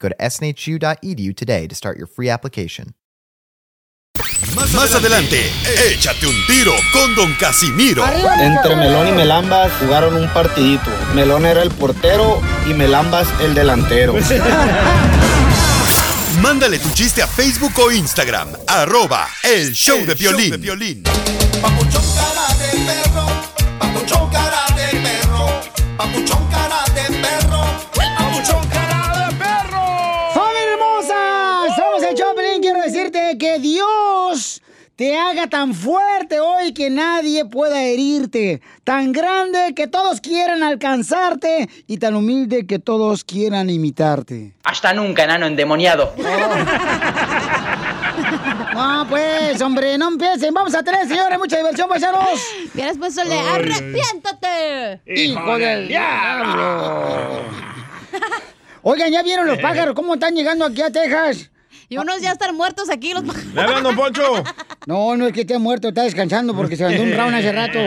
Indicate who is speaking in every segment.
Speaker 1: Go to snhu.edu E today to start your free application.
Speaker 2: Más, más adelante, échate un tiro con Don Casimiro.
Speaker 3: Entre Melón y Melambas jugaron un partidito. Melón era el portero y Melambas el delantero.
Speaker 2: Mándale tu chiste a Facebook o Instagram. Arroba El Eh, Show, de, violín.
Speaker 4: Papuchón cara de perro, papuchón cara de perro, papuchón cara de perro, papuchón cara de perro.
Speaker 5: ¡Familia hermosa! Somos el Choplin. Quiero decirte que Dios te haga tan fuerte hoy que nadie pueda herirte. Tan grande que todos quieran alcanzarte y tan humilde que todos quieran imitarte.
Speaker 6: Hasta nunca, enano endemoniado.
Speaker 5: No, pues, hombre, no empiecen. Vamos a tres, señores. Mucha diversión, paisanos.
Speaker 7: Hubieras puesto el de arrepiéntate.
Speaker 5: ¡Hijo del diablo! Oigan, ¿ya vieron los pájaros? ¿Cómo están llegando aquí a Texas?
Speaker 7: Y unos ya están muertos aquí los pájaros.
Speaker 8: ¡Le hablan, don Poncho!
Speaker 5: No, no es que esté muerto, está descansando porque se mandó un round hace rato.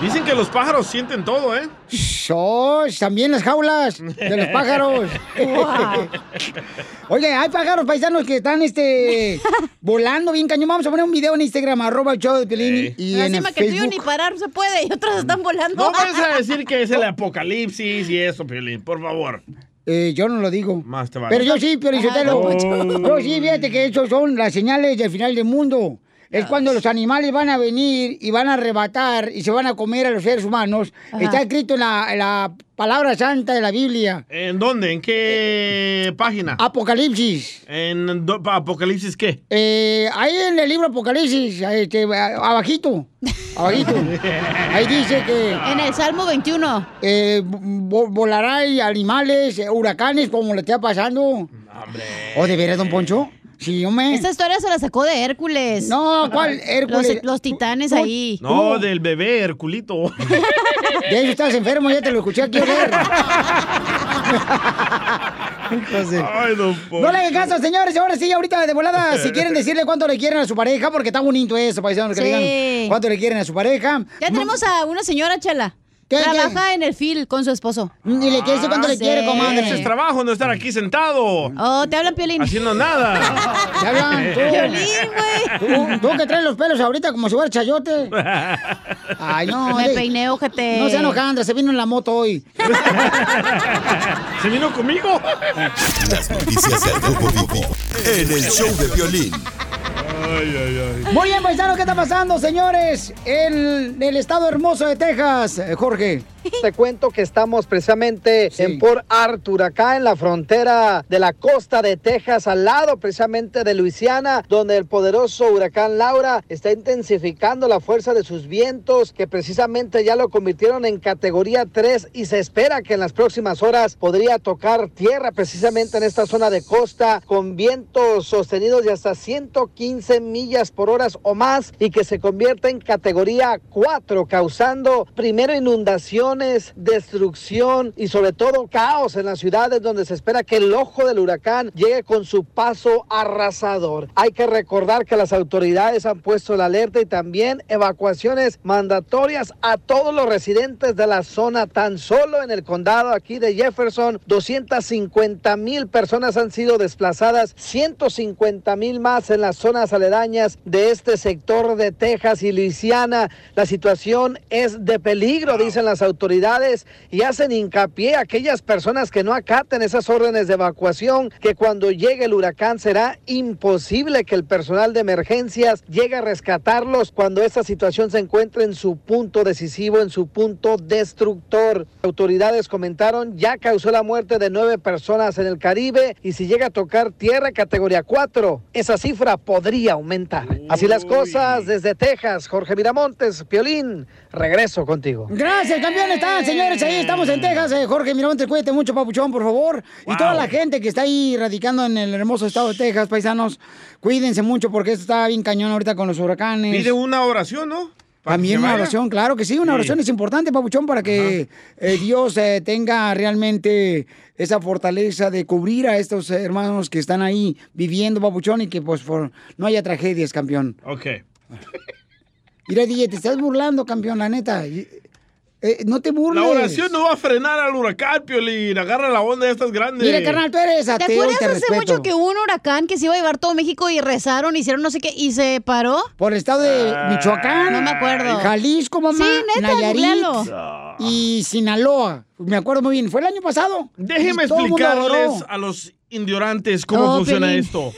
Speaker 8: Dicen que los pájaros sienten todo, ¿eh?
Speaker 5: ¡Sos! También las jaulas de los pájaros. Oye, hay pájaros paisanos que están este volando bien cañón. Vamos a poner un video en Instagram, arroba el show de Pelín y en el
Speaker 7: Encima que el tuyo ni
Speaker 5: Facebook.
Speaker 7: parar se puede y otros están volando.
Speaker 8: No vas a decir que es el apocalipsis y eso, Piolín, por favor.
Speaker 5: Eh, yo no lo digo.
Speaker 8: Más te vale.
Speaker 5: Pero yo sí, Pio Lizotelo.
Speaker 7: Ah,
Speaker 5: Yo sí, fíjate que esos son las señales del final del mundo. Es cuando los animales van a venir y van a arrebatar y se van a comer a los seres humanos. Está escrito en la, en la palabra santa de la Biblia.
Speaker 8: ¿En dónde? ¿En qué página?
Speaker 5: Apocalipsis.
Speaker 8: ¿En do- apocalipsis qué?
Speaker 5: Eh, ahí en el libro Apocalipsis, este, a- abajito, abajito. Ahí dice que
Speaker 7: En el Salmo 21.
Speaker 5: eh, vo- volará hay animales, eh, huracanes, como le está pasando. ¿O ¿Oh, de veras, don Poncho? Sí, yo me...
Speaker 7: Esta historia se la sacó de Hércules.
Speaker 5: No, ¿cuál Hércules?
Speaker 7: Los, e-, los titanes ahí. Uh.
Speaker 8: No, del bebé Herculito.
Speaker 5: De eso estás enfermo, ya te lo escuché aquí ayer.
Speaker 8: Ay, don Poncho.
Speaker 5: No le hagan caso, señores. Ahora sí, ahorita de volada, si quieren decirle cuánto le quieren a su pareja, porque está bonito eso, paisanos, que le
Speaker 7: Sí.
Speaker 5: digan cuánto le quieren a su pareja.
Speaker 7: Ya tenemos a una señora, Chela.
Speaker 5: ¿Qué, qué?
Speaker 7: Trabaja en el field con su esposo. Ah,
Speaker 5: Y le quiere decir cuánto le
Speaker 7: sí.
Speaker 5: quiere,
Speaker 8: Ese es
Speaker 5: comadre.
Speaker 8: trabajo, no estar aquí sentado,
Speaker 7: Oh, te hablan, Piolín.
Speaker 8: haciendo nada.
Speaker 5: ¿Te hablan?
Speaker 7: Piolín,
Speaker 5: Tú,
Speaker 7: güey.
Speaker 5: tú, tú que traes los pelos ahorita como si fuera chayote. Ay, no.
Speaker 7: Me
Speaker 5: ey,
Speaker 7: peiné, ojete.
Speaker 5: No se enojando, se vino en la moto hoy.
Speaker 8: ¿Se vino conmigo?
Speaker 2: Las noticias del Grupo Vivo en El Show de Violín.
Speaker 8: Ay, ay, ay.
Speaker 5: Muy bien, paisano, ¿qué está pasando, señores? En el estado hermoso de Texas, eh, Jorge.
Speaker 3: Te cuento que estamos precisamente
Speaker 5: Sí.
Speaker 3: en Port Arthur, acá en la frontera de la costa de Texas, al lado precisamente de Luisiana, donde el poderoso huracán Laura está intensificando la fuerza de sus vientos, que precisamente ya lo convirtieron en categoría 3 y se espera que en las próximas horas podría tocar tierra precisamente en esta zona de costa con vientos sostenidos de hasta 115 millas por hora o más y que se convierta en categoría 4, causando primero inundaciones, destrucción y sobre todo caos en las ciudades donde se espera que el ojo del huracán llegue con su paso arrasador. Hay que recordar que las autoridades han puesto la alerta y también evacuaciones mandatorias a todos los residentes de la zona. Tan solo en el condado aquí de Jefferson, 250 mil personas han sido desplazadas, 150 mil más en las zonas aledañas de este sector de Texas y Luisiana. La situación es de peligro, dicen las autoridades autoridades y hacen hincapié a aquellas personas que no acaten esas órdenes de evacuación, que cuando llegue el huracán será imposible que el personal de emergencias llegue a rescatarlos cuando esta situación se encuentre en su punto decisivo, en su punto destructor. Autoridades comentaron ya causó la muerte de nueve personas en el Caribe y si llega a tocar tierra categoría 4, esa cifra podría aumentar. Así las cosas desde Texas. Jorge Miramontes, Piolín, regreso contigo.
Speaker 5: Gracias, campeón. Están, señores, ahí estamos en Texas. Eh, Jorge Miramontes, cuídate mucho, papuchón, por favor. Y toda la gente que está ahí radicando en el hermoso estado de Texas, paisanos, cuídense mucho porque esto está bien cañón ahorita con los huracanes.
Speaker 8: Pide una oración, ¿no? Para que
Speaker 5: También
Speaker 8: se
Speaker 5: una
Speaker 8: vaya.
Speaker 5: oración, claro que sí, una
Speaker 8: Sí.
Speaker 5: oración es importante, Papuchón, para que eh, Dios eh, tenga realmente esa fortaleza de cubrir a estos hermanos que están ahí viviendo, Papuchón, y que pues por- no haya tragedias, campeón.
Speaker 8: Ok.
Speaker 5: Mira, DJ, te estás burlando, campeón, la neta. Y- eh, no te burles.
Speaker 8: La oración no va a frenar al huracán, Piolín. Agarra la onda de estas grandes.
Speaker 5: Mira, carnal, tú eres ateo,
Speaker 7: ¿Te acuerdas
Speaker 5: te
Speaker 7: hace
Speaker 5: respeto.
Speaker 7: mucho que hubo un huracán que se iba a llevar todo México y rezaron, hicieron no sé qué y se paró?
Speaker 5: Por el estado de Michoacán.
Speaker 7: No me acuerdo.
Speaker 5: Jalisco, mamá.
Speaker 7: Sí, neta,
Speaker 5: Nayarit.
Speaker 7: googlealo.
Speaker 5: Y Sinaloa. Me acuerdo muy bien. Fue el año pasado.
Speaker 8: Déjenme
Speaker 5: Y todo el mundo
Speaker 8: explicarles
Speaker 5: adoró.
Speaker 8: a los indiorantes cómo
Speaker 5: Oh,
Speaker 8: funciona
Speaker 5: Piolín.
Speaker 8: esto.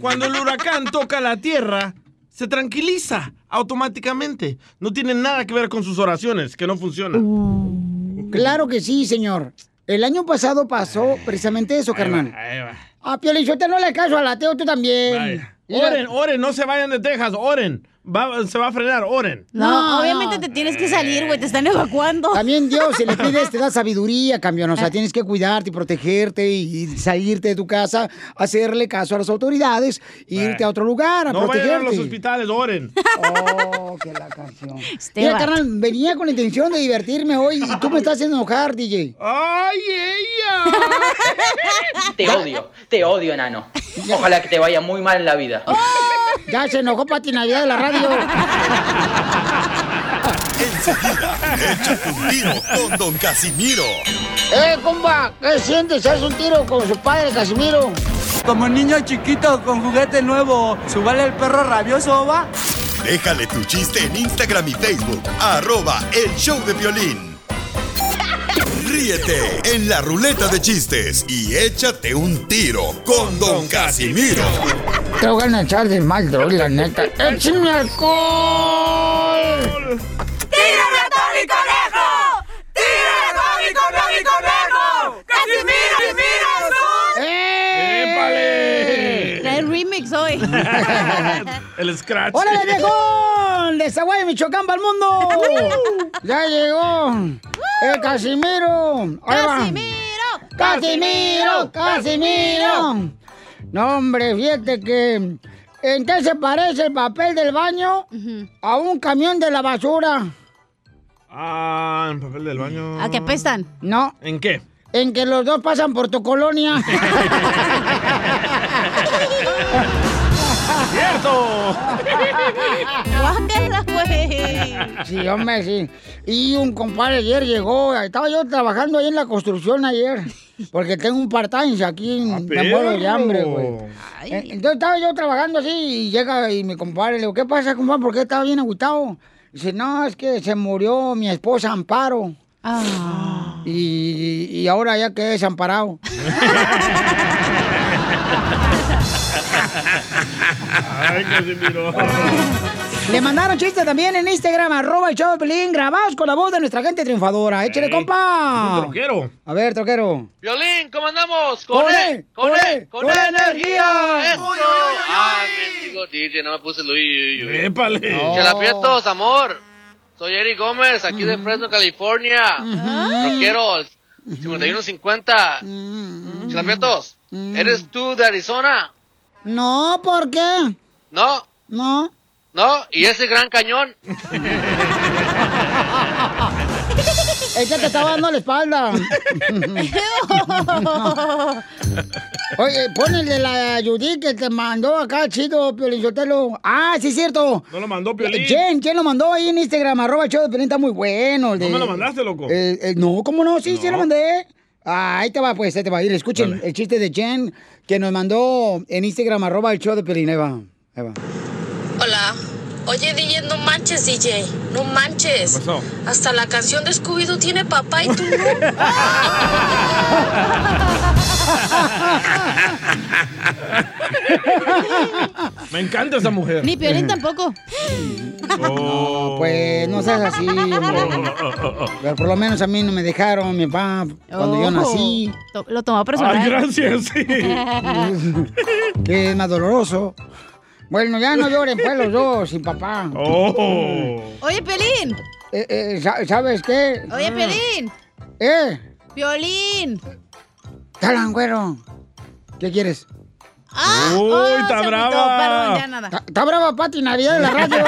Speaker 8: Cuando el huracán toca la tierra, se tranquiliza automáticamente. No tiene nada que ver con sus oraciones, que no funcionan.
Speaker 7: Uh.
Speaker 5: Claro que sí, señor. El año pasado pasó precisamente eso, carnal. Ah, A Piolichote no le caso al ateo, tú también. Mira,
Speaker 8: Oren, oren, no se vayan de Texas, oren. Va- se va a frenar, oren.
Speaker 7: No, obviamente te tienes que salir, güey, te están evacuando. Ah.
Speaker 5: También Dios, si le pides, te da sabiduría, campeón. O sea, tienes que cuidarte y protegerte y, y salirte de tu casa, hacerle caso a las autoridades, e irte a otro lugar a
Speaker 8: No vayan a los
Speaker 5: protegerte.
Speaker 8: hospitales, oren.
Speaker 5: Oh, qué la canción.
Speaker 7: Este
Speaker 5: Mira, carnal, venía con la intención de divertirme hoy y tú me estás haciendo enojar, DJ.
Speaker 8: ¡Ay, ella!
Speaker 6: Te odio, te odio, enano. Ojalá que te vaya muy mal en la vida.
Speaker 5: Ya se enojó Pati Navidad de la radio.
Speaker 2: Échate un tiro con Don Casimiro.
Speaker 5: ¡Eh, compa! ¿Qué sientes? ¿Haz un tiro con su padre, Casimiro?
Speaker 9: Como niño chiquito con juguete nuevo, subale el perro rabioso, va.
Speaker 2: Déjale tu chiste en Instagram y Facebook. Arroba El Show de Violín. Ríete en la ruleta de chistes y échate un tiro con Don Casimiro.
Speaker 5: Te voy a echar de mal, doy, la neta. ¡Échame alcohol!
Speaker 4: ¡Tírame a Tony Conejo! ¡Tírame a Tony Conejo y Conejo! ¡Casimiro y
Speaker 5: ¡Eh!
Speaker 8: ¡Épale!
Speaker 7: Trae el remix hoy.
Speaker 8: El scratch.
Speaker 5: ¡Órale, viejón! ¡De Zaguay, Michoacán, para el mundo! ¡Ya llegó! ¡El Casimiro! Ahí va. ¡Casimiro!
Speaker 7: ¡Casimiro!
Speaker 5: ¡Casimiro! No, hombre, fíjate que... ¿En qué se parece el papel del baño a un camión de la basura?
Speaker 8: Ah, en papel del baño.
Speaker 5: ¿A qué
Speaker 7: apestan?
Speaker 5: No,
Speaker 8: ¿En qué?
Speaker 5: en que los dos pasan por tu colonia.
Speaker 8: ¡Cierto!
Speaker 7: Guácala, pues. güey.
Speaker 5: Sí, hombre, sí. Y un compadre ayer llegó, estaba yo trabajando ahí en la construcción ayer, porque tengo un part-time aquí, en- me muero de hambre, güey. En- Entonces estaba yo trabajando así y llega y mi compadre, le digo, ¿qué pasa, compadre? ¿Por qué estaba bien agotado? Dice, no, es que se murió mi esposa Amparo. Y, y ahora ya quedé desamparado.
Speaker 8: Ay, Casimiro.
Speaker 5: Le mandaron chistes también en Instagram, arroba el show de Pelín, grabados con la voz de nuestra gente triunfadora. Échale, compa.
Speaker 8: es un troquero.
Speaker 5: A ver, troquero.
Speaker 10: Violín, ¿cómo andamos?
Speaker 5: Con
Speaker 10: Con
Speaker 5: él,
Speaker 10: él,
Speaker 5: con
Speaker 10: con
Speaker 5: él,
Speaker 10: él,
Speaker 5: con
Speaker 10: con
Speaker 5: energía.
Speaker 10: energía. ¡Eso!
Speaker 5: Uy, uy,
Speaker 10: Ah, mendigo DJ, no me puse Luis. uy, uy, uy.
Speaker 8: Épale.
Speaker 10: Que la aprietos, amor. Soy Eric Gómez, aquí
Speaker 5: Mm.
Speaker 10: de Fresno, California.
Speaker 5: Mm-hmm.
Speaker 10: Rockero, el 5150.
Speaker 5: Mm-hmm.
Speaker 10: Que la aprietos, ¿eres tú de Arizona?
Speaker 5: No, ¿por qué?
Speaker 10: ¿No?
Speaker 5: No.
Speaker 10: ¿No? ¿Y ese gran cañón?
Speaker 5: Es que te estaba dando la espalda. Oye, ponele la Judy que te mandó acá, chido, Piolichotelo. Ah, sí, es cierto.
Speaker 8: No lo mandó Piolín.
Speaker 5: Jen, Jen lo mandó ahí en Instagram, arroba el show de Piolín, está muy bueno.
Speaker 8: ¿No me lo mandaste, loco?
Speaker 5: Eh, eh, no, ¿cómo no? Sí, sí lo mandé. Ah, ahí te va, pues, ahí te va. a ir. escuchen el chiste de Jen que nos mandó en Instagram, arroba el show de Piolín. Ahí va, ahí va.
Speaker 11: Hola,
Speaker 12: Oye, DJ, no manches, DJ. No manches.
Speaker 10: Pasó.
Speaker 12: Hasta la canción de Scooby-Doo tiene papá y tú no.
Speaker 8: Me encanta esa mujer.
Speaker 7: Ni Piolín tampoco.
Speaker 5: No, pues no seas así, hombre. Pero por lo menos a mí no me dejaron, mi papá, cuando yo
Speaker 7: Oh.
Speaker 5: nací.
Speaker 7: To- Lo tomó personal.
Speaker 5: Ay, Ah, gracias, que es más doloroso. Bueno, ya no lloren pues los dos, sin papá. Oh.
Speaker 7: Oye, Pelín.
Speaker 5: Eh, eh, sa- ¿Sabes qué?
Speaker 7: Oye,
Speaker 5: Ah.
Speaker 7: Pelín.
Speaker 5: ¿Eh?
Speaker 7: Violín.
Speaker 5: Calan, güero. ¿Qué quieres?
Speaker 7: ¡Ah! Uy, oh, está se agüitó, brava. perdón, ya nada.
Speaker 5: Está- Está brava Pati Navidad de la radio.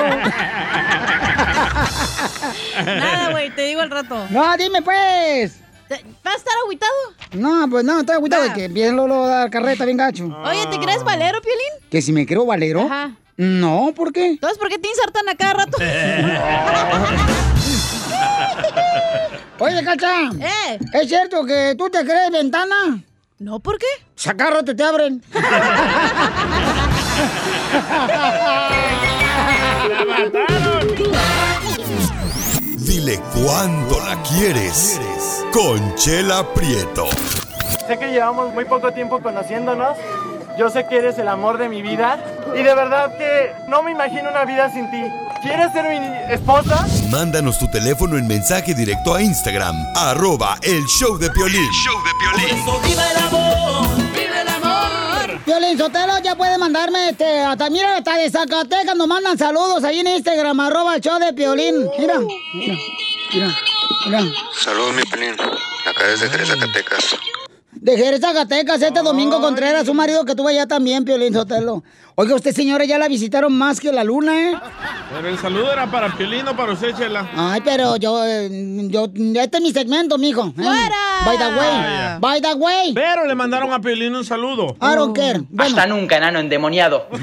Speaker 7: Nada, güey, te digo al rato.
Speaker 5: no, dime pues.
Speaker 7: ¿Vas a estar agüitado?
Speaker 5: No, pues no, estoy agüitado de que empiecen luego a dar carreta bien gacho.
Speaker 7: Oye, ¿te crees valero, Piolín?
Speaker 5: ¿Que si me creo valero?
Speaker 7: Ajá.
Speaker 5: No, ¿por qué?
Speaker 7: Entonces, ¿por qué te insertan a cada rato?
Speaker 5: Oye, Cacha. ¿Es cierto que tú te crees ventana?
Speaker 7: Eh. No, ¿por qué?
Speaker 5: Sacarro te, te abren.
Speaker 2: Dile cuándo la quieres. Conchela Prieto.
Speaker 13: Sé que llevamos muy poco tiempo conociéndonos. Yo sé que eres el amor de mi vida. Y de verdad que no me imagino una vida sin ti. ¿Quieres ser mi esposa?
Speaker 2: Mándanos tu teléfono en mensaje directo a Instagram, arroba el show de Piolín.
Speaker 10: ¡Viva el amor! ¡Viva el amor!
Speaker 5: Violín Sotelo, ya puede mandarme este. Hasta mira, hasta de Zacatecas nos mandan saludos ahí en Instagram, arroba el show de Piolín. Mira, mira, mira, mira.
Speaker 14: Saludos, mi pelín. Acá desde Jerez, Zacatecas.
Speaker 5: De Jerez, Zacatecas, este domingo Contreras, un marido que tuvo allá también, Piolín Sotelo. Oiga, usted señores ya la visitaron más que la luna, ¿eh?
Speaker 8: Pero el saludo era para Piolín o para usted, Chela.
Speaker 5: Ay, pero yo, eh, yo, este es mi segmento, mijo. ¿eh? By the way,
Speaker 8: Ah, ya.
Speaker 5: by the way.
Speaker 8: Pero le mandaron a Piolín un saludo.
Speaker 5: I don't care.
Speaker 15: Hasta nunca, enano endemoniado.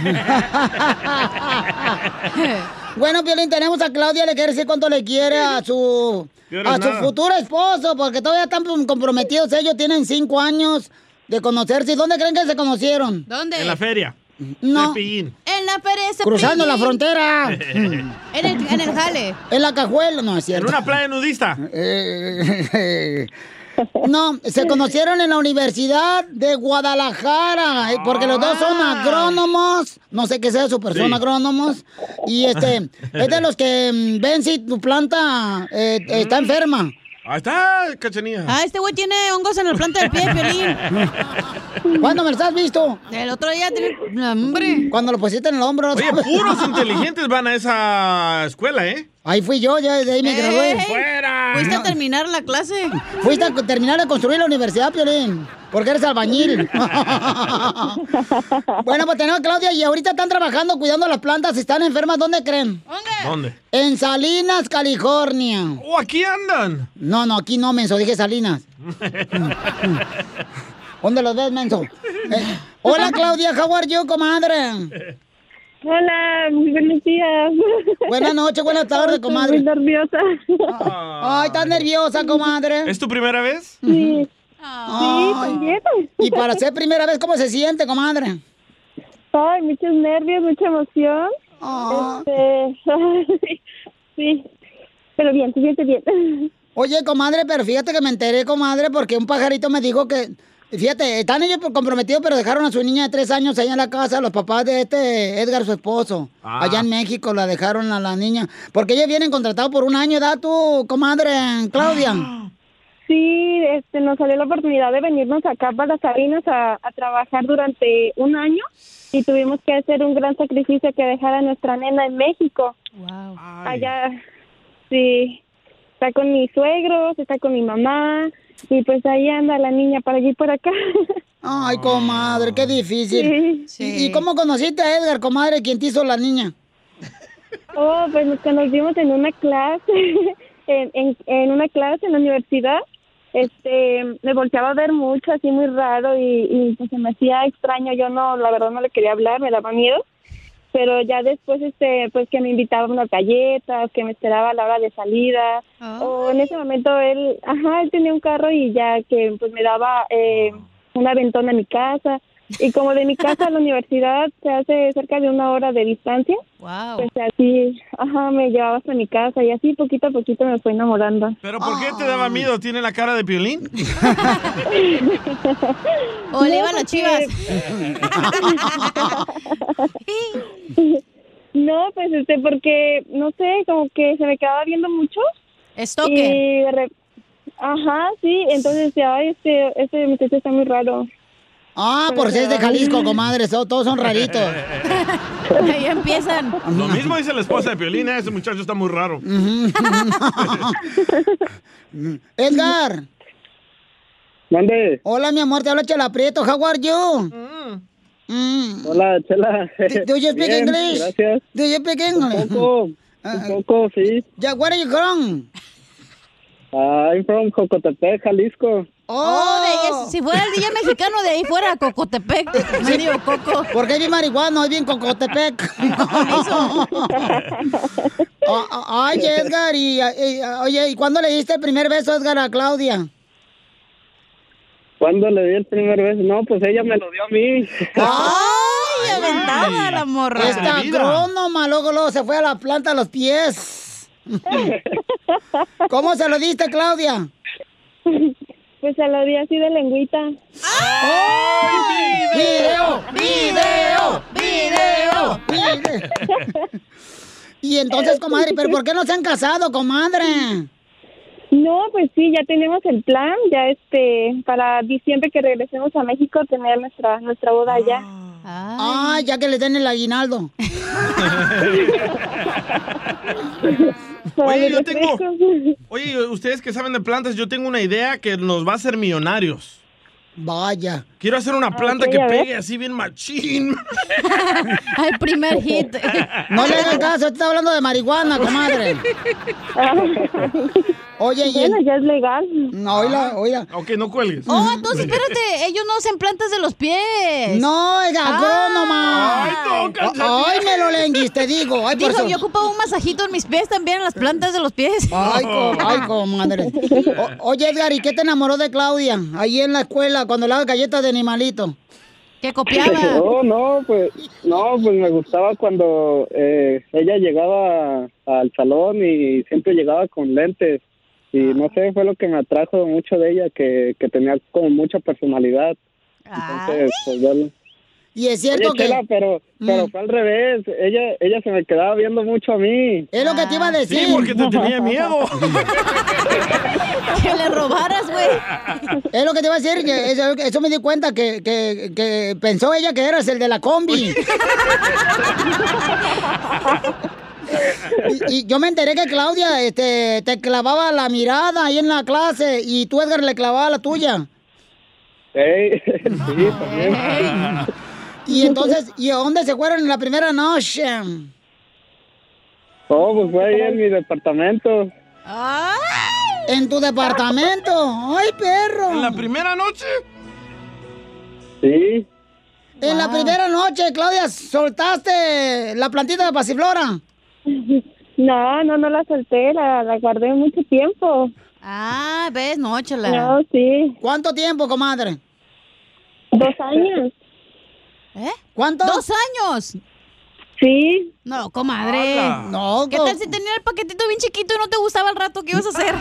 Speaker 5: Bueno, Piolín, tenemos a Claudia, le quiere decir cuánto le quiere a su
Speaker 10: No eres
Speaker 5: a su
Speaker 10: nada.
Speaker 5: futuro esposo, porque todavía están comprometidos, ellos tienen cinco años de conocerse. ¿Y dónde creen que se conocieron?
Speaker 7: ¿Dónde?
Speaker 8: En la feria.
Speaker 5: No.
Speaker 8: Cepillín.
Speaker 7: En la pereza.
Speaker 5: Cruzando la
Speaker 7: Pelín.
Speaker 5: frontera. Mm.
Speaker 7: en, el, en el jale.
Speaker 5: En la cajuela, no es cierto. Eh,
Speaker 8: En una playa nudista.
Speaker 5: No, se conocieron en la Universidad de Guadalajara, eh, porque los dos son
Speaker 8: Ah.
Speaker 5: agrónomos, no sé qué sea su persona,
Speaker 10: Sí.
Speaker 5: agrónomos, y este, es de los que mm, ven si tu planta eh, está enferma.
Speaker 8: Ahí está, cachanilla.
Speaker 7: Ah, este güey tiene hongos en la planta del pie, Piolín.
Speaker 5: ¿Cuándo me lo has visto?
Speaker 7: El otro día tenía... Hombre.
Speaker 5: Cuando lo pusiste en el hombro.
Speaker 8: Oye,
Speaker 5: ¿sabes?
Speaker 8: puros inteligentes van a esa escuela, ¿eh?
Speaker 5: Ahí fui yo, ya de ahí me gradué.
Speaker 7: Ey, Fuiste a terminar la clase.
Speaker 5: Fuiste a terminar de construir la universidad, Piolín. Porque eres albañil. bueno, pues tenemos a Claudia y ahorita están trabajando cuidando las plantas. Si están enfermas, ¿dónde creen?
Speaker 8: ¿Dónde?
Speaker 5: En Salinas, California.
Speaker 8: ¿O ¡Oh, aquí andan?
Speaker 5: No, no, aquí no, menso. Dije Salinas. ¿Dónde los ves, menso? Eh, hola, Claudia. How are you, comadre?
Speaker 6: Hola, muy buenos días.
Speaker 5: Buenas noches, buenas tardes,
Speaker 6: Estoy
Speaker 5: comadre.
Speaker 6: Muy nerviosa.
Speaker 5: Ay, estás nerviosa, comadre.
Speaker 8: ¿Es tu primera vez?
Speaker 6: Sí.
Speaker 5: Ay. Y para ser primera vez, ¿cómo se siente, comadre?
Speaker 6: Ay, muchos nervios, mucha emoción.
Speaker 5: Ah.
Speaker 6: Este, sí, pero bien, se siente bien.
Speaker 5: Oye, comadre, pero fíjate que me enteré, comadre, porque un pajarito me dijo que. Fíjate, están ellos por- comprometidos, pero dejaron a su niña de tres años allá en la casa, los papás de este Edgar, su esposo.
Speaker 10: Ah.
Speaker 5: Allá en México la dejaron a la niña. Porque ellos vienen contratados por un año, ¿da tu comadre Claudia?
Speaker 6: Sí, este, nos salió la oportunidad de venirnos acá para Sabinas a, a trabajar durante un año y tuvimos que hacer un gran sacrificio que dejar a nuestra nena en México. Allá, sí, está con mis suegros, está con mi mamá y pues ahí anda la niña para allí y por acá.
Speaker 5: Ay, comadre, qué difícil. ¿Y, y cómo conociste a Edgar, comadre, quien te hizo la niña?
Speaker 6: Oh, pues nos conocimos en una clase, en, en, en una clase en la universidad. Este, me volteaba a ver mucho, así muy raro, y, y, pues se me hacía extraño. Yo no, la verdad no le quería hablar, me daba miedo. Pero ya después, este, pues que me invitaba a unas galletas, que me esperaba a la hora de salida. O en ese momento él, ajá, él tenía un carro y ya que pues me daba eh, un aventón a mi casa. Y como de mi casa a la universidad se hace cerca de una hora de distancia,
Speaker 7: Wow.
Speaker 6: pues así, ajá, me llevaba hasta mi casa y así poquito a poquito me fue enamorando.
Speaker 8: ¿Pero por qué te daba miedo? ¿Tiene la cara de piolín?
Speaker 7: O le iban las chivas.
Speaker 6: No, pues este, porque, no sé, como que se me quedaba viendo mucho.
Speaker 7: Estoque.
Speaker 6: Y de re- Ajá, sí, entonces, ay, este, este muchacho está muy raro.
Speaker 5: Ah, por si es de Jalisco, comadres, todos son raritos.
Speaker 7: Ahí empiezan.
Speaker 8: Lo mismo dice la esposa de piolín, ¿eh? ese muchacho está muy raro.
Speaker 5: Mm. Edgar.
Speaker 10: Mande.
Speaker 5: Hola, mi amor, te habla Chela Prieto. How are you? Mm.
Speaker 10: Hola, Chela.
Speaker 5: Do, do you speak
Speaker 10: Bien,
Speaker 5: English?
Speaker 10: Gracias.
Speaker 5: Do you speak English?
Speaker 10: Un poco, un poco, sí.
Speaker 5: Yeah, where are you from?
Speaker 10: Ah, I'm from Jocotepec, Jalisco.
Speaker 7: Oh, de- si fuera el DJ mexicano, de ahí fuera Cocotepec. Medio coco.
Speaker 5: Porque es bien marihuana, es bien Cocotepec. Ah, ah, Ay, Edgar, y, y- oye, ¿y cuándo le diste el primer beso, Edgar, a Claudia?
Speaker 10: ¿Cuándo le di el primer beso? No, pues ella me lo dio a mí.
Speaker 5: Ah. ¡Ay,
Speaker 7: aventaba la morra.
Speaker 5: Esta agrónoma, luego, luego se fue a la planta a los pies. ¿Cómo se lo diste, Claudia?
Speaker 6: Pues se lo di así de lengüita.
Speaker 5: Ah, ¡Ay,
Speaker 16: video,
Speaker 5: video, video! Y entonces, comadre, ¿pero por qué no se han casado, comadre?
Speaker 6: No, pues sí, ya tenemos el plan, ya este, para diciembre que regresemos a México, tener nuestra, nuestra boda allá.
Speaker 5: Ah, ya que le den el aguinaldo.
Speaker 8: Oye, yo tengo... Oye, ustedes que saben de plantas, yo tengo una idea que nos va a hacer millonarios.
Speaker 5: Vaya.
Speaker 8: Quiero hacer una planta
Speaker 5: ok,
Speaker 8: que
Speaker 5: a ver.
Speaker 8: pegue así bien machín.
Speaker 7: Al primer hit.
Speaker 5: No le hagan caso, está hablando de marihuana, comadre. Ah. Oye, y
Speaker 6: Bueno, ya es legal.
Speaker 5: No, oiga, oiga.
Speaker 8: Ok, no cuelgues.
Speaker 7: Oh, entonces espérate, ellos no usan plantas de los pies. Ah.
Speaker 5: No, es agrónoma.
Speaker 7: Ay,
Speaker 5: no, cállate. Ay, me lo lenguis, te digo. Ay, por
Speaker 7: Dijo,
Speaker 5: eso-
Speaker 7: yo ocupaba un masajito en mis pies también, en las plantas de los pies.
Speaker 5: Ay, co- ay, comadre. O- oye, Edgar, ¿y qué te enamoró de Claudia? Ahí en la escuela, cuando le hago galletas de animalito.
Speaker 7: Que
Speaker 10: No, no, pues, no, pues me gustaba cuando eh, ella llegaba al salón y siempre llegaba con lentes. Y no sé, fue lo que me atrajo mucho de ella, que, que tenía como mucha personalidad.
Speaker 17: Ah.
Speaker 10: Entonces,
Speaker 5: Ah.
Speaker 10: pues yo...
Speaker 5: Y es cierto
Speaker 10: Oye, Chela,
Speaker 5: que...
Speaker 10: pero, pero
Speaker 5: Mm.
Speaker 10: fue al revés. Ella, ella se me quedaba viendo mucho a mí.
Speaker 5: Es lo que te iba a decir. Sí, porque te tenía miedo.
Speaker 7: Que le robaras, güey.
Speaker 5: Es lo que te iba a decir, que eso, eso me di cuenta, que, que, que pensó ella que eras el de la combi. Y, y yo me enteré que Claudia este, te clavaba la mirada ahí en la clase y tú, Edgar, le clavaba la tuya.
Speaker 10: Ey, sí, también.
Speaker 5: Y entonces, ¿y a dónde se fueron en la primera noche?
Speaker 10: Oh, pues fue ahí en mi departamento.
Speaker 5: En tu departamento. ¡Ay, perro!
Speaker 8: ¿En la primera noche?
Speaker 10: Sí.
Speaker 5: En la primera noche, Claudia, soltaste la plantita de pasiflora.
Speaker 6: No, no, no la solté, la, la guardé mucho tiempo.
Speaker 7: Ah, ves, no, chela.
Speaker 6: No, sí.
Speaker 5: ¿Cuánto tiempo, comadre?
Speaker 6: Dos años.
Speaker 7: ¿Eh?
Speaker 5: ¿Cuánto?
Speaker 7: ¿Dos años?
Speaker 6: Sí.
Speaker 7: No, comadre.
Speaker 5: Hola. No,
Speaker 7: ¿Qué
Speaker 5: co-
Speaker 7: tal si tenía el paquetito bien chiquito y no te gustaba al rato? ¿Qué ibas a hacer?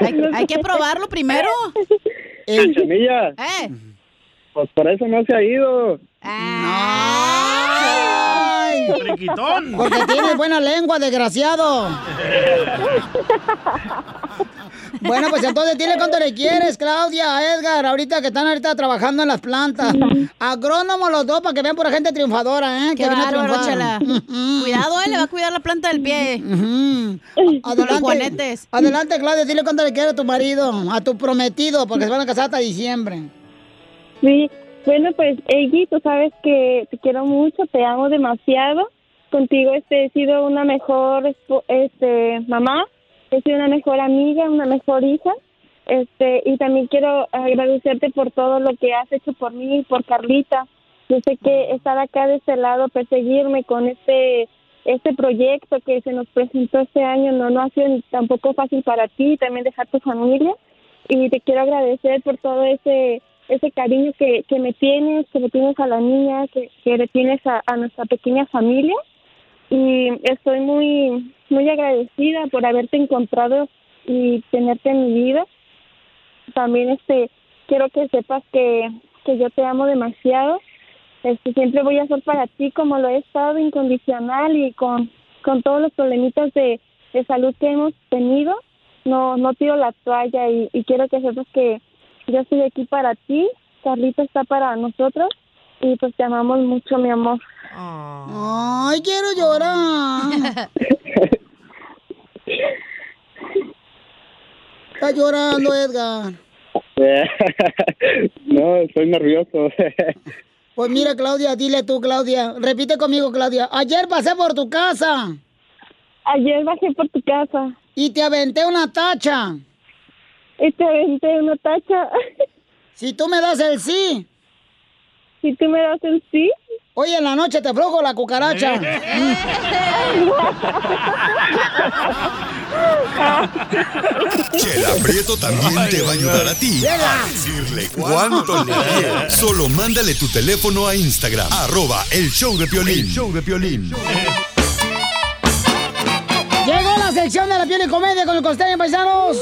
Speaker 7: hay, hay que probarlo primero.
Speaker 10: Cachanilla,
Speaker 7: ¿Eh?
Speaker 10: pues por eso no se ha ido.
Speaker 5: ¡Ay!
Speaker 8: Triquitón.
Speaker 5: Porque tienes buena lengua, desgraciado. Bueno, pues entonces dile cuánto le quieres, Claudia, a Edgar, ahorita que están ahorita trabajando en las plantas. Agrónomos los dos para que vean por la gente triunfadora, ¿eh?
Speaker 7: Qué
Speaker 5: que vino a
Speaker 7: bárbaro,
Speaker 5: triunfar.
Speaker 7: chela. Cuidado, eh, le va a cuidar la planta del pie. Los
Speaker 5: Adelante,
Speaker 7: juanetes.
Speaker 5: adelante, Claudia, dile cuánto le quieres a tu marido, a tu prometido, porque se van a casar hasta diciembre.
Speaker 6: Sí, bueno, pues, Eggy, tú sabes que te quiero mucho, te amo demasiado. Contigo este, he sido una mejor espo- este, mamá, he sido una mejor amiga, una mejor hija. Este, y también quiero agradecerte por todo lo que has hecho por mí y por Carlita. Yo sé que estar acá de este lado, perseguirme con este este proyecto que se nos presentó este año no, no ha sido tampoco fácil para ti, también dejar tu familia y te quiero agradecer por todo ese ese cariño que, que me tienes, que le tienes a la niña, que, que le tienes a, a nuestra pequeña familia. Y estoy muy, muy agradecida por haberte encontrado y tenerte en mi vida. También este quiero que sepas que, que yo te amo demasiado. Este, siempre voy a ser para ti como lo he estado incondicional y con, con todos los problemitas de, de salud que hemos tenido. No, no tiro la toalla y, y quiero que sepas que yo estoy aquí para ti, Carlita está para nosotros y pues te amamos mucho, mi amor.
Speaker 5: Ay, quiero llorar. Está llorando, Edgar.
Speaker 17: no, estoy nervioso.
Speaker 5: Pues mira, Claudia, dile tú, Claudia. Repite conmigo, Claudia. Ayer pasé por tu casa.
Speaker 6: Ayer bajé por tu casa.
Speaker 5: Y te aventé una tacha.
Speaker 6: Y te aventé una tacha.
Speaker 5: Si tú me das el sí.
Speaker 6: Si tú me das el sí.
Speaker 5: Hoy en la noche te aflojo la cucaracha.
Speaker 2: Chela Prieto también te va a ayudar a ti
Speaker 10: Chela.
Speaker 2: a decirle cuánto le quieres. Solo mándale tu teléfono a Instagram, arroba el show de Piolín. show de Piolín.
Speaker 5: Llegó la sección de la piel y comedia con el costeño, paisanos.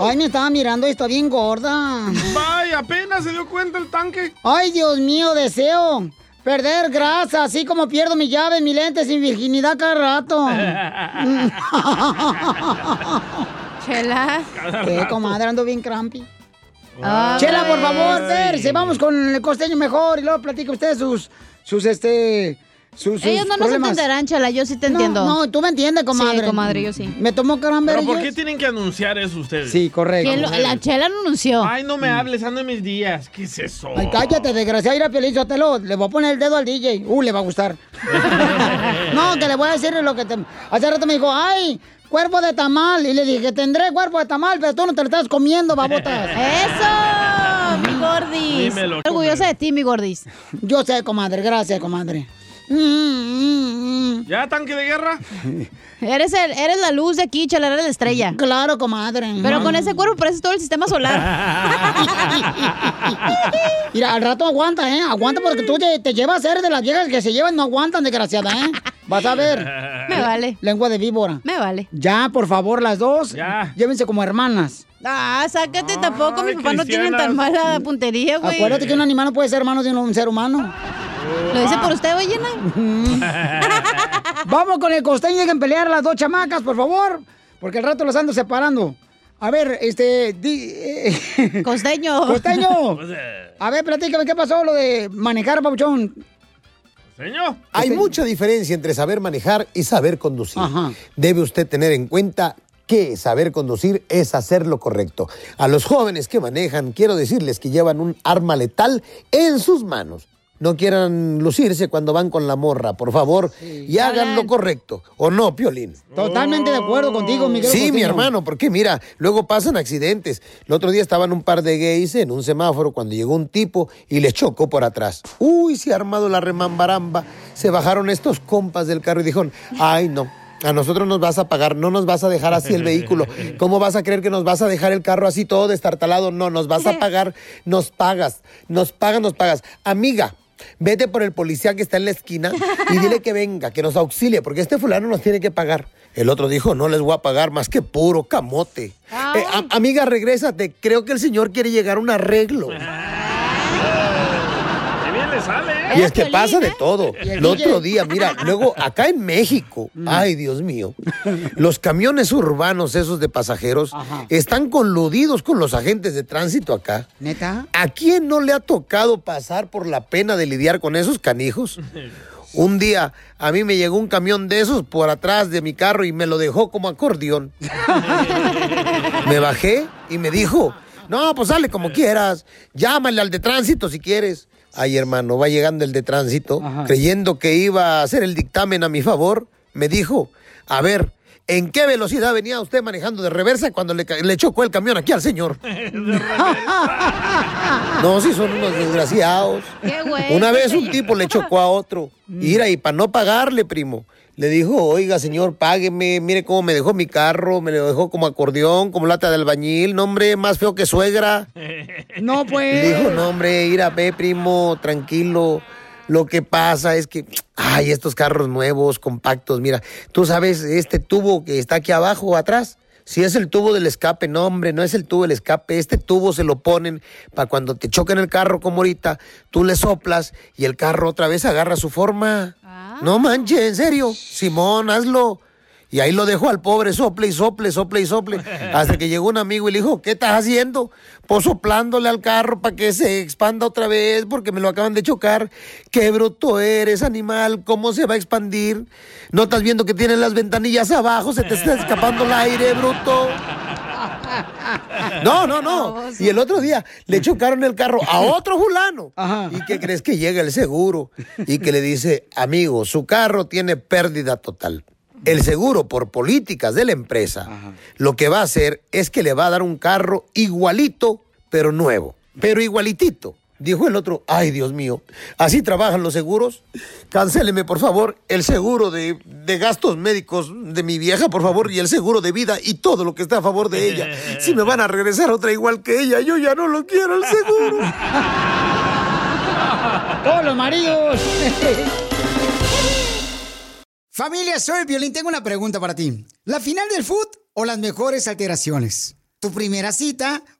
Speaker 5: Ay, me estaba mirando y está bien gorda.
Speaker 8: Ay, apenas se dio cuenta el tanque.
Speaker 5: Ay, Dios mío, deseo perder grasa, así como pierdo mi llave, mi lente, sin virginidad cada rato. Chela. Qué comadre, ando bien crampi.
Speaker 10: Ay.
Speaker 5: Chela, por favor, verse, vamos con el costeño mejor y luego platica usted sus, sus, este, sus, sus
Speaker 7: Ellos no nos
Speaker 5: problemas.
Speaker 7: entenderán, chala, yo sí te entiendo.
Speaker 5: No, no, tú me entiendes, comadre. Mm.
Speaker 7: Sí, comadre, yo sí.
Speaker 5: Me tomó
Speaker 8: ¿Pero
Speaker 5: caramberry.
Speaker 8: por qué tienen que anunciar eso ustedes?
Speaker 5: Sí, correcto. Que lo- la
Speaker 8: chela anunció. Ay, no me hables, ando en mis días. ¿Qué es eso?
Speaker 5: Ay, cállate, desgraciado, ir a Piolín Sotelo. Le voy a poner el dedo al DJ. Uh, le va a gustar. no, que le voy a decir lo que te... Hace rato me dijo, ay, cuerpo de tamal. Y le dije, tendré cuerpo de tamal, pero tú no te lo estás comiendo, babotas.
Speaker 7: ¡Eso! Mi gordis.
Speaker 5: Dímelo.
Speaker 7: Orgullosa de ti, mi gordis.
Speaker 5: Yo sé, comadre. Gracias, comadre.
Speaker 7: Mm,
Speaker 8: ¿Ya, tanque de guerra?
Speaker 7: Eres, el, eres la luz de aquí, chala, eres la estrella.
Speaker 5: Claro, comadre. Mm.
Speaker 7: Pero con ese cuerpo pareces todo el sistema solar.
Speaker 5: Mira, al rato aguanta, ¿eh? Aguanta porque tú te, te llevas a ser de las viejas que se llevan, no aguantan, desgraciada, ¿eh? Vas a ver.
Speaker 7: Me vale.
Speaker 5: Lengua de víbora.
Speaker 7: Me vale.
Speaker 5: Ya, por favor, las dos. Llévense como hermanas.
Speaker 7: Ah, sácate tampoco, mis papás no tienen tan mala puntería, güey.
Speaker 5: Acuérdate que un animal no puede ser hermano de un, un ser humano.
Speaker 7: Lo dice por usted, oye,
Speaker 5: Vamos con el costeño, dejen pelear a las dos chamacas, por favor. Porque al rato las ando separando. A ver, este. eh,
Speaker 7: Costeño.
Speaker 5: Costeño. A ver, platícame, ¿qué pasó lo de manejar, Pabuchón?
Speaker 14: Hay mucha diferencia entre saber manejar y saber conducir. Debe usted tener en cuenta que saber conducir es hacer lo correcto. A los jóvenes que manejan, quiero decirles que llevan un arma letal en sus manos. No quieran lucirse cuando van con la morra, por favor, y hagan lo correcto. ¿O no, Piolín?
Speaker 5: Totalmente de acuerdo contigo, Miguel.
Speaker 14: Sí, mi hermano, porque mira, luego pasan accidentes. El otro día estaban un par de gays en un semáforo cuando llegó un tipo y les chocó por atrás. Uy, se ha armado la remambaramba. Se bajaron estos compas del carro y dijeron, ay no. A nosotros nos vas a pagar, no nos vas a dejar así el vehículo. ¿Cómo vas a creer que nos vas a dejar el carro así todo destartalado? No, nos vas a pagar, nos pagas, nos pagas, nos pagas. Amiga, vete por el policía que está en la esquina y dile que venga, que nos auxilie, porque este fulano nos tiene que pagar. El otro dijo, no les voy a pagar más que puro camote. Eh, a- amiga, regrésate. Creo que el señor quiere llegar a un arreglo.
Speaker 8: Qué bien le sale, ¿eh?
Speaker 14: Y es que pasa de todo.
Speaker 8: Y el
Speaker 14: El otro
Speaker 8: DJ. Mm.
Speaker 14: día, mira, luego acá en México, ay Dios mío, los camiones urbanos esos de pasajeros están coludidos con los agentes de tránsito acá.
Speaker 5: ¿Neta?
Speaker 14: ¿A quién no le ha tocado pasar por la pena de lidiar con esos canijos? Un día a mí me llegó un camión de esos por atrás de mi carro y me lo dejó como acordeón. Me bajé y me dijo, no, pues sale como quieras, llámale al de tránsito si quieres. Ay, hermano, va llegando el de tránsito, creyendo que iba a hacer el dictamen a mi favor, me dijo, a ver, ¿en qué velocidad venía usted manejando de reversa cuando le, ca- le chocó el camión aquí al señor? No, si son unos desgraciados.
Speaker 10: Qué güey.
Speaker 14: Una vez un tipo le chocó a otro. Mira, y para no pagarle, primo, Le dijo, oiga, señor, págueme, mire cómo me dejó mi carro, me lo dejó como acordeón, como lata de albañil, no, hombre, más feo que suegra.
Speaker 5: No, pues.
Speaker 14: Le dijo, no, hombre, ir a ver, primo, tranquilo. Lo que pasa es que, ay, estos carros nuevos, compactos, mira, tú sabes, este tubo que está aquí abajo, atrás, si es el tubo del escape, no, hombre, no es el tubo del escape, este tubo se lo ponen para cuando te choquen el carro como ahorita, tú le soplas y el carro otra vez agarra su forma. No manches, en serio, Simón, hazlo. Y ahí lo dejó al pobre, sople y sople, sople y sople. Hasta que llegó un amigo y le dijo, ¿qué estás haciendo? Pues soplándole al carro para que se expanda otra vez porque me lo acaban de chocar. Qué bruto eres, animal, ¿cómo se va a expandir? ¿No estás viendo que tienen las ventanillas abajo? Se te está escapando el aire, bruto. No, no, no. Y el otro día le chocaron el carro a otro fulano. ¿Y qué crees que llega el seguro? Y que le dice, amigo, su carro tiene pérdida total. El seguro, por políticas de la empresa, lo que va a hacer es que le va a dar un carro igualito, pero nuevo. Pero igualitito. Dijo el otro, ay Dios mío, así trabajan los seguros. Cancéleme, por favor, el seguro de, de gastos médicos de mi vieja, por favor, y el seguro de vida y todo lo que está a favor de ella. Si me van a regresar otra igual que ella, yo ya no lo quiero el seguro.
Speaker 5: Todos los maridos. Familia, soy Violín. Tengo una pregunta para ti. ¿La final del foot o las mejores alteraciones? ¿Tu primera cita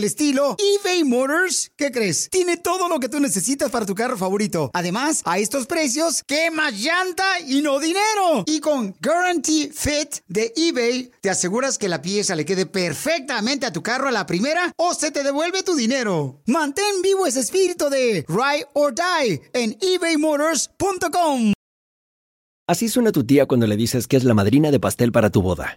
Speaker 5: el estilo, eBay Motors, ¿qué crees? Tiene todo lo que tú necesitas para tu carro favorito. Además, a estos precios, ¿qué más llanta y no dinero? Y con Guarantee Fit de eBay, te aseguras que la pieza le quede perfectamente a tu carro a la primera o se te devuelve tu dinero. Mantén vivo ese espíritu de Ride or Die en ebaymotors.com.
Speaker 18: Así suena tu tía cuando le dices que es la madrina de pastel para tu boda.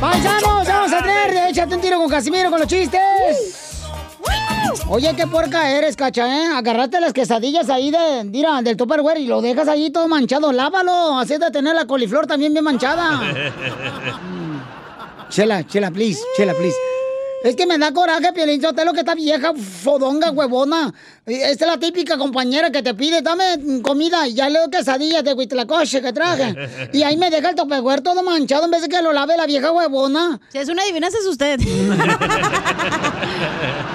Speaker 5: ¡Paisanos! ¡Vamos a tener! ¡Échate un tiro con Casimiro con los chistes! Oye, qué porca eres, cacha, ¿eh? Agarraste las quesadillas ahí de, mira, del Tupperware y lo dejas ahí todo manchado. Lávalo. Así de tener la coliflor también bien manchada. chela, chela, please. Chela, please. Es que me da coraje, Piolín Sotelo, que esta vieja fodonga, huevona. Esta es la típica compañera que te pide, dame comida y ya le doy quesadillas de huitlacoche que traje. Y ahí me deja el topegüer todo manchado en vez de que lo lave la vieja huevona.
Speaker 7: Si es una adivinanza es usted.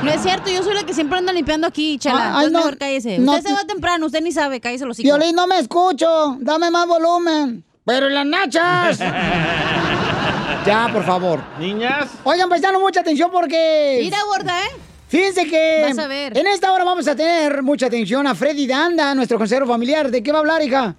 Speaker 7: no es cierto, yo soy la que siempre anda limpiando aquí,
Speaker 5: Ah,
Speaker 7: chala.
Speaker 5: ay,
Speaker 7: Entonces
Speaker 5: no,
Speaker 7: mejor cállese.
Speaker 5: no
Speaker 7: usted
Speaker 5: te-
Speaker 7: se va temprano, usted ni sabe, cállese los hijos.
Speaker 5: Piolín, no me escucho. Dame más volumen. Pero en las nachas. ya, por favor.
Speaker 8: Niñas.
Speaker 5: Oigan, prestando mucha atención porque...
Speaker 7: Mira, gorda, ¿eh?
Speaker 5: Fíjense que
Speaker 7: Vas a ver.
Speaker 5: en esta hora vamos a tener mucha atención a Freddy Danda, nuestro consejero familiar. ¿De qué va a hablar, hija?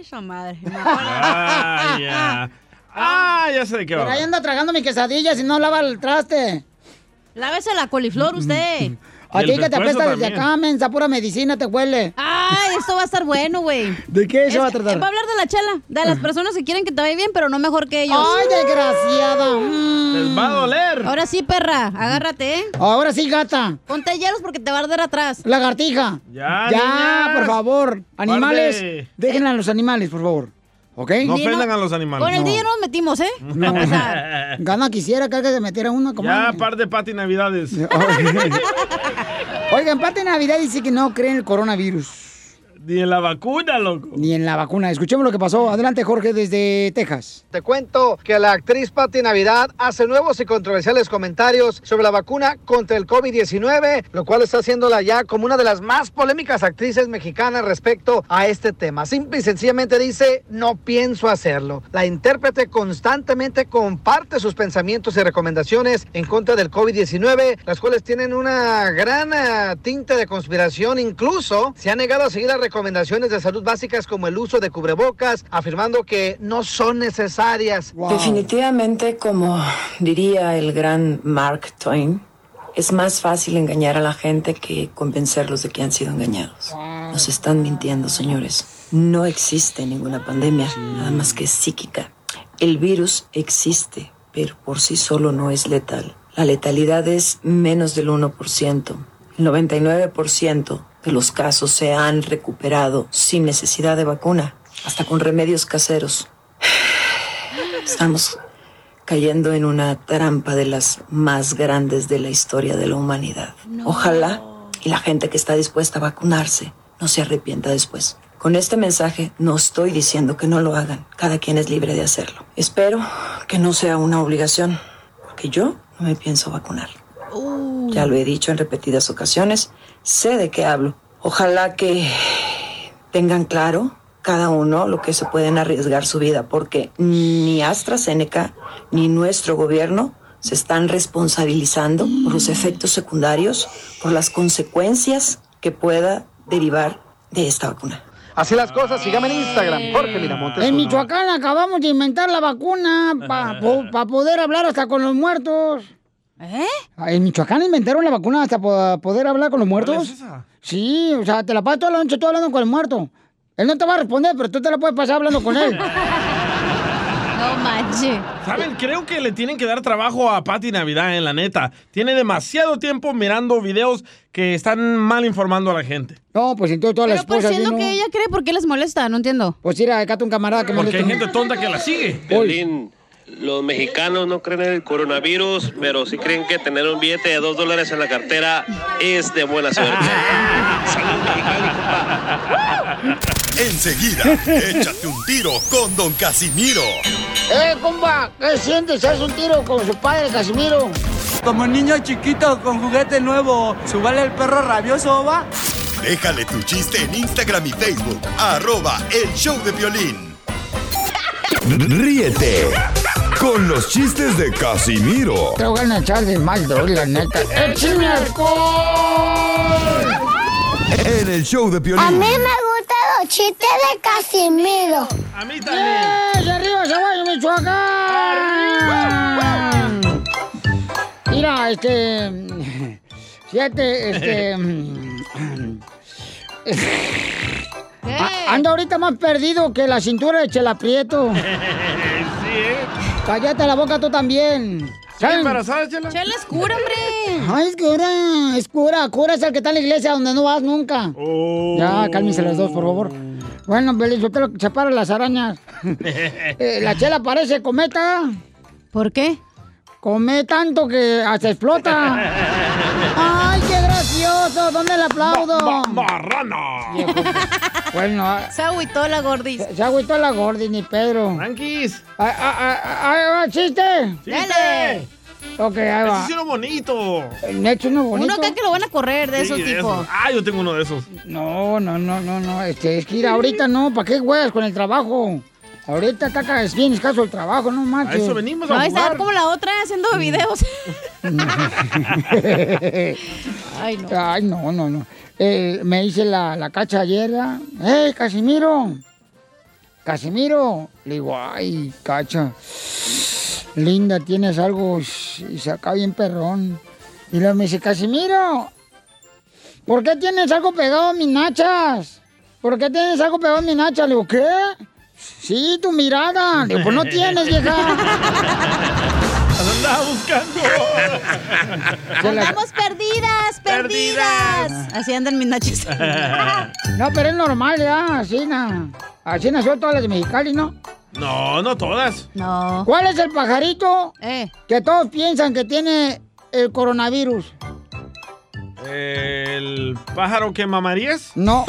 Speaker 7: Esa madre.
Speaker 8: Ah, ya. Ah, ya sé de qué
Speaker 5: Por
Speaker 8: va.
Speaker 5: ahí anda tragando mi quesadilla si no lava el traste. Mm-hmm.
Speaker 7: Lávese la coliflor usted.
Speaker 5: A ti que te apesta desde acá, mensa, pura medicina te huele.
Speaker 7: Ay, esto va a estar bueno, güey.
Speaker 5: ¿De qué se
Speaker 7: Es-
Speaker 5: va a tratar?
Speaker 7: Va a hablar de la chela, de las personas que quieren que te vaya bien, pero no mejor que ellos. Mm.
Speaker 5: Ay, desgraciada. Les
Speaker 8: va a doler.
Speaker 7: Ahora sí, perra, agárrate, ¿eh?
Speaker 5: Ahora sí, gata.
Speaker 7: Ponte hielos porque te va a arder atrás.
Speaker 5: Lagartija.
Speaker 8: Ya,
Speaker 5: ya,
Speaker 8: niñas.
Speaker 5: por favor. Animales,
Speaker 8: Guarde.
Speaker 5: dejen a los animales, por favor. ¿Ok?
Speaker 8: No ofendan a los animales.
Speaker 7: Con el
Speaker 8: No.
Speaker 7: día nos metimos, ¿eh?
Speaker 5: Pues No, gana quisiera que alguien se metiera una como.
Speaker 8: Ya, par de pati navidades.
Speaker 5: Oigan, parte de Navidad dice que no creen el coronavirus.
Speaker 8: Ni en la vacuna, loco.
Speaker 5: Ni en la vacuna. Escuchemos lo que pasó. Adelante, Jorge, desde Texas.
Speaker 3: Te cuento que la actriz Patti Navidad hace nuevos y controversiales comentarios sobre la vacuna contra el COVID-19, lo cual está haciéndola ya como una de las más polémicas actrices mexicanas respecto a este tema. Simple y sencillamente dice, no pienso hacerlo. La intérprete constantemente comparte sus pensamientos y recomendaciones en contra del COVID-19, las cuales tienen una gran eh, tinte de conspiración. Incluso se ha negado a seguir las recomendaciones de salud básicas como el uso de cubrebocas, afirmando que no son necesarias.
Speaker 19: Definitivamente, como diría el gran Mark Twain, es más fácil engañar a la gente que convencerlos de que han sido engañados. Nos están mintiendo, señores. No existe ninguna pandemia, nada más que psíquica. El virus existe, pero por sí solo no es letal. La letalidad es menos del 1%. El 99% de los casos se han recuperado sin necesidad de vacuna, hasta con remedios caseros. Estamos cayendo en una trampa de las más grandes de la historia de la humanidad. Ojalá y la gente que está dispuesta a vacunarse no se arrepienta después. Con este mensaje no estoy diciendo que no lo hagan. Cada quien es libre de hacerlo. Espero que no sea una obligación, porque yo no me pienso vacunar. Ya lo he dicho en repetidas ocasiones. Sé de qué hablo. Ojalá que tengan claro cada uno lo que se pueden arriesgar su vida, porque ni AstraZeneca ni nuestro gobierno se están responsabilizando por los efectos secundarios, por las consecuencias que pueda derivar de esta vacuna.
Speaker 3: Así las cosas, sígame en Instagram, Jorge Miramontes.
Speaker 5: En
Speaker 3: uno.
Speaker 5: Michoacán acabamos de inventar la vacuna para poder hablar hasta con los muertos. ¿Eh? En Michoacán inventaron la vacuna hasta para poder hablar con los muertos. Sí, o sea, te la pasas toda la noche tú hablando con el muerto. Él no te va a responder, pero tú te la puedes pasar hablando con Pues él.
Speaker 7: No manches.
Speaker 8: ¿Saben? Creo que le tienen que dar trabajo a Patti Navidad, en la neta. Tiene demasiado tiempo mirando videos que están mal informando a la gente.
Speaker 5: No, pues entonces todas las
Speaker 7: Pero pues
Speaker 5: esposas.
Speaker 7: siendo
Speaker 5: ¿sí, no?
Speaker 7: que ella cree, ¿por qué les molesta? No entiendo.
Speaker 5: Pues ir acá un camarada que
Speaker 8: Porque hay gente tonta que la sigue.
Speaker 20: Piolín, los mexicanos no creen en el coronavirus, pero sí creen que tener un billete de dos dólares en la cartera es de buena suerte.
Speaker 2: Enseguida, échate un tiro con Don Casimiro.
Speaker 5: ¡Eh, compa! ¿Qué sientes? ¿Haz un tiro con su padre, Casimiro?
Speaker 9: Como niño chiquito con juguete nuevo, subale el perro rabioso, va.
Speaker 2: Déjale tu chiste en Instagram y Facebook. Arroba el show de violín.
Speaker 21: Ríete con los chistes de Casimiro
Speaker 5: Te voy a echar de mal, bro, la neta. ¡Échame
Speaker 21: en el show de
Speaker 10: A mí
Speaker 21: Piolín.
Speaker 10: me gustan los chistes de Casimiro.
Speaker 8: A mí
Speaker 5: ¡Yes! ¡Arriba, Zaguayo, Michoacán! Mira, este... Fíjate, este... mm, a- Ando ahorita más perdido que la cintura de Chelaprieto.
Speaker 8: ¿eh?
Speaker 5: Cállate la boca tú también. ¿Saben?
Speaker 8: embarazada, Chela? Chela
Speaker 5: es cura, hombre. Ay, es cura, es cura. Cura es el que está en la iglesia donde no vas nunca. Ya, cálmense los dos, por favor. Bueno, Belén, yo te separa las arañas. Eh, la chela parece cometa. ¿Por qué? Come tanto que hasta explota. ¡Ay, qué gracioso! ¿Dónde le aplaudo?
Speaker 8: ¡Ah,
Speaker 5: Bueno, se agüitó la gordis. Se agüitó la gordis, ni Pedro. Tranquis. Ahí va, chiste.
Speaker 7: Dale.
Speaker 5: Ok, ahí
Speaker 8: Ese
Speaker 5: va.
Speaker 8: es uno bonito.
Speaker 5: Me he hecho uno bonito.
Speaker 7: Uno cree que lo van a correr de
Speaker 8: Sí,
Speaker 7: esos tipos.
Speaker 8: Ah, yo tengo uno de esos.
Speaker 5: No, no, no, no, no. Este, es que ir ahorita no, ¿para qué juegas con el trabajo? Ahorita taca, es bien escaso el trabajo, no manches.
Speaker 7: No, a estar como la otra haciendo videos.
Speaker 5: Ay, no. Ay, no, no, no. Eh, me dice la, la cacha ayer, ¿verdad? ¡Ey, Casimiro! Casimiro. Le digo, ay, cacha. Linda, tienes algo. sh- Y se acaba bien perrón. Y luego me dice, Casimiro, ¿por qué tienes algo pegado a mis nachas? ¿Por qué tienes algo pegado a mis nachas? Le digo, ¿qué? Sí, tu mirada. Le digo, pues no tienes, vieja.
Speaker 8: Andaba buscando.
Speaker 7: Andamos perdidas, perdidas. Así andan mis nachos.
Speaker 5: No, pero es normal, ya, así na. Así nació todas las de Mexicali, ¿no?
Speaker 8: No, no todas.
Speaker 5: No. ¿Cuál es el pajarito
Speaker 8: Eh.
Speaker 5: que todos piensan que tiene el coronavirus?
Speaker 8: El del pájaro que mamarías?
Speaker 5: No.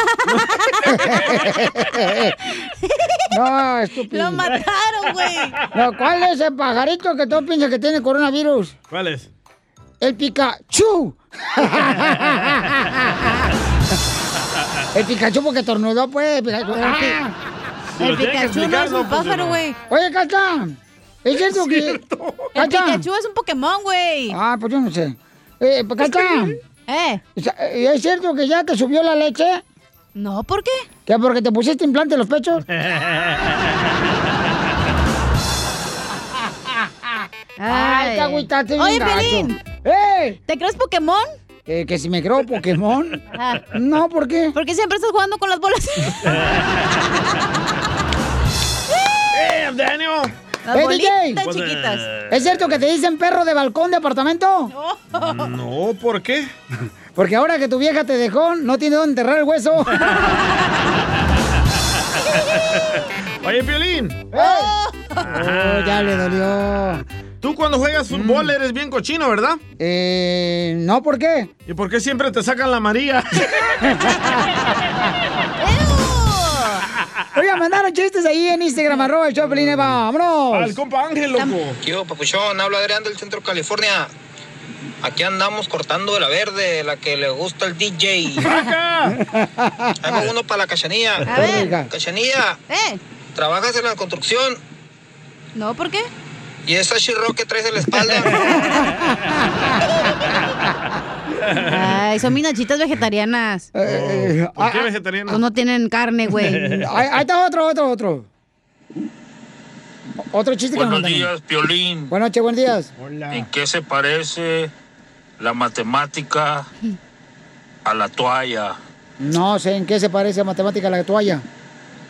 Speaker 5: No, estúpido.
Speaker 8: Lo mataron, güey.
Speaker 5: No, ¿cuál es el pajarito que tú piensas que tiene coronavirus?
Speaker 8: ¿Cuál es?
Speaker 5: El Pikachu. el Pikachu porque tornudó, pues. El Pikachu. ¡Ah!
Speaker 8: Si lo El tiene que Pikachu no explicar, es un no, pues, pájaro, no. güey.
Speaker 5: Oye, Cacha. ¿Es cierto que...?
Speaker 7: El Pikachu es un Pokémon, güey.
Speaker 5: Ah, pues yo no sé. Eh, Cacha. ¿Eh? ¿Es cierto que ya te subió la leche?
Speaker 7: No, ¿por qué?
Speaker 5: ¿Que porque te pusiste implante en los pechos? Ay, te agüitaste bien
Speaker 7: Oye,
Speaker 5: gacho.
Speaker 7: Pelín.
Speaker 5: ¡Eh!
Speaker 7: ¿Te crees Pokémon? Ah.
Speaker 5: Eh, que si me creo Pokémon. No, ¿por qué?
Speaker 7: Porque siempre estás jugando con las bolas.
Speaker 8: ¡Eh, Daniel!
Speaker 7: Las bolitas chiquitas.
Speaker 5: Eh, ¿Es cierto que te dicen perro de balcón de apartamento?
Speaker 8: No, ¿por qué?
Speaker 5: Porque ahora que tu vieja te dejó, no tiene dónde enterrar el hueso.
Speaker 8: Oye, Piolín.
Speaker 5: Oh, ya le dolió.
Speaker 8: Ah.
Speaker 5: Mm.
Speaker 8: Tú cuando juegas fútbol eres bien cochino, ¿verdad?
Speaker 5: Eh, no, ¿por qué?
Speaker 8: ¿Y por qué siempre te sacan la María?
Speaker 5: Oiga, mandaron chistes ahí en Instagram, arroba el Choplin, vámonos.
Speaker 8: Al compa Ángel, loco.
Speaker 22: Yo, papuchón, habla Adrián del centro de California. Aquí andamos cortando de la verde, la que le gusta el DJ. Hago uno para la cachanilla.
Speaker 7: A ver.
Speaker 22: Cachanilla,
Speaker 7: ¿Eh?
Speaker 22: trabajas en la construcción
Speaker 7: No, ¿por qué?
Speaker 22: y esa chirro que traes en la espalda.
Speaker 7: Ay, son mis nachitas vegetarianas.
Speaker 5: Eh,
Speaker 8: ¿Por qué vegetariano?
Speaker 7: Pues no tienen carne, güey.
Speaker 5: ah, Ahí, ahí está otro, otro, otro. O- Otro chiste que
Speaker 1: Buenos
Speaker 5: nos mandaron.
Speaker 1: días, Piolín.
Speaker 5: Buenas noches, buenos días.
Speaker 1: ¿En qué se parece la matemática a la toalla?
Speaker 5: No sé en qué se parece a matemática la toalla.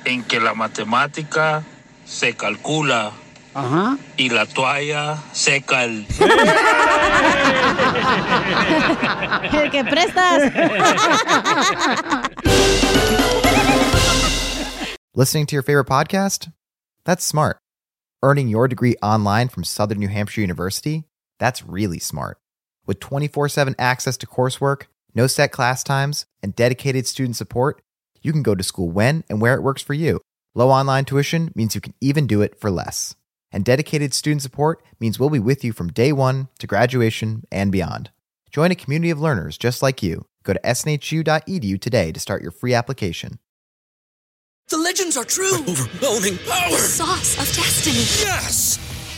Speaker 1: En que la matemática se calcula
Speaker 5: Ajá.
Speaker 1: y la toalla seca el...
Speaker 7: El que prestas.
Speaker 23: Listening to your favorite podcast? That's smart. Earning your degree online from Southern New Hampshire University? That's really smart. With 24 7 access to coursework, no set class times, and dedicated student support, you can go to school when and where it works for you. Low online tuition means you can even do it for less. And dedicated student support means we'll be with you from day one to graduation and beyond. Join a community of learners just like you. Go to snhu.edu E today to start your free application.
Speaker 4: The legends are true. overwhelming power. sauce of destiny. Yes.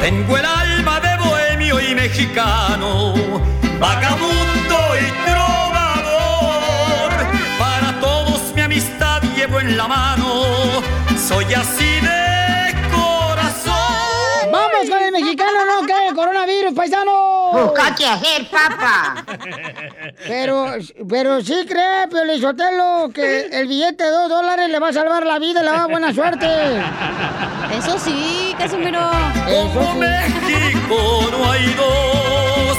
Speaker 4: Tengo el alma de bohemio y mexicano, vagabundo y trovador. Para todos mi amistad llevo en la mano, soy así de corazón.
Speaker 5: Vamos con el mexicano, no cae el coronavirus, paisano.
Speaker 4: Busca
Speaker 5: qué hacer, papá. Pero, pero sí cree, Piolizotelo, que el billete de dos dólares le va a salvar la vida y le va a dar buena suerte.
Speaker 7: Eso sí, Casimiro.
Speaker 5: Eso
Speaker 4: México no hay dos.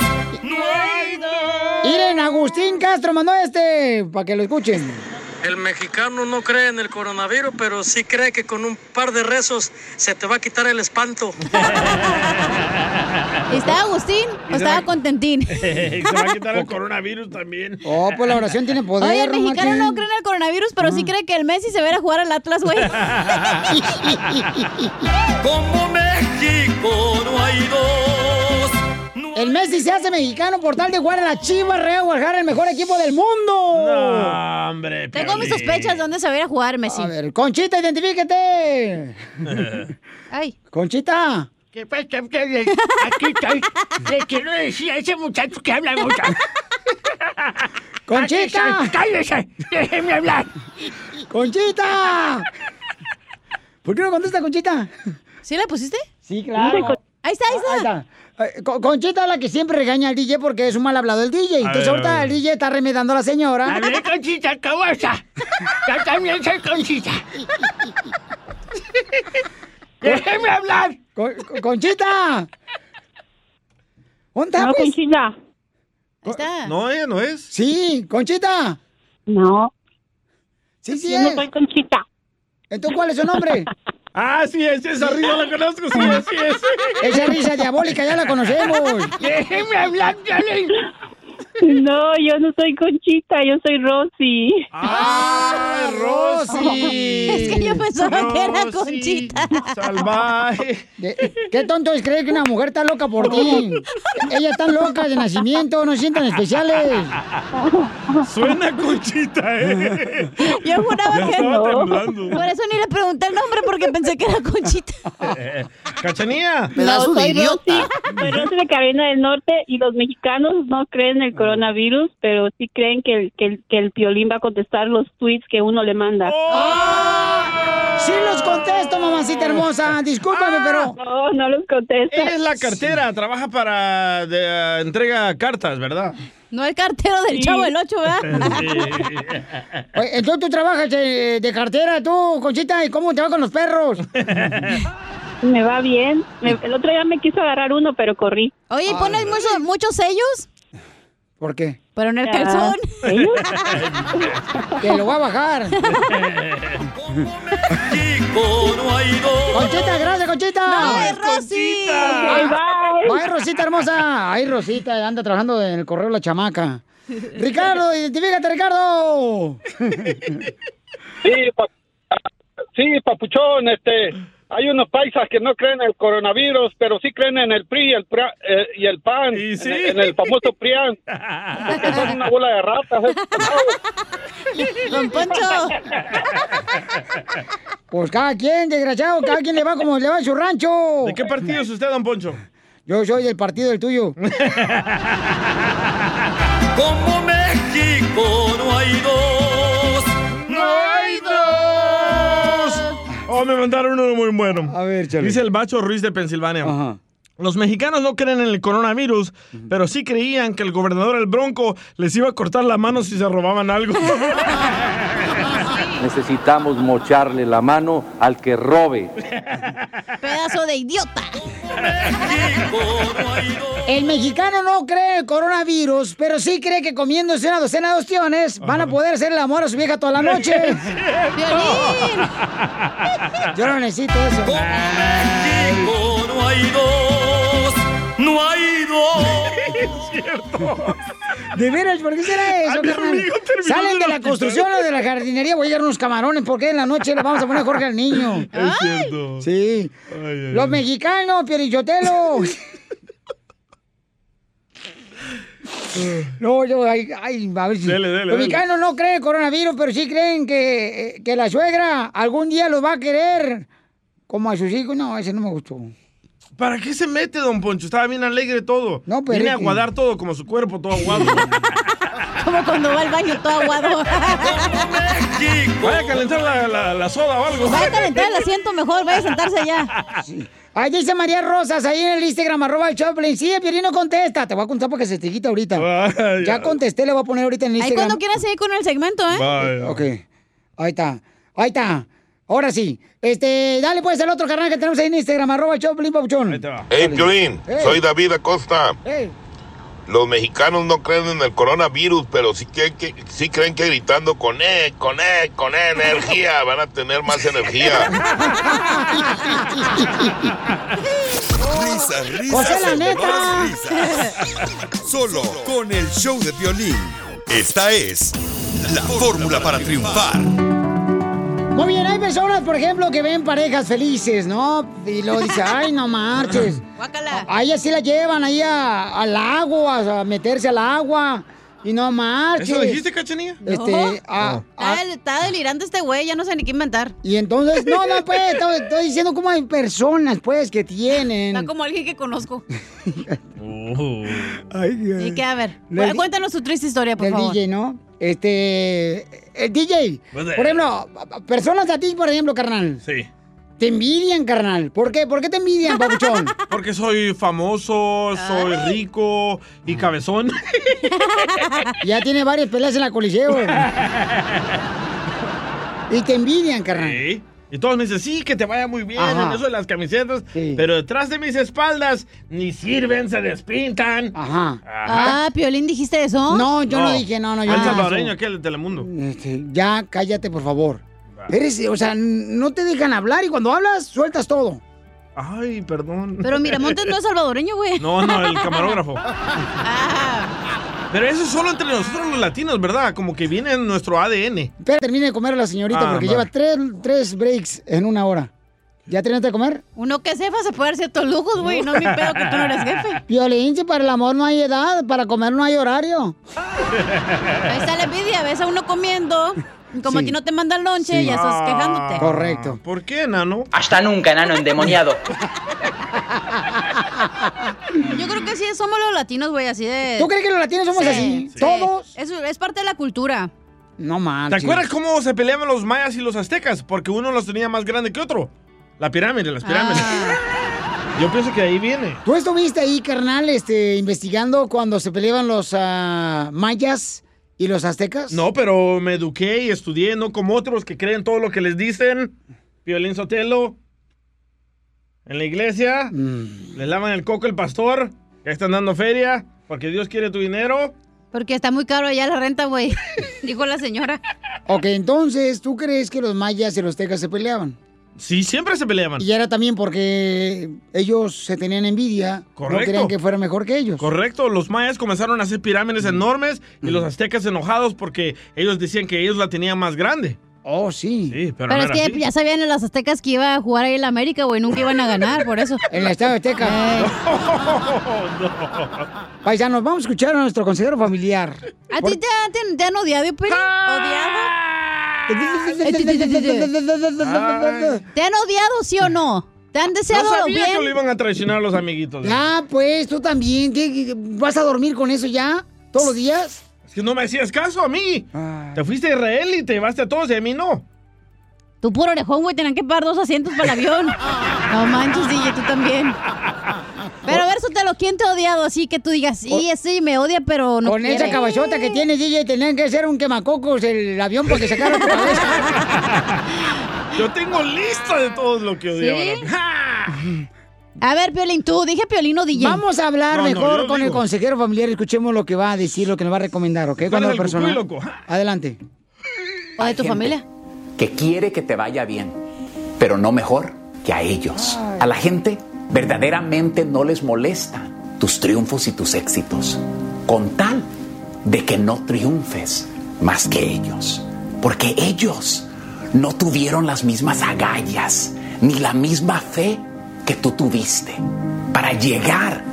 Speaker 5: Miren, Agustín Castro mandó este, para que lo escuchen.
Speaker 24: El mexicano no cree en el coronavirus, pero sí cree que con un par de rezos se te va a quitar el espanto.
Speaker 7: ¿Estaba Agustín o estaba contentín?
Speaker 8: Se va a quitar el coronavirus también.
Speaker 5: Oh, pues la oración tiene poder.
Speaker 7: Oye, el mexicano
Speaker 5: Martín.
Speaker 7: no cree en el coronavirus, pero sí cree que el Messi se va a ir a jugar al Atlas, güey.
Speaker 4: Como México no hay dos.
Speaker 5: El Messi se hace mexicano por tal de jugar en la Chivas Real Guadalajara, el mejor equipo del mundo. Ah,
Speaker 8: No, hombre,
Speaker 7: Tengo mis
Speaker 8: Piolín.
Speaker 7: sospechas de dónde se va a ir a jugar Messi. A
Speaker 5: ver, Conchita, identifíquete.
Speaker 7: Ay.
Speaker 5: Conchita.
Speaker 14: ¿Qué pasa? ¿Qué- le- Aquí estoy. Le quiero decir a ese muchacho que habla mucho.
Speaker 5: ¡Conchita!
Speaker 14: Aquí estoy. ¡Cállese! ¡Déjeme hablar!
Speaker 5: ¡Conchita! ¿Por qué no contesta, Conchita?
Speaker 7: ¿Sí la pusiste?
Speaker 5: Sí, claro.
Speaker 7: Ahí está, ahí está.
Speaker 5: Eh, Con- Conchita es la que siempre regaña al DJ porque es un mal hablado el DJ. Entonces
Speaker 14: ver, a
Speaker 5: ahorita
Speaker 14: ver.
Speaker 5: el DJ está remedando a la señora.
Speaker 14: A ver, Conchita, ¿cómo está? Yo también soy Conchita.
Speaker 5: ¡Déjeme hablar! ¡Conchita! ¿Dónde está? pues?
Speaker 8: No, ella no es.
Speaker 5: Sí, Conchita.
Speaker 6: No.
Speaker 5: Sí, sí
Speaker 6: Yo no
Speaker 5: es.
Speaker 6: soy Conchita.
Speaker 5: Entonces, ¿cuál es su nombre?
Speaker 8: Ah, sí es, esa risa la conozco, sí es, sí es.
Speaker 5: Esa risa diabólica ya la conocemos.
Speaker 14: Déjeme hablar, Piolín.
Speaker 6: No, yo no soy Conchita, yo soy Rosy.
Speaker 8: ¡Ah, Rosy!
Speaker 6: Es que yo pensaba que era Rosy,
Speaker 7: Conchita.
Speaker 8: Salvaje.
Speaker 5: De- ¿Qué tonto es creer que una mujer está loca por ti? Ellas están locas de nacimiento, no se sientan especiales.
Speaker 8: Suena Conchita, ¿eh?
Speaker 7: Yo juraba
Speaker 8: Ya
Speaker 7: que
Speaker 8: estaba
Speaker 7: no.
Speaker 8: temblando.
Speaker 7: Por eso ni le pregunté el nombre porque pensé que era Conchita.
Speaker 8: Eh, Cachanía.
Speaker 6: no, soy Rosy, soy Rosy de Carolina del Norte y los mexicanos no creen en el coronavirus, pero sí creen que el, que el, que el Piolín va a contestar los tweets que uno le manda.
Speaker 5: ¡Ah! Sí los contesto, mamacita hermosa. Discúlpame, pero...
Speaker 6: No, no los contesto.
Speaker 8: Ella es la cartera, trabaja para de, ah, entrega cartas, ¿verdad? Eh,
Speaker 7: No el cartero del
Speaker 6: Sí.
Speaker 7: chavo el 8, ¿verdad?
Speaker 5: Oye, Entonces tú trabajas eh, de, de cartera, tú, Conchita, ¿y cómo te va con los perros?
Speaker 6: Me va bien. Me- el otro día me quiso agarrar uno, pero corrí.
Speaker 7: Oye, ¿y pones muchos, muchos sellos?
Speaker 5: ¿Por qué? Ah,
Speaker 7: Pero en el calzón.
Speaker 5: Que lo voy a bajar. Conchita, gracias, Conchita.
Speaker 14: No, es
Speaker 7: Rosita.
Speaker 14: Ok, bye.
Speaker 5: Bye, Rosita hermosa. Ay, Rosita, anda trabajando en el correo la chamaca. Ricardo, identifícate, Ricardo.
Speaker 10: Sí, pa- sí, papuchón, este, hay unos paisas que no creen en el coronavirus, pero sí creen en el PRI y el, pra- eh, y el PAN, en,
Speaker 14: sí?
Speaker 10: el- en el famoso PRIAN, porque son una bola de ratas.
Speaker 7: Don Poncho.
Speaker 5: Pues cada quien, desgraciado, cada quien le va como le va en su rancho.
Speaker 8: ¿De qué partido es usted, don Poncho?
Speaker 5: Yo soy del partido del tuyo.
Speaker 14: Como México no hay dos. No hay dos.
Speaker 8: Oh, me mandaron uno muy bueno.
Speaker 5: A ver,
Speaker 8: Dice el Bacho Ruiz de Pensilvania. Los mexicanos no creen en el coronavirus, pero sí creían que el gobernador El Bronco les iba a cortar la mano si se robaban algo.
Speaker 11: Necesitamos mocharle la mano al que robe.
Speaker 7: Pedazo de idiota.
Speaker 5: El mexicano no cree en el coronavirus, pero sí cree que comiéndose una docena de ostiones van a poder hacer el amor a su vieja toda la noche.
Speaker 14: ¡Es cierto!
Speaker 5: Violín. Yo no necesito eso.
Speaker 14: México no hay dos. No hay dos.
Speaker 5: De veras, ¿por qué será eso,
Speaker 14: mi
Speaker 5: carnal?
Speaker 14: amigo terminó en
Speaker 5: Salen
Speaker 14: el
Speaker 5: de la
Speaker 14: hospital.
Speaker 5: construcción o de la jardinería, voy a llegar unos camarones, porque en la noche le vamos a poner a Jorge al niño. Sí. Los mexicanos, Pierichotelo. No, yo, ay, ay, a ver si.
Speaker 14: Dele, dele,
Speaker 5: los
Speaker 14: dele.
Speaker 5: mexicanos no creen en coronavirus, pero sí creen que, eh, que la suegra algún día los va a querer. Como a sus hijos, no, ese no me gustó.
Speaker 8: ¿Para qué se mete, don Poncho? Estaba bien alegre todo. No,
Speaker 5: pero
Speaker 8: Viene a
Speaker 5: es que-
Speaker 8: aguadar todo, como su cuerpo, todo aguado.
Speaker 7: Como cuando va al baño todo aguado.
Speaker 5: Ah.
Speaker 8: Vaya a calentar la, la- la soda o algo.
Speaker 7: Vaya Pues a calentar el asiento mejor, vaya a sentarse allá.
Speaker 5: Ahí dice María Rosas, ahí en el Instagram, arroba el Choplin. Sí, Pierín no contesta. Te voy a contar porque se te quita ahorita. ya contesté, le voy a poner ahorita en el
Speaker 7: Ahí
Speaker 5: Instagram.
Speaker 7: cuando quieras seguir con el segmento, ¿eh?
Speaker 5: Ok. Ahí está. Ahí está. Ahora sí. Este, dale pues al otro canal que tenemos ahí en Instagram, arroba el Choplin Papuchón. Ahí te va.
Speaker 25: Hey, Piolín,
Speaker 5: Hey.
Speaker 25: soy David Acosta. Los mexicanos no creen en el coronavirus, pero sí, que, que- sí creen que gritando con E, con E, con E, energía, van a tener más energía.
Speaker 2: Risas, risas. José, la y neta. más risas. Solo con el show de violín. Esta es la fórmula para triunfar.
Speaker 5: Muy bien, hay personas, por ejemplo, que ven parejas felices, ¿no? Y luego dice, ay, no marches. Ahí así la llevan, ahí a- al lago, a, a meterse al agua. Y no marches.
Speaker 8: ¿Eso dijiste, Cachanilla?
Speaker 5: Este, a-
Speaker 7: Está, del- está delirante este güey, ya no sé ni qué inventar.
Speaker 5: Y entonces, no, no, pues, estoy, estoy diciendo cómo hay personas, pues, que
Speaker 7: Está
Speaker 5: tienen.
Speaker 7: como alguien que conozco.
Speaker 5: Ay, Dios.
Speaker 7: Y que a ver.
Speaker 5: Le-
Speaker 7: cu- Cuéntanos tu triste historia, por
Speaker 5: Del
Speaker 7: favor.
Speaker 5: DJ, ¿no? Este. El DJ.
Speaker 7: Pues, eh.
Speaker 5: Por ejemplo, personas a ti, por ejemplo, carnal.
Speaker 8: Sí.
Speaker 5: Te envidian, carnal. ¿Por qué? ¿Por qué te envidian, papuchón?
Speaker 8: Porque soy famoso, soy rico y cabezón.
Speaker 5: Ya tiene varias peleas en la coliseo. y te envidian, carnal.
Speaker 8: Sí. Y todos me dicen, sí, que te vaya muy bien
Speaker 5: Ajá.
Speaker 8: en eso de las camisetas, pero detrás de mis espaldas ni sirven, se despintan.
Speaker 5: Ajá.
Speaker 7: Ah, Piolín, ¿dijiste eso?
Speaker 5: No, yo no dije, no, no, yo
Speaker 8: Ah, El
Speaker 5: no dije
Speaker 8: salvadoreño
Speaker 5: eso. Este,
Speaker 8: aquel de Telemundo.
Speaker 5: Ya, cállate, por favor. Eres, o sea, n- no te dejan hablar y cuando hablas, sueltas todo.
Speaker 8: Ay, perdón.
Speaker 7: Pero Miramontes no es salvadoreño, güey.
Speaker 8: No, no, el camarógrafo. Pero eso es solo entre nosotros los latinos, ¿verdad? Como que viene en nuestro ADN.
Speaker 5: Espera, termine de comer a la señorita
Speaker 8: Ah,
Speaker 5: porque
Speaker 8: vale.
Speaker 5: lleva tres, tres breaks en una hora. ¿Ya terminaste de comer?
Speaker 7: Uno que es jefa se puede dar ciertos lujos, güey. No es mi pedo que tú no eres jefe.
Speaker 5: Violín, si para el amor no hay edad, para comer no hay horario.
Speaker 7: Ahí está la envidia. Ves a uno comiendo. y Como
Speaker 5: Sí.
Speaker 7: a ti no te mandan lonche,
Speaker 5: Sí.
Speaker 7: ya estás
Speaker 5: Ah.
Speaker 7: quejándote.
Speaker 5: Correcto.
Speaker 8: ¿Por qué, nano?
Speaker 15: Hasta nunca, nano endemoniado.
Speaker 7: Yo creo que sí, somos los latinos, güey, así de...
Speaker 5: ¿Tú crees que los latinos somos
Speaker 7: Sí,
Speaker 5: así?
Speaker 7: sí.
Speaker 5: ¿Todos?
Speaker 7: Es, es parte de la cultura.
Speaker 5: No más.
Speaker 8: ¿Te acuerdas cómo se peleaban los mayas y los aztecas? Porque uno los tenía más grande que otro. La pirámide, las pirámides. Yo pienso que ahí viene.
Speaker 5: ¿Tú estuviste ahí, carnal, este, investigando cuando se peleaban los ah, mayas y los aztecas?
Speaker 8: No, pero me eduqué y estudié, no como otros que creen todo lo que les dicen. Violín Sotelo. En la iglesia.
Speaker 5: Mm.
Speaker 8: Le lavan el coco el pastor. Ya están dando feria. Porque Dios quiere tu dinero.
Speaker 7: Porque está muy caro allá la renta, güey. Dijo la señora.
Speaker 5: Ok, entonces, ¿tú crees que los mayas y los aztecas se peleaban?
Speaker 8: Sí, siempre se peleaban.
Speaker 5: Y era también porque ellos se tenían envidia. No
Speaker 8: Correcto.
Speaker 5: querían que fuera mejor que ellos.
Speaker 8: Correcto, los mayas comenzaron a hacer pirámides
Speaker 5: Mm.
Speaker 8: enormes y los aztecas enojados porque ellos decían que ellos la tenían más grande.
Speaker 5: Oh, sí.
Speaker 8: Sí, pero,
Speaker 7: Pero,
Speaker 8: no
Speaker 7: es
Speaker 8: era
Speaker 7: que
Speaker 8: así.
Speaker 7: ya sabían las aztecas que iba a jugar ahí el América, güey. Nunca iban a ganar, por eso.
Speaker 5: En la estadio azteca. Paisanos, vamos a escuchar a nuestro consejero familiar.
Speaker 7: ¿A ti te, han- te, te han odiado, Piri? ¿Odiado? ¿Te han odiado, sí o no? ¿Te han deseado
Speaker 8: No sabía
Speaker 7: bien? Ah.
Speaker 8: que lo iban a traicionar los amiguitos.
Speaker 5: Ya, pues, tú también. ¿Qué- qué- qué- ¿Vas a dormir con eso ya? ¿Todos los días?
Speaker 8: Es que no me hacías caso a mí. Te fuiste a Israel y te llevaste a todos y a mí no.
Speaker 7: Tu puro orejón, güey, pues tenían que pagar dos asientos para el avión. No manches, DJ, tú también. Pero a ver, Sotelo, ¿quién te ha odiado así que tú digas, sí, sí, me odia, pero no
Speaker 5: Con esa
Speaker 7: quiere"?
Speaker 5: caballota que tiene DJ, tenían que ser un quemacocos el avión porque sacaron tu cabeza.
Speaker 8: Yo tengo lista de todos lo que odiaban. a mí.
Speaker 7: A ver, Piolín, tú, dije Piolín o DJ.
Speaker 5: Vamos a hablar
Speaker 8: No, no,
Speaker 5: mejor
Speaker 8: yo
Speaker 5: con el
Speaker 8: digo.
Speaker 5: consejero familiar. Escuchemos lo que va a decir, lo que nos va a recomendar, ¿ok? Cuando
Speaker 26: eres
Speaker 5: la
Speaker 26: el
Speaker 5: persona.
Speaker 26: cucuy, loco.
Speaker 5: Adelante.
Speaker 7: O de tu
Speaker 26: Gente
Speaker 7: familia.
Speaker 26: Que quiere que te vaya bien, pero no mejor que a ellos. A la gente verdaderamente no les molesta tus triunfos y tus éxitos, con tal de que no triunfes más que ellos. Porque ellos no tuvieron las mismas agallas ni la misma fe que tú tuviste para llegar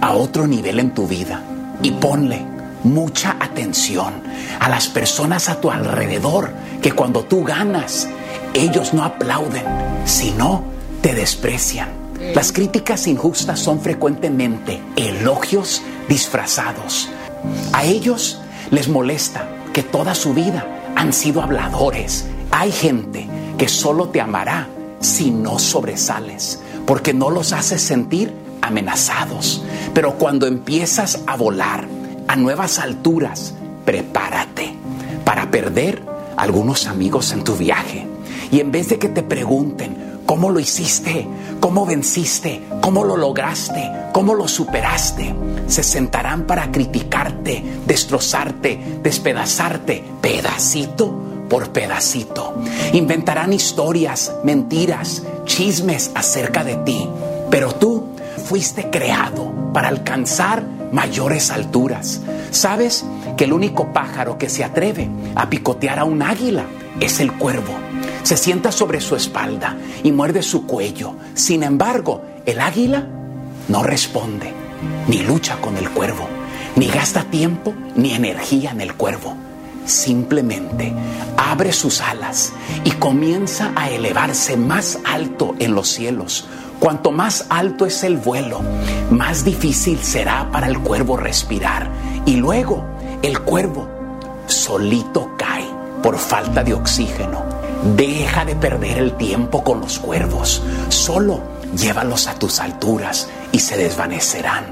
Speaker 26: a otro nivel en tu vida. Y ponle mucha atención a las personas a tu alrededor, que cuando tú ganas, ellos no aplauden, sino te desprecian. Las críticas injustas son frecuentemente elogios disfrazados. A ellos les molesta que toda su vida han sido habladores. Hay gente que solo te amará si no sobresales, porque no los haces sentir amenazados. Pero cuando empiezas a volar a nuevas alturas, prepárate para perder algunos amigos en tu viaje. Y en vez de que te pregunten cómo lo hiciste, cómo venciste, cómo lo lograste, cómo lo superaste, se sentarán para criticarte, destrozarte, despedazarte, pedacito por pedacito. Inventarán historias, mentiras, chismes acerca de ti, pero tú fuiste creado para alcanzar mayores alturas. ¿Sabes que el único pájaro que se atreve a picotear a un águila es el cuervo? Se sienta sobre su espalda y muerde su cuello. Sin embargo, el águila no responde, ni lucha con el cuervo, ni gasta tiempo ni energía en el cuervo. Simplemente abre sus alas y comienza a elevarse más alto en los cielos. Cuanto más alto es el vuelo, más difícil será para el cuervo respirar. Y luego el cuervo solito cae por falta de oxígeno. Deja de perder el tiempo con los cuervos. Solo llévalos a tus alturas y se desvanecerán.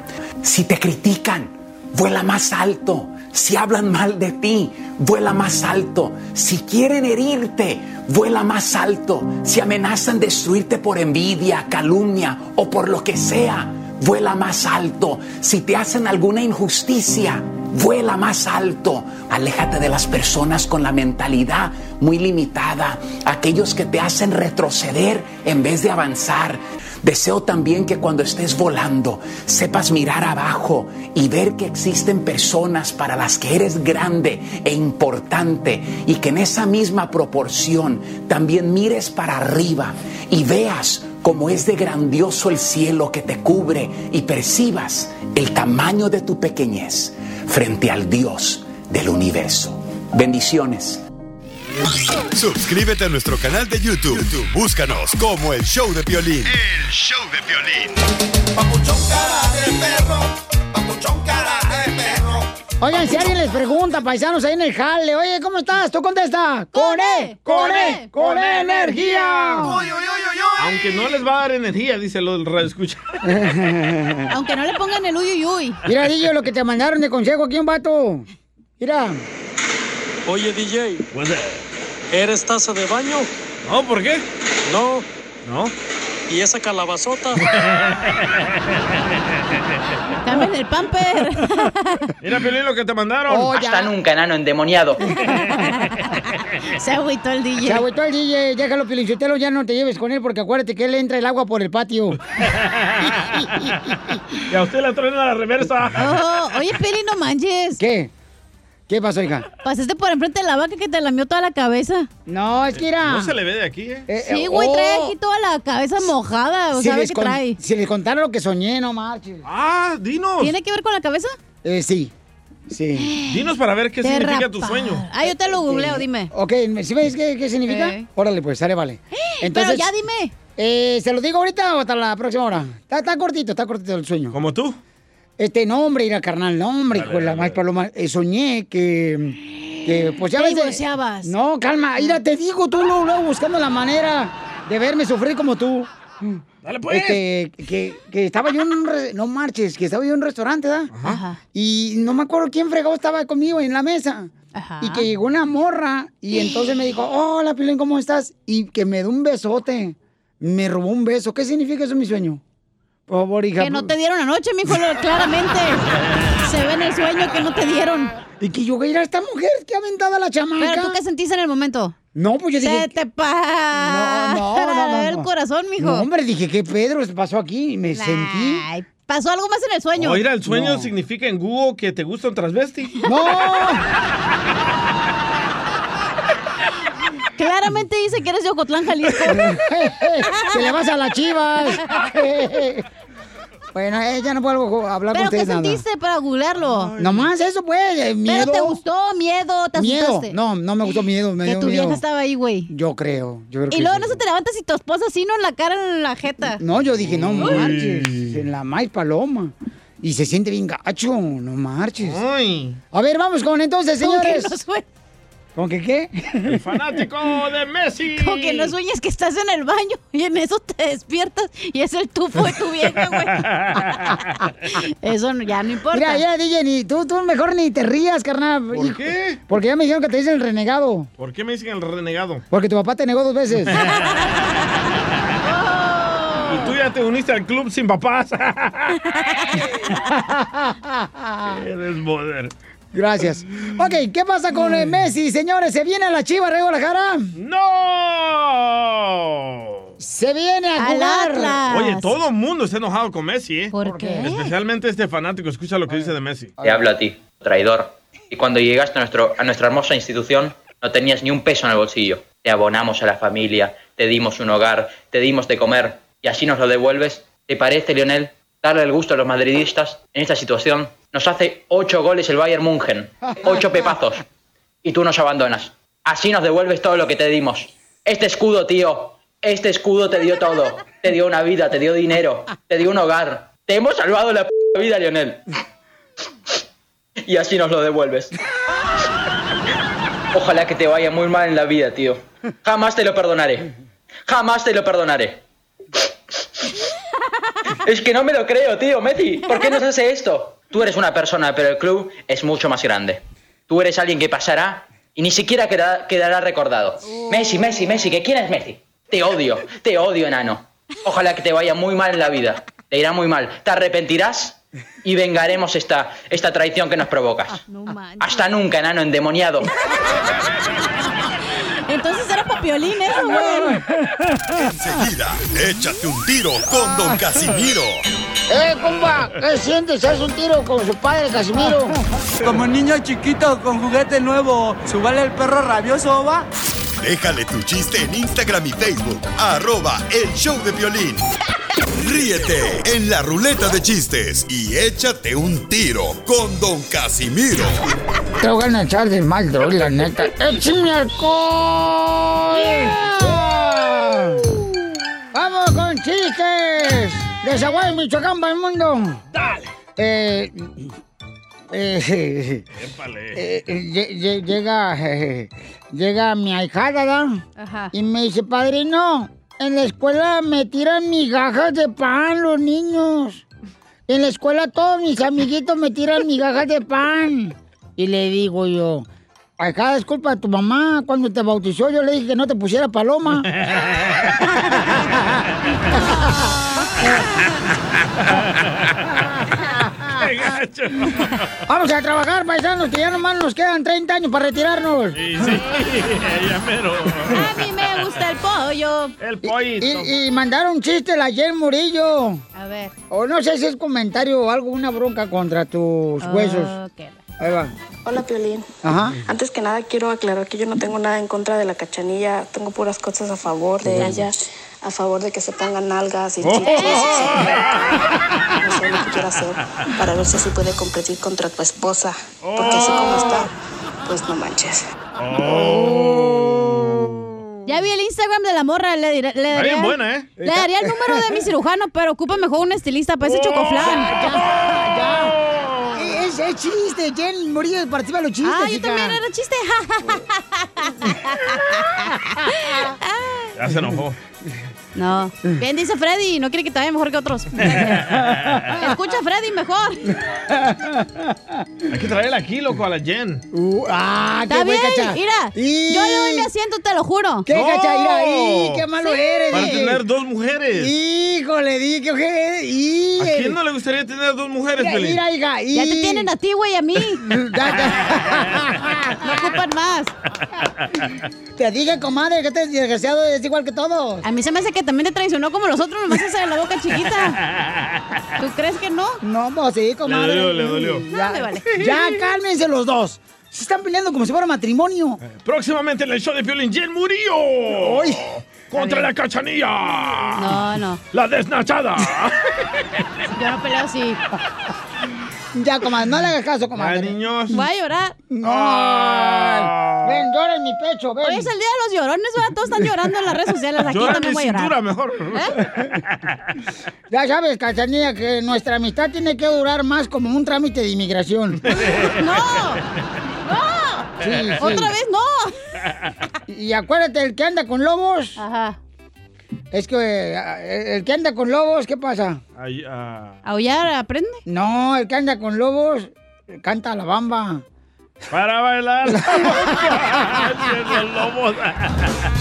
Speaker 26: Si te critican, vuela más alto. Si hablan mal de ti, vuela más alto. Si quieren herirte, vuela más alto. Si amenazan destruirte por envidia, calumnia o por lo que sea, vuela más alto. Si te hacen alguna injusticia, vuela más alto. Aléjate de las personas con la mentalidad muy limitada, aquellos que te hacen retroceder en vez de avanzar. Deseo también que cuando estés volando sepas mirar abajo y ver que existen personas para las que eres grande e importante y que en esa misma proporción también mires para arriba y veas como es de grandioso el cielo que te cubre y percibas el tamaño de tu pequeñez frente al Dios del universo. Bendiciones.
Speaker 2: Suscríbete a nuestro canal de YouTube. YouTube, Búscanos como el show de violín.
Speaker 4: El show de violín. Papuchón cara de perro. Papuchón cara de perro.
Speaker 5: Oigan, si alguien les pregunta, paisanos ahí en el jale, oye, ¿cómo estás? Tú contesta. ¡Con E! ¡Con E! ¡Con E energía!
Speaker 8: Aunque no les va a dar energía, dice lo del radio escucha.
Speaker 7: Aunque no le pongan el uy uy uy.
Speaker 5: Mira, DJ, lo que te mandaron de consejo aquí, un vato. Mira.
Speaker 24: Oye, DJ. ¿Eres taza de baño?
Speaker 8: No, ¿por qué?
Speaker 24: No.
Speaker 8: No.
Speaker 24: ¿Y esa calabazota?
Speaker 7: Cambien el pamper.
Speaker 8: Mira, Piolín, lo que te mandaron.
Speaker 5: Oh,
Speaker 15: Hasta nunca, nano endemoniado.
Speaker 7: Se agüitó el DJ.
Speaker 5: Se agüitó el DJ, déjalo, Pilinchotelo, ya no te lleves con él porque acuérdate que él entra el agua por el patio.
Speaker 8: Y a usted la traen a la reversa.
Speaker 7: Oh, oye, Peli, no manches.
Speaker 5: ¿Qué? ¿Qué pasó, hija?
Speaker 7: Pasaste por enfrente de la vaca que te lamió toda la cabeza.
Speaker 5: No, es que era-
Speaker 8: No se le ve de aquí, ¿eh?
Speaker 7: Sí, güey, trae aquí toda la cabeza mojada. O
Speaker 5: oh. Si
Speaker 7: sabe
Speaker 5: les
Speaker 7: qué
Speaker 5: con-
Speaker 7: trae.
Speaker 5: Si les contara lo que soñé, no marches.
Speaker 8: Ah, dinos.
Speaker 7: ¿Tiene que ver con la cabeza?
Speaker 5: Eh, sí. Sí.
Speaker 8: Dinos para ver qué
Speaker 7: Te
Speaker 8: significa tu
Speaker 7: rapar.
Speaker 8: sueño.
Speaker 7: Ah, yo te lo googleo, dime.
Speaker 5: Ok, ¿sí ves qué, qué significa?
Speaker 7: Eh.
Speaker 5: Órale, pues, sale, vale.
Speaker 7: Pero ya dime.
Speaker 5: Eh, ¿Se lo digo ahorita o hasta la próxima hora? Está, está cortito, está cortito el sueño.
Speaker 8: ¿Como tú?
Speaker 5: Este, no, hombre, ir a carnal, no, hombre, hijo de la más paloma. Eh, soñé que, que, pues ya
Speaker 7: Te
Speaker 5: ves... de-
Speaker 7: divorciabas.
Speaker 5: No, calma, mira, te digo, tú luego, luego buscando la manera de verme sufrir como tú.
Speaker 8: Dale, pues.
Speaker 5: Este, que, que estaba yo en un... re- No marches, que estaba yo en un restaurante, ¿verdad?
Speaker 7: Ajá.
Speaker 5: Y no me acuerdo quién fregado estaba conmigo en la mesa.
Speaker 7: Ajá.
Speaker 5: Y que llegó una morra y entonces me dijo, hola, Pilín, ¿cómo estás? Y que me dio un besote. Me robó un beso. ¿Qué significa eso en mi sueño? Por favor, hija. pues
Speaker 7: Que no te dieron anoche, mijo, lo- claramente. Se ve en el sueño que no te dieron.
Speaker 5: Y que yo, mira, esta mujer, qué aventada la chamaca.
Speaker 7: ¿Pero tú qué sentiste en el momento?
Speaker 5: No, pues yo dije...
Speaker 7: Se te pa...
Speaker 5: No, no, no, no,
Speaker 7: el
Speaker 5: no.
Speaker 7: corazón, mijo.
Speaker 5: No, hombre, dije, ¿qué Pedro pasó aquí? Y Me sentí...
Speaker 7: Ay, pasó algo más en el sueño.
Speaker 8: O ir al sueño significa en Google que te gusta un transvesti.
Speaker 5: ¡No!
Speaker 7: Claramente dice que eres de Ocotlán, Jalisco.
Speaker 5: Se le vas a las chivas. bueno, eh, ya no vuelvo a hablar con
Speaker 7: ¿Pero qué
Speaker 5: ustedes nada.
Speaker 7: sentiste para googlearlo?
Speaker 5: Nomás eso, pues, eh, miedo.
Speaker 7: ¿Pero te gustó? ¿Miedo? ¿Te
Speaker 5: miedo.
Speaker 7: asustaste?
Speaker 5: No, no me gustó miedo, me
Speaker 7: que
Speaker 5: dio
Speaker 7: tu
Speaker 5: miedo.
Speaker 7: vieja estaba ahí, güey.
Speaker 5: Yo creo, yo creo
Speaker 7: Y
Speaker 5: que
Speaker 7: luego
Speaker 5: sí.
Speaker 7: no se te levantas y tu esposa sino en la cara, en la jeta.
Speaker 5: No, yo dije, no
Speaker 7: Uy.
Speaker 5: marches, en la más paloma. Y se siente bien gacho, no marches. A ver, vamos con entonces,
Speaker 7: Con que
Speaker 5: señores.
Speaker 7: no sue-
Speaker 5: ¿Con que qué?
Speaker 8: ¡Fanático de Messi!
Speaker 7: Con que no sueñes que estás en el baño y en eso te despiertas y es el tufo de tu vieja, güey. eso no- ya no importa.
Speaker 5: Mira, ya, DJ, ni, tú, tú mejor ni te rías, carnal.
Speaker 8: ¿Por qué?
Speaker 5: Porque ya me dijeron que te dicen el renegado.
Speaker 8: ¿Por qué me dicen el renegado?
Speaker 5: Porque tu papá te negó dos veces.
Speaker 8: Y tú ya te uniste al club sin papás. Eres moder.
Speaker 5: Gracias. Ok, ¿qué pasa con eh, Messi, señores? ¿Se viene a la Chiva, Rey Guadalajara?
Speaker 8: ¡No!
Speaker 5: Se viene a jugar.
Speaker 8: Oye, todo el mundo está enojado con Messi, ¿eh?
Speaker 5: ¿Por qué?
Speaker 8: Especialmente este fanático. Escucha lo que dice de Messi.
Speaker 15: Te hablo a ti, traidor. Y cuando llegaste a, nuestro, a nuestra hermosa institución, no tenías ni un peso en el bolsillo. Te abonamos a la familia, te dimos un hogar, te dimos de comer, y así nos lo devuelves. ¿Te parece, Lionel? Darle el gusto a los madridistas en esta situación. Nos hace ocho goles el Bayern München. Ocho pepazos. Y tú nos abandonas. Así nos devuelves todo lo que te dimos. Este escudo, tío. Este escudo te dio todo. Te dio una vida, te dio dinero, te dio un hogar. Te hemos salvado la p vida, Lionel. Y así nos lo devuelves. Ojalá que te vaya muy mal en la vida, tío. Jamás te lo perdonaré. Jamás te lo perdonaré. Es que no me lo creo, tío, Meti. ¿Por qué nos hace esto? Tú eres una persona, pero el club es mucho más grande. Tú eres alguien que pasará y ni siquiera queda- quedará recordado. Messi, Messi, Messi, ¿que quién es Messi? Te odio, te odio, enano. Ojalá que te vaya muy mal en la vida. Te irá muy mal. Te arrepentirás y vengaremos esta, esta traición que nos provocas. Hasta nunca, enano endemoniado.
Speaker 7: Entonces era papiolín eso, güey.
Speaker 2: Enseguida, échate un tiro con Don Casimiro.
Speaker 5: ¡Eh, compa! ¿Qué sientes? ¿Haz un tiro con su padre, Casimiro?
Speaker 9: Como niño chiquito con juguete nuevo, ¿subale el perro rabioso, va?
Speaker 2: Déjale tu chiste en Instagram y Facebook, arroba el show de violín. Ríete en la ruleta de chistes y échate un tiro con Don Casimiro.
Speaker 5: Te voy a echar de mal, droga, la neta. ¡Échame alcohol! ¡Vamos con chistes! De Zaguay, Michoacán, para el mundo. ¡Dale! Eh... eh, eh, lle- lle- llega, eh, llega mi ahijada, ¿da?
Speaker 7: Ajá.
Speaker 5: Y me dice, padrino, en la escuela me tiran migajas de pan los niños. En la escuela todos mis amiguitos me tiran migajas de pan. Y le digo yo, acá es culpa de tu mamá. Cuando te bautizó yo le dije que no te pusiera paloma. Vamos a trabajar, paisanos, que ya nomás nos quedan 30 años para retirarnos.
Speaker 7: A mí me gusta el pollo. El
Speaker 5: Y, y mandaron chiste la Jen Murillo.
Speaker 7: A ver.
Speaker 5: O no sé si es comentario o algo, una bronca contra tus
Speaker 7: Ah.
Speaker 5: huesos.
Speaker 7: Ok.
Speaker 5: Ahí va.
Speaker 3: Hola, Piolín.
Speaker 5: Ajá.
Speaker 3: Antes que nada, quiero aclarar que yo no tengo nada en contra de la cachanilla. Tengo puras cosas a favor de ella, a favor de que se pongan nalgas
Speaker 5: Oh.
Speaker 3: y chichis. y eso. No sé lo que quiero hacer para ver si así puede competir contra tu esposa. Porque así
Speaker 8: Oh.
Speaker 3: como está, pues no manches.
Speaker 7: Ya vi el Instagram de la morra, le, diré- le daría...
Speaker 3: Oh. bien buena, ¿eh?
Speaker 7: Le daría el número de mi cirujano, pero ocupa mejor un estilista para
Speaker 3: Oh.
Speaker 7: ese chocoflan.
Speaker 5: Oh. Eh, Es, es chiste, Jen Murillo participa en los chistes.
Speaker 7: Ah, yo también era chiste.
Speaker 8: Ya se enojó.
Speaker 7: No. Bien dice Freddy, no quiere que te vaya mejor que otros. Escucha a Freddy mejor.
Speaker 8: Hay que traerla aquí, loco, a la Jen.
Speaker 5: ah,
Speaker 7: Está bien, mira.
Speaker 5: Y-
Speaker 7: Yo le doy mi asiento, te lo juro.
Speaker 5: ¿Qué, Cacha? Mira, y qué malo eres.
Speaker 8: Para
Speaker 5: eh.
Speaker 8: tener dos mujeres.
Speaker 5: Híjole, di que ojete, y-
Speaker 8: ¿A quién no le gustaría tener dos mujeres,
Speaker 5: Mira,
Speaker 8: Pelín?
Speaker 5: mira, hija, y-
Speaker 7: Ya te tienen a ti, güey, a mí. No ocupan más.
Speaker 5: Te dije, comadre, que este desgraciado es igual que todos.
Speaker 7: A mí se me hace que también te traicionó como los otros, nomás esa de la boca chiquita. Pues, ¿Tú crees que no?
Speaker 5: No, pues sí, comadre.
Speaker 8: dolió, le dolió.
Speaker 7: No,
Speaker 5: Ya,
Speaker 7: me vale.
Speaker 5: ya cálmense los dos. Se están peleando como si fuera matrimonio.
Speaker 8: Eh, Próximamente en el show de Piolín, Jen Murillo. Contra la cachanilla.
Speaker 7: No, no.
Speaker 8: La desnachada.
Speaker 7: Yo no peleo así.
Speaker 5: Ya, comadre, no le hagas caso, comadre.
Speaker 8: niños.
Speaker 7: Voy a llorar. Ah.
Speaker 5: Ay, ven, llora en mi pecho, ven.
Speaker 7: Hoy es el día de los llorones, ¿verdad? Todos están llorando en las redes sociales. Aquí
Speaker 8: Llora
Speaker 7: también
Speaker 8: mi
Speaker 7: voy a llorar. ¿Eh?
Speaker 8: cintura mejor.
Speaker 5: Ya sabes, Cachanilla, que nuestra amistad tiene que durar más como un trámite de inmigración.
Speaker 7: ¡No! ¡No!
Speaker 5: Sí, sí.
Speaker 7: ¡Otra vez no!
Speaker 5: Y acuérdate, el que anda con lobos.
Speaker 7: Ajá.
Speaker 5: Es que eh, el que anda con lobos, ¿qué pasa?
Speaker 8: Ay, ah.
Speaker 7: ¿Aullar aprende?
Speaker 5: No, el que anda con lobos canta la bamba.
Speaker 8: Para bailar. los lobos.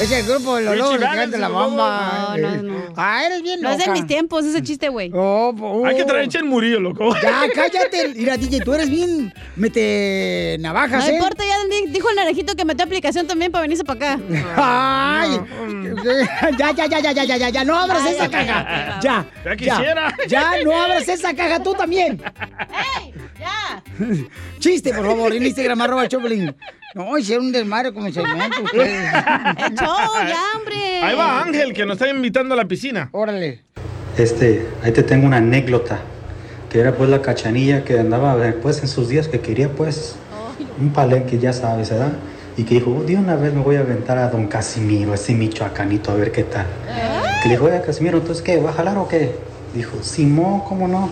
Speaker 5: Es el grupo de los
Speaker 8: Sí,
Speaker 5: lobos el que
Speaker 8: chivanes,
Speaker 5: canta la
Speaker 8: los lobos.
Speaker 5: bamba.
Speaker 8: No,
Speaker 7: no.
Speaker 5: Ah, eres bien
Speaker 7: No es
Speaker 5: loca.
Speaker 7: de mis tiempos ese chiste, güey.
Speaker 5: Oh, oh.
Speaker 8: Hay que traer a Chen Murillo, loco.
Speaker 5: Ya, cállate. Mira, DJ, tú eres bien... Mete
Speaker 7: No
Speaker 5: navajas, ¿eh?
Speaker 7: importa, ya di- dijo el naranjito que metió aplicación también para venirse para acá.
Speaker 5: Ay, ya, ya, ya, ya, ya, ya, ya, ya, no abras
Speaker 7: Ay,
Speaker 5: esa
Speaker 7: ok,
Speaker 5: caja.
Speaker 7: ok,
Speaker 5: Ya,
Speaker 7: Ya
Speaker 5: ya,
Speaker 7: quisiera.
Speaker 5: ya, no abras esa caja tú también. Chiste, por favor, en Instagram, arroba Choplin. No, hicieron un desmadre con el segmento ustedes.
Speaker 7: hombre!
Speaker 8: Ahí va Ángel, que nos está invitando a la piscina.
Speaker 5: Órale.
Speaker 27: Este, ahí te tengo una anécdota, que era pues la cachanilla que andaba pues en sus días, que quería pues un palenque, ya sabes, ¿verdad? Y que dijo, "Oh, de una vez me voy a aventar a don Casimiro, ese michoacanito, a ver qué tal. Que le dijo, oye Casimiro, ¿entonces qué? ¿Va a jalar o qué? Dijo, Simón, ¿cómo no?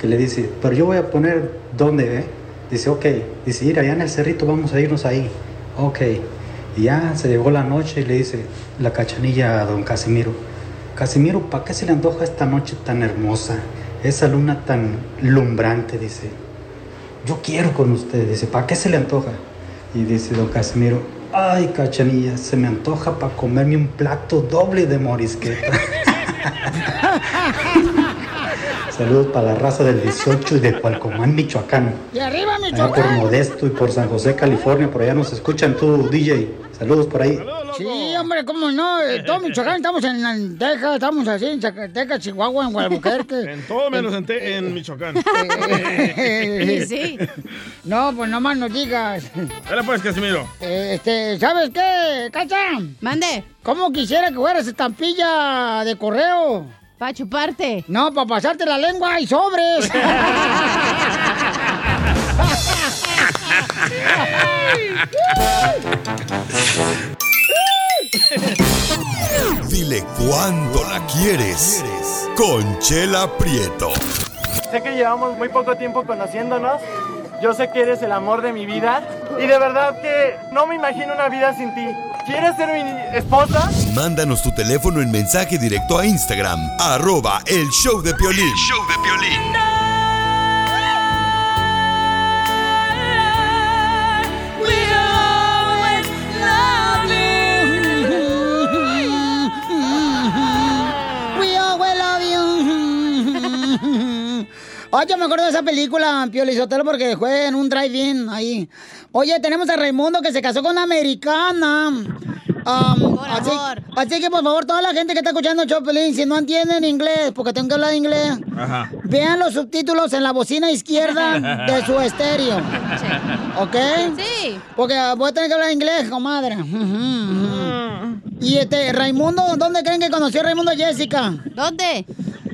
Speaker 27: Que le dice, pero yo voy a poner dónde, ¿eh? Dice, ok. Dice, ir allá en el cerrito, vamos a irnos ahí. ok. Y ya se llegó la noche y le dice la cachanilla a don Casimiro, Casimiro, ¿para qué se le antoja esta noche tan hermosa? Esa luna tan lumbrante, dice. Yo quiero con usted, dice, ¿para qué se le antoja? Y dice don Casimiro, ay, cachanilla, se me antoja para comerme un plato doble de morisqueta. Saludos para la raza del 18 y de Cualcomán, Michoacán.
Speaker 5: ¡Y arriba,
Speaker 27: Allá por
Speaker 5: Michoacán!
Speaker 27: Modesto y por San José, California, por allá nos escuchan tú, DJ. Saludos por ahí.
Speaker 5: Sí, hombre, cómo no. Eh, Todo Michoacán, estamos en- en Texas, estamos así en Zacatecas, Chihuahua, en Guadalbuquerque. en
Speaker 8: Todo menos en, te- en Michoacán.
Speaker 5: Y sí. No, pues nomás nos digas.
Speaker 8: Dale pues, Casimiro.
Speaker 5: Eh, Este, ¿sabes qué, Cacha? Mande. ¿Cómo quisiera que fueras estampilla de correo? ¿Para chuparte? No, para pasarte la lengua y sobres.
Speaker 2: Dile cuándo la quieres. Conchela Prieto.
Speaker 17: Sé que llevamos muy poco tiempo conociéndonos. Yo sé que eres el amor de mi vida. Y de verdad que no me imagino una vida sin ti. ¿Quieres ser mi esposa?
Speaker 2: Mándanos tu teléfono en mensaje directo a Instagram, arroba el show de Piolín.
Speaker 5: We always love you. Oye, me acuerdo de esa película, Pio Lizotelo, porque fue en un drive-in ahí. Oye, tenemos a Raimundo que se casó con una americana. Am, así, así que por favor, toda la gente que está escuchando el show, Piolín, si no entienden inglés, porque tengo que hablar inglés,
Speaker 8: Ajá.
Speaker 5: vean los subtítulos en la bocina izquierda de su estéreo. ¿Ok? Sí. Porque voy a tener que hablar inglés, comadre. Ujú. Y este, Raimundo, ¿dónde creen que conoció Raimundo a Jessica? ¿Dónde?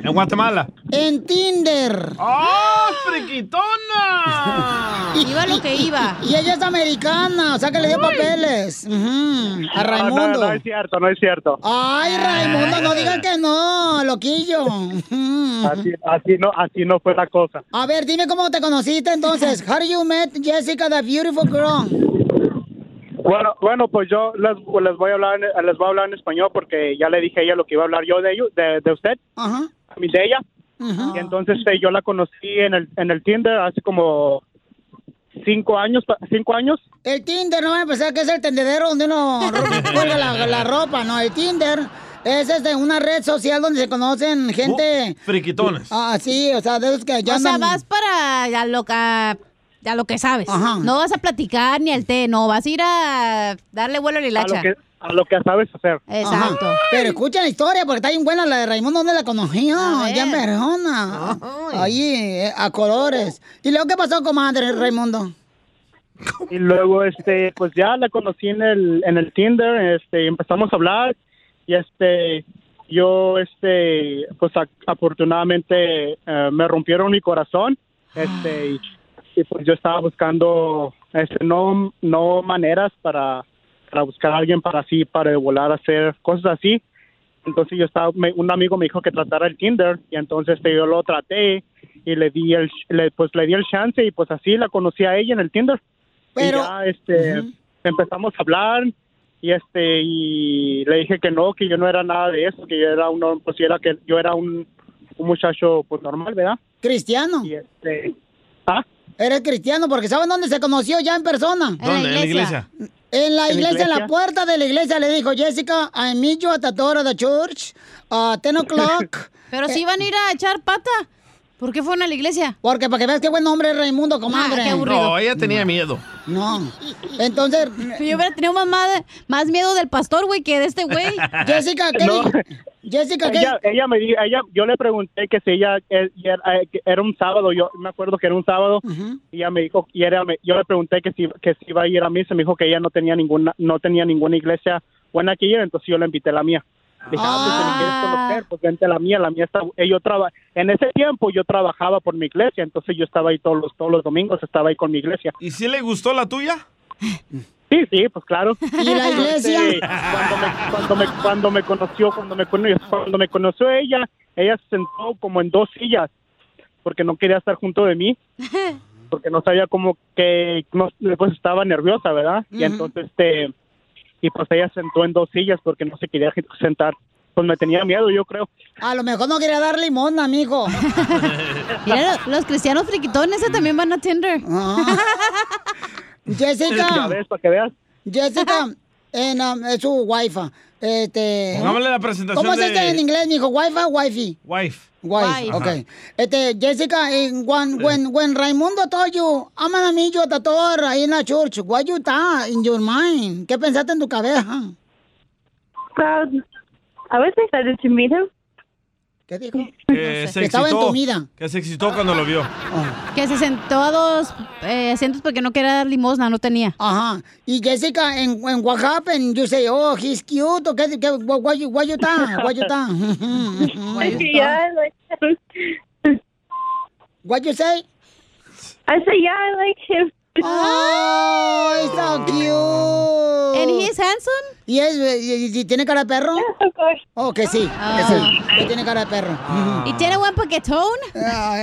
Speaker 8: En Guatemala.
Speaker 5: En Tinder.
Speaker 8: ¡Oh, friquitona!
Speaker 5: Iba lo que iba. Y ella es americana, o sea que le dio papeles. Ujú, Mm, A Raimundo.
Speaker 17: No, no, no es cierto, no es cierto. Eh.
Speaker 5: Ay, Raimundo, no digas que no, loquillo.
Speaker 17: Así, así no, así no fue la cosa.
Speaker 5: A ver, dime cómo te conociste entonces. How you met Jessica, the beautiful girl?
Speaker 17: Bueno, bueno, pues yo les, les voy a hablar, en- les voy a hablar en español porque ya le dije a ella lo que iba a hablar yo de ello- de, de usted,
Speaker 5: Ajá.
Speaker 17: a mí de ella. Y entonces eh, yo la conocí en el, en el Tinder hace como cinco años, pa- cinco años.
Speaker 5: El Tinder, no van a pensar que es el tendedero donde uno ro- cuelga la, la ropa, no. El Tinder es este, una red social donde se conocen gente.
Speaker 17: Uh,
Speaker 8: Friquitones.
Speaker 5: Ah, sí, o sea, de esos que ya
Speaker 7: O sea,
Speaker 5: andan-
Speaker 7: vas para a lo, a- a lo que sabes. No vas a platicar ni al té, no. Vas a ir a darle vuelo a
Speaker 17: A lo,
Speaker 7: la hilacha.
Speaker 17: que, a lo que sabes hacer.
Speaker 7: Exacto.
Speaker 5: Pero escucha la historia, porque está bien buena la de Raimundo, donde la conocí? ya en Verona. Ahí, eh, a colores. ¿Y luego qué pasó, comadre Raimundo?
Speaker 17: Y luego, este, pues ya la conocí en el, en el Tinder, este, empezamos a hablar y este, yo, este, pues a- afortunadamente eh, me rompieron mi corazón, este, y, y, pues yo estaba buscando, este, no, no maneras para, para buscar a alguien para así, para volar a hacer cosas así. Entonces yo estaba, me- un amigo me dijo que tratara el Tinder y entonces este, yo lo traté y le di el, le- pues le di el chance y pues así la conocí a ella en el Tinder.
Speaker 5: Pero-
Speaker 17: y ya, este, empezamos a hablar y este y le dije que no, que yo no era nada de eso, que yo era un hom- pues yo era que yo era un, un muchacho pues normal, ¿verdad?
Speaker 5: Cristiano.
Speaker 17: Y este, ¿ah?
Speaker 5: Eres cristiano, porque ¿saben dónde se conoció ya en persona?
Speaker 17: ¿Dónde? ¿En la iglesia?
Speaker 5: En la
Speaker 17: ¿En la
Speaker 5: iglesia, en la
Speaker 17: iglesia?
Speaker 5: puerta de la iglesia, le dijo Jessica, I meet you at the door of the church, uh, 10 o'clock.
Speaker 7: Pero si
Speaker 5: van
Speaker 7: iban a ir a echar pata. ¿Por qué fueron a la iglesia? Ah,
Speaker 5: Porque para que veas qué buen hombre es Raimundo, comadre.
Speaker 7: qué aburrido. Pues
Speaker 8: No, ella tenía miedo.
Speaker 5: Ah, No. Entonces.
Speaker 7: Yo hubiera tenido más, ma- más miedo del pastor, güey, que de este güey.
Speaker 5: Jessica, ¿qué
Speaker 17: No.
Speaker 5: Jessica, ¿qué?
Speaker 17: Ella, ella me dijo, ella, yo le pregunté que si ella eh, y era, eh, que era un sábado, yo me acuerdo que era un sábado, y ella me dijo, y era, me- yo le pregunté que si, que si iba a ir a mí, se me dijo que ella no tenía ninguna, no tenía ninguna iglesia buena que ir, entonces yo la invité a la mía. Dije, ah, pues si me quieres conocer, pues vente a la mía, la mía está, eh, yo traba, en ese tiempo yo trabajaba por mi iglesia, entonces yo estaba ahí todos los, todos los domingos, estaba ahí con mi iglesia.
Speaker 8: ¿Y si le gustó la tuya?
Speaker 17: Sí, sí, pues claro.
Speaker 5: ¿Y la iglesia?
Speaker 17: Sí, cuando, me, cuando, me, cuando me conoció, cuando me, cono- cuando me conoció ella, ella se sentó como en dos sillas porque no quería estar junto de mí. porque no sabía cómo que, no, pues estaba nerviosa, ¿verdad? Y
Speaker 22: Ujú.
Speaker 17: entonces, este, y pues ella sentó en dos sillas porque no se quería sentar. Pues me tenía miedo, yo creo.
Speaker 5: A lo mejor no quería dar limón, amigo.
Speaker 7: Mira, lo- los cristianos friquitones eh, también van a Tinder.
Speaker 5: Ah. Jessica.
Speaker 17: Ya ves, para que veas.
Speaker 5: Jessica, en, um, es su wifi. Este,
Speaker 8: Pongámosle la presentación
Speaker 5: ¿Cómo se dice
Speaker 8: de-
Speaker 5: en inglés, mijo? ¿Wifi o wifi?
Speaker 8: Wife.
Speaker 5: Wife,
Speaker 8: Wife.
Speaker 5: okay. Este, Jessica, en, when, when, when Raimundo told you, I'm gonna meet you at the door ahí en la church, what you thought in your mind? ¿Qué pensaste en tu cabeza?
Speaker 28: Proud. I was excited to meet him.
Speaker 5: ¿Qué dijo?
Speaker 8: Que se
Speaker 7: Estaba
Speaker 8: excitó,
Speaker 7: entumida.
Speaker 8: Que se excitó cuando lo vio.
Speaker 7: Que se sentó a dos eh, asientos porque no quería dar limosna, no tenía.
Speaker 5: Ajá. Y Jessica, en, en what happened, you say, oh, he's cute, o ¿qué, qué, what, what you, what you thought? What you thought? What you
Speaker 28: Yeah,
Speaker 5: thought? What you say?
Speaker 28: I said, yeah, I like him.
Speaker 5: Oh, he's so cute. And he's handsome? Yes, eh, y, y- y tiene cara de perro. Oh, que sí, que sí, que tiene cara de perro.
Speaker 7: Ah.
Speaker 8: Ah.
Speaker 7: ¿Y tiene buen paquetón?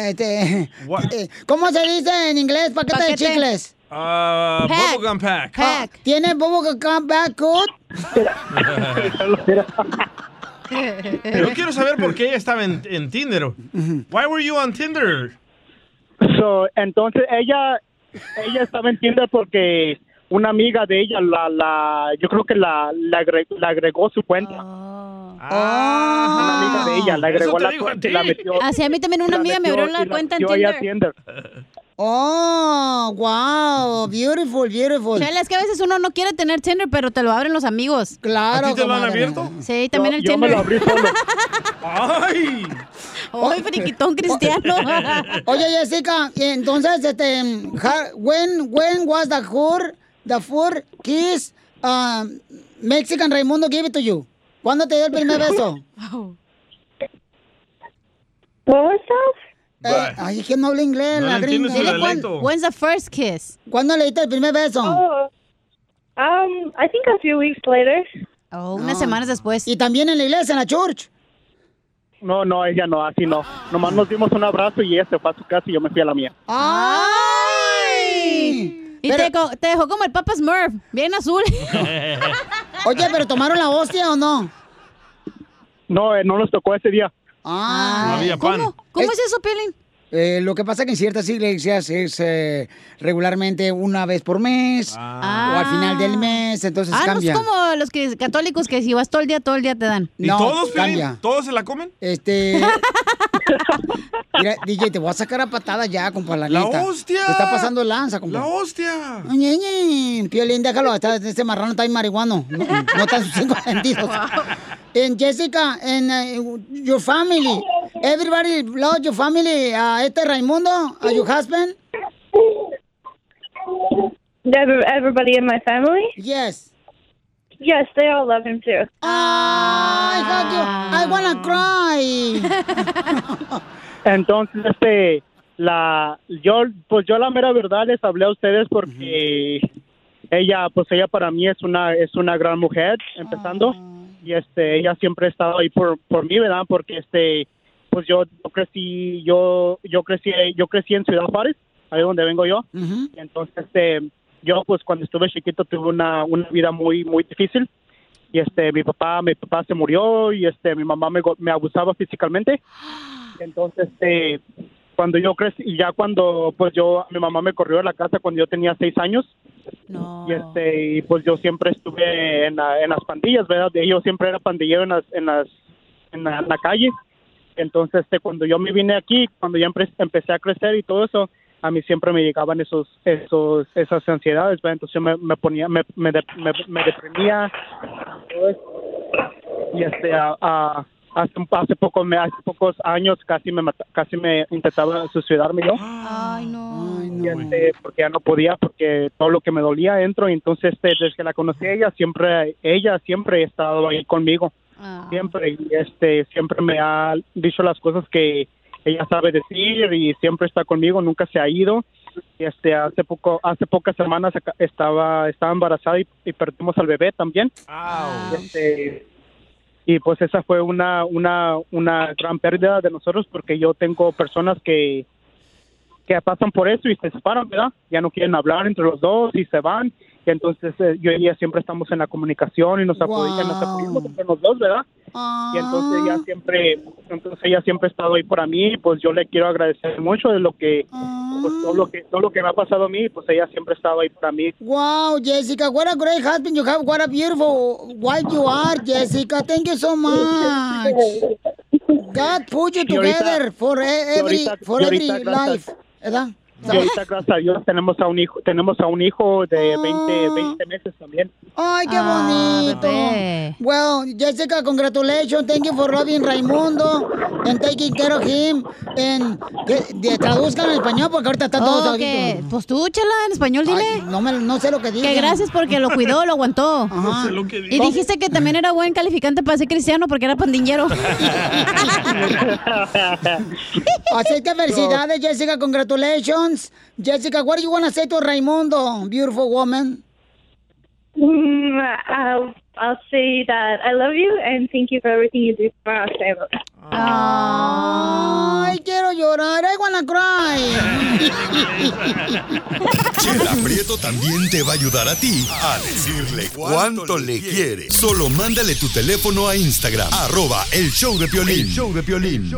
Speaker 5: este, eh, ¿Cómo se dice en inglés paquete, de
Speaker 7: Paquete.
Speaker 5: chicles?
Speaker 8: Ah,
Speaker 5: Pack.
Speaker 8: bubblegum pack.
Speaker 5: ¿Tiene bobo que come back good?
Speaker 8: Yo quiero saber por qué ella estaba en, en Tinder. Why were you on Tinder?
Speaker 17: So, entonces ella ella estaba en Tinder porque una amiga de ella la la yo creo que la la, agre- la agregó su cuenta. Una amiga de ella la agregó la cuenta, y la metió.
Speaker 7: Así a mí también una
Speaker 17: la
Speaker 7: amiga Ah, me
Speaker 17: metió
Speaker 7: abrió
Speaker 17: y
Speaker 7: la cuenta en
Speaker 17: metió ahí a
Speaker 7: Tinder.
Speaker 17: Tinder.
Speaker 5: Oh, wow, beautiful, beautiful.
Speaker 7: Chela, es que a veces uno no quiere tener Tinder, pero te lo abren los amigos.
Speaker 5: Claro.
Speaker 8: ¿A ti te lo han comadre. abierto?
Speaker 7: Sí, también
Speaker 8: Yo-
Speaker 7: el
Speaker 8: yo me
Speaker 7: Tinder.
Speaker 8: lo abrí solo. Ah, ¡Ay!
Speaker 7: ¡Ay, friquitón cristiano!
Speaker 5: Oye, Jessica, y entonces, este, ja- when, when was the four, the four kiss um, Mexican Raimundo give it to you? ¿Cuándo te dio el primer beso?
Speaker 28: ¿Cómo estás?
Speaker 5: Eh, ay, es que no habla inglés,
Speaker 7: No
Speaker 5: la
Speaker 7: le entiendes
Speaker 5: gringa.
Speaker 7: el Dile cuán- dialecto. when's the first kiss?
Speaker 5: ¿Cuándo le diste el primer beso?
Speaker 28: um, I think a few weeks later.
Speaker 7: Oh, unas semanas después.
Speaker 5: Ah. Y también en la iglesia, en la church.
Speaker 17: No, no, ella no, así no. Nomás nos dimos un abrazo y ella se fue a su casa y yo me fui a la mía.
Speaker 7: ¡Ay! Y te, co- te dejó como el Papa Smurf, bien azul.
Speaker 5: Oye, pero tomaron la hostia o no?
Speaker 17: No, eh, no nos tocó ese día.
Speaker 5: Ah,
Speaker 17: había pan. ¿Cómo?
Speaker 7: ¿Cómo es eso, Pelín?
Speaker 5: Eh, lo que pasa que en ciertas iglesias es eh, regularmente una vez por mes o al final del mes, entonces
Speaker 7: Ah,
Speaker 5: Pues cambia.
Speaker 7: no es como los que- católicos que si vas todo el día, todo el día te dan.
Speaker 5: ¿Y No, todos, Piolín? cambia.
Speaker 8: ¿Todos se la comen?
Speaker 5: Este. Mira, DJ, te voy a sacar a patada ya, compa, la,
Speaker 8: ¡La
Speaker 5: neta.
Speaker 8: hostia!
Speaker 5: Te está pasando lanza, compa.
Speaker 8: ¡La hostia!
Speaker 5: Ñe, Ñe, Piolín, déjalo, está- este marrano está ahí marihuano. No, no está en sus cinco sentidos. En Jessica, en eh, your family, everybody love your family, a este Raimundo, a your husband.
Speaker 28: Ev- Everybody in my family?
Speaker 5: Yes.
Speaker 28: Yes, they all love him too.
Speaker 5: I got you. I wanna cry.
Speaker 17: Entonces, este, la, yo, pues yo la mera verdad les hablé a ustedes porque ella, pues ella para mí es una, es una gran mujer, empezando, y este, ella siempre ha estado ahí por, por mí, ¿verdad? Porque este, pues yo crecí, yo, yo crecí, yo crecí en Ciudad Juárez, ahí donde vengo yo, y entonces, este, yo pues cuando estuve chiquito tuve una, una vida muy, muy difícil, y este, mi papá, mi papá se murió, y este, mi mamá me, go- me abusaba físicamente, entonces, este, cuando yo crecí, y ya cuando, pues yo, mi mamá me corrió de la casa cuando yo tenía seis años. Y este, y pues yo siempre estuve en, la- en las pandillas, ¿verdad? Yo siempre era pandillero en las, en las, en la, en la calle. Entonces, este, cuando yo me vine aquí, cuando ya empe- empecé a crecer y todo eso, a mí siempre me llegaban esos, esos, esas ansiedades, ¿verdad? Entonces yo me, me ponía, me, me, de- me, me deprimía. todo eso. Y este, a- a- hace, un- hace poco, me, hace pocos años casi me, mata- casi me intentaba suicidarme yo.
Speaker 7: Ay, no.
Speaker 17: Y, este, porque ya no podía, porque todo lo que me dolía dentro, y entonces este, desde que la conocí a ella, siempre, ella siempre ha estado ahí conmigo, siempre, y este, siempre me ha dicho las cosas que ella sabe decir y siempre está conmigo, nunca se ha ido. Y, Este, hace poco, hace pocas semanas acá- estaba, estaba embarazada y, y perdimos al bebé también. Y, este, y pues esa fue una, una, una gran pérdida de nosotros porque yo tengo personas que, que que pasan por eso y se separan, ¿verdad? Ya no quieren hablar entre los dos y se van. Y entonces eh, yo y ella siempre estamos en la comunicación y nos apoyan, nos apoyamos entre los dos, ¿verdad? Y entonces ella siempre, entonces ella siempre ha estado ahí para mí, y pues yo le quiero agradecer mucho de lo que, pues todo lo que, todo lo que me ha pasado a mí, pues ella siempre ha estado ahí para mí.
Speaker 5: Wow, Jessica, what a great husband you have. What a beautiful wife you are, Jessica. Thank you so much. God put you
Speaker 17: Y ahorita-
Speaker 5: together for e-
Speaker 17: y
Speaker 5: every,
Speaker 17: ahorita-
Speaker 5: for
Speaker 17: y
Speaker 5: every
Speaker 17: ahorita gracias-
Speaker 5: life. ¿Verdad?
Speaker 17: Y ahorita, gracias a Dios, tenemos a un hijo, tenemos a un hijo de 20, 20 meses también.
Speaker 5: Ay, qué bonito. Well, Jessica, congratulations. Thank you for loving Raimundo and taking care of him. And que- de- traduzcan en español porque ahorita está todo
Speaker 7: Oh, que-
Speaker 5: Pues tú, échala
Speaker 7: Ah,
Speaker 5: en español, dile. no, me, no sé lo que dije.
Speaker 7: Que gracias porque lo cuidó, lo aguantó.
Speaker 5: No sé lo que
Speaker 7: Y
Speaker 5: digo.
Speaker 7: dijiste que también era buen calificante para ser cristiano porque era pandillero.
Speaker 5: Así que felicidades, Jessica. Congratulations. Jessica, what do you want to say to Raimundo, beautiful woman?
Speaker 28: Mm, I'll, I'll say that I love you and thank you for everything you do for our family. Ah.
Speaker 5: Ay, quiero llorar. I wanna cry.
Speaker 2: Chela Prieto también te va a ayudar a ti a decirle cuánto le quiere. Solo mándale tu teléfono a Instagram, arroba el show de Piolín.
Speaker 22: El
Speaker 2: show de Piolín.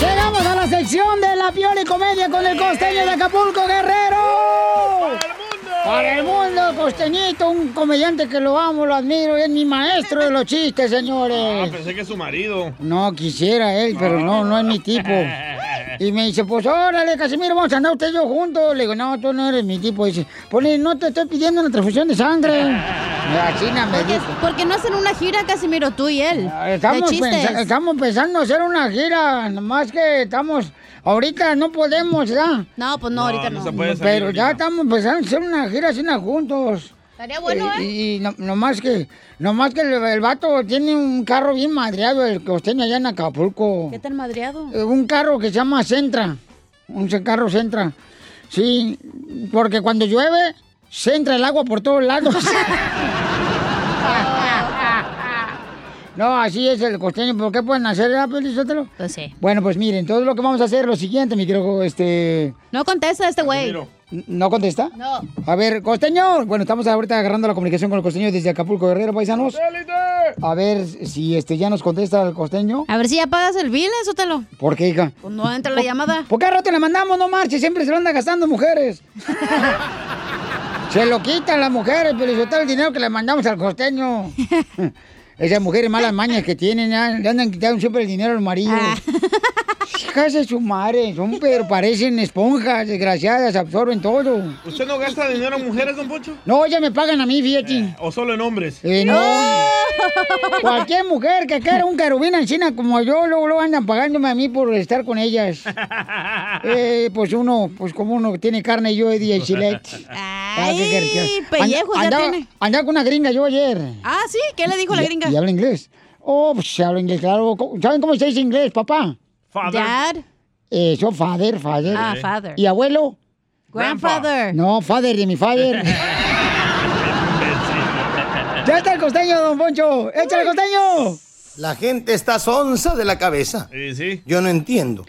Speaker 5: Llegamos a la sección de la Pioli Comedia con el costeño de Acapulco Guerrero. Para el mundo, costeñito, un comediante que lo amo, lo admiro, es mi maestro de los chistes,
Speaker 8: Ah,
Speaker 5: señores.
Speaker 8: pensé que es su marido.
Speaker 5: No quisiera él, pero no, no es mi tipo. Y me dice, pues órale, Casimiro, vamos a andar usted y yo juntos. Le digo, no, tú no eres mi tipo. Dice, ponle, no te estoy pidiendo una transfusión de sangre. La china me dijo. Ah,
Speaker 7: porque no hacen una gira, Casimiro, tú y él.
Speaker 5: Estamos,
Speaker 7: de chistes.
Speaker 5: pensa- estamos pensando hacer una gira, nomás que estamos, ahorita no podemos, ¿ya?
Speaker 7: No, pues no, ahorita no. no. se puede salir
Speaker 5: Pero ya estamos pensando hacer una gira cena juntos.
Speaker 7: Estaría bueno,
Speaker 5: Eh, Y, no- nomás que, nomás que el, el vato tiene un carro bien madreado, el que usted allá en Acapulco.
Speaker 7: ¿Qué tan madreado?
Speaker 5: Eh, Un carro que se llama Centra. Un ce- carro Centra. Sí, porque cuando llueve, se entra el agua por todos lados. No, así es el costeño. ¿Por qué pueden hacer ah, Pio Lizotelo?
Speaker 7: Pues sí.
Speaker 5: Bueno, pues miren, entonces lo que vamos a hacer es lo siguiente, mi querido, este...
Speaker 7: No contesta este güey.
Speaker 5: N- ¿No contesta?
Speaker 7: No.
Speaker 5: A ver, costeño. Bueno, estamos ahorita agarrando la comunicación con el costeño desde Acapulco, Guerrero, paisanos. A ver si este ya nos contesta el costeño.
Speaker 7: A ver si ya pagas el bill, Sotelo.
Speaker 5: ¿Por qué, hija?
Speaker 7: Pues no entra la llamada.
Speaker 5: ¿Por qué al rato la mandamos? No marche, siempre se lo anda gastando mujeres. se lo quitan las mujeres, pero eso está el dinero que le mandamos al costeño. Esas mujeres malas mañas que tienen, ya, le andan quitando siempre el dinero al marido.
Speaker 7: Ah.
Speaker 5: Hijas de su madre, son, pero parecen esponjas, desgraciadas, absorben todo.
Speaker 8: ¿Usted no gasta dinero en mujeres, don Pocho?
Speaker 5: No, ya me pagan a mí, fíjate.
Speaker 8: ¿O solo en hombres?
Speaker 5: Eh, no. Cualquier mujer que quiera un carubina en China como yo, luego lo andan pagándome a mí por estar con ellas. Eh, pues uno, pues como uno tiene carne, yo he día y chilete. Ah, ¿qué quieres que haga? And-
Speaker 7: pellejos ya
Speaker 5: andaba,
Speaker 7: tiene.
Speaker 5: andaba con una gringa yo ayer.
Speaker 7: Ah, sí, ¿qué le dijo la
Speaker 5: Y-
Speaker 7: gringa?
Speaker 5: Y habla inglés. Oh, pues habla inglés, claro. ¿Cómo- ¿Saben cómo se dice inglés, papá?
Speaker 7: Father. Dad.
Speaker 5: Eh, yo, father, father.
Speaker 7: Ah, father.
Speaker 5: ¿Y abuelo?
Speaker 7: Grandfather.
Speaker 5: No, father de mi father. ¡Ya está el costeño, don Poncho! ¡Échale, costeño!
Speaker 1: La gente está sonsa de la cabeza. Yo no entiendo.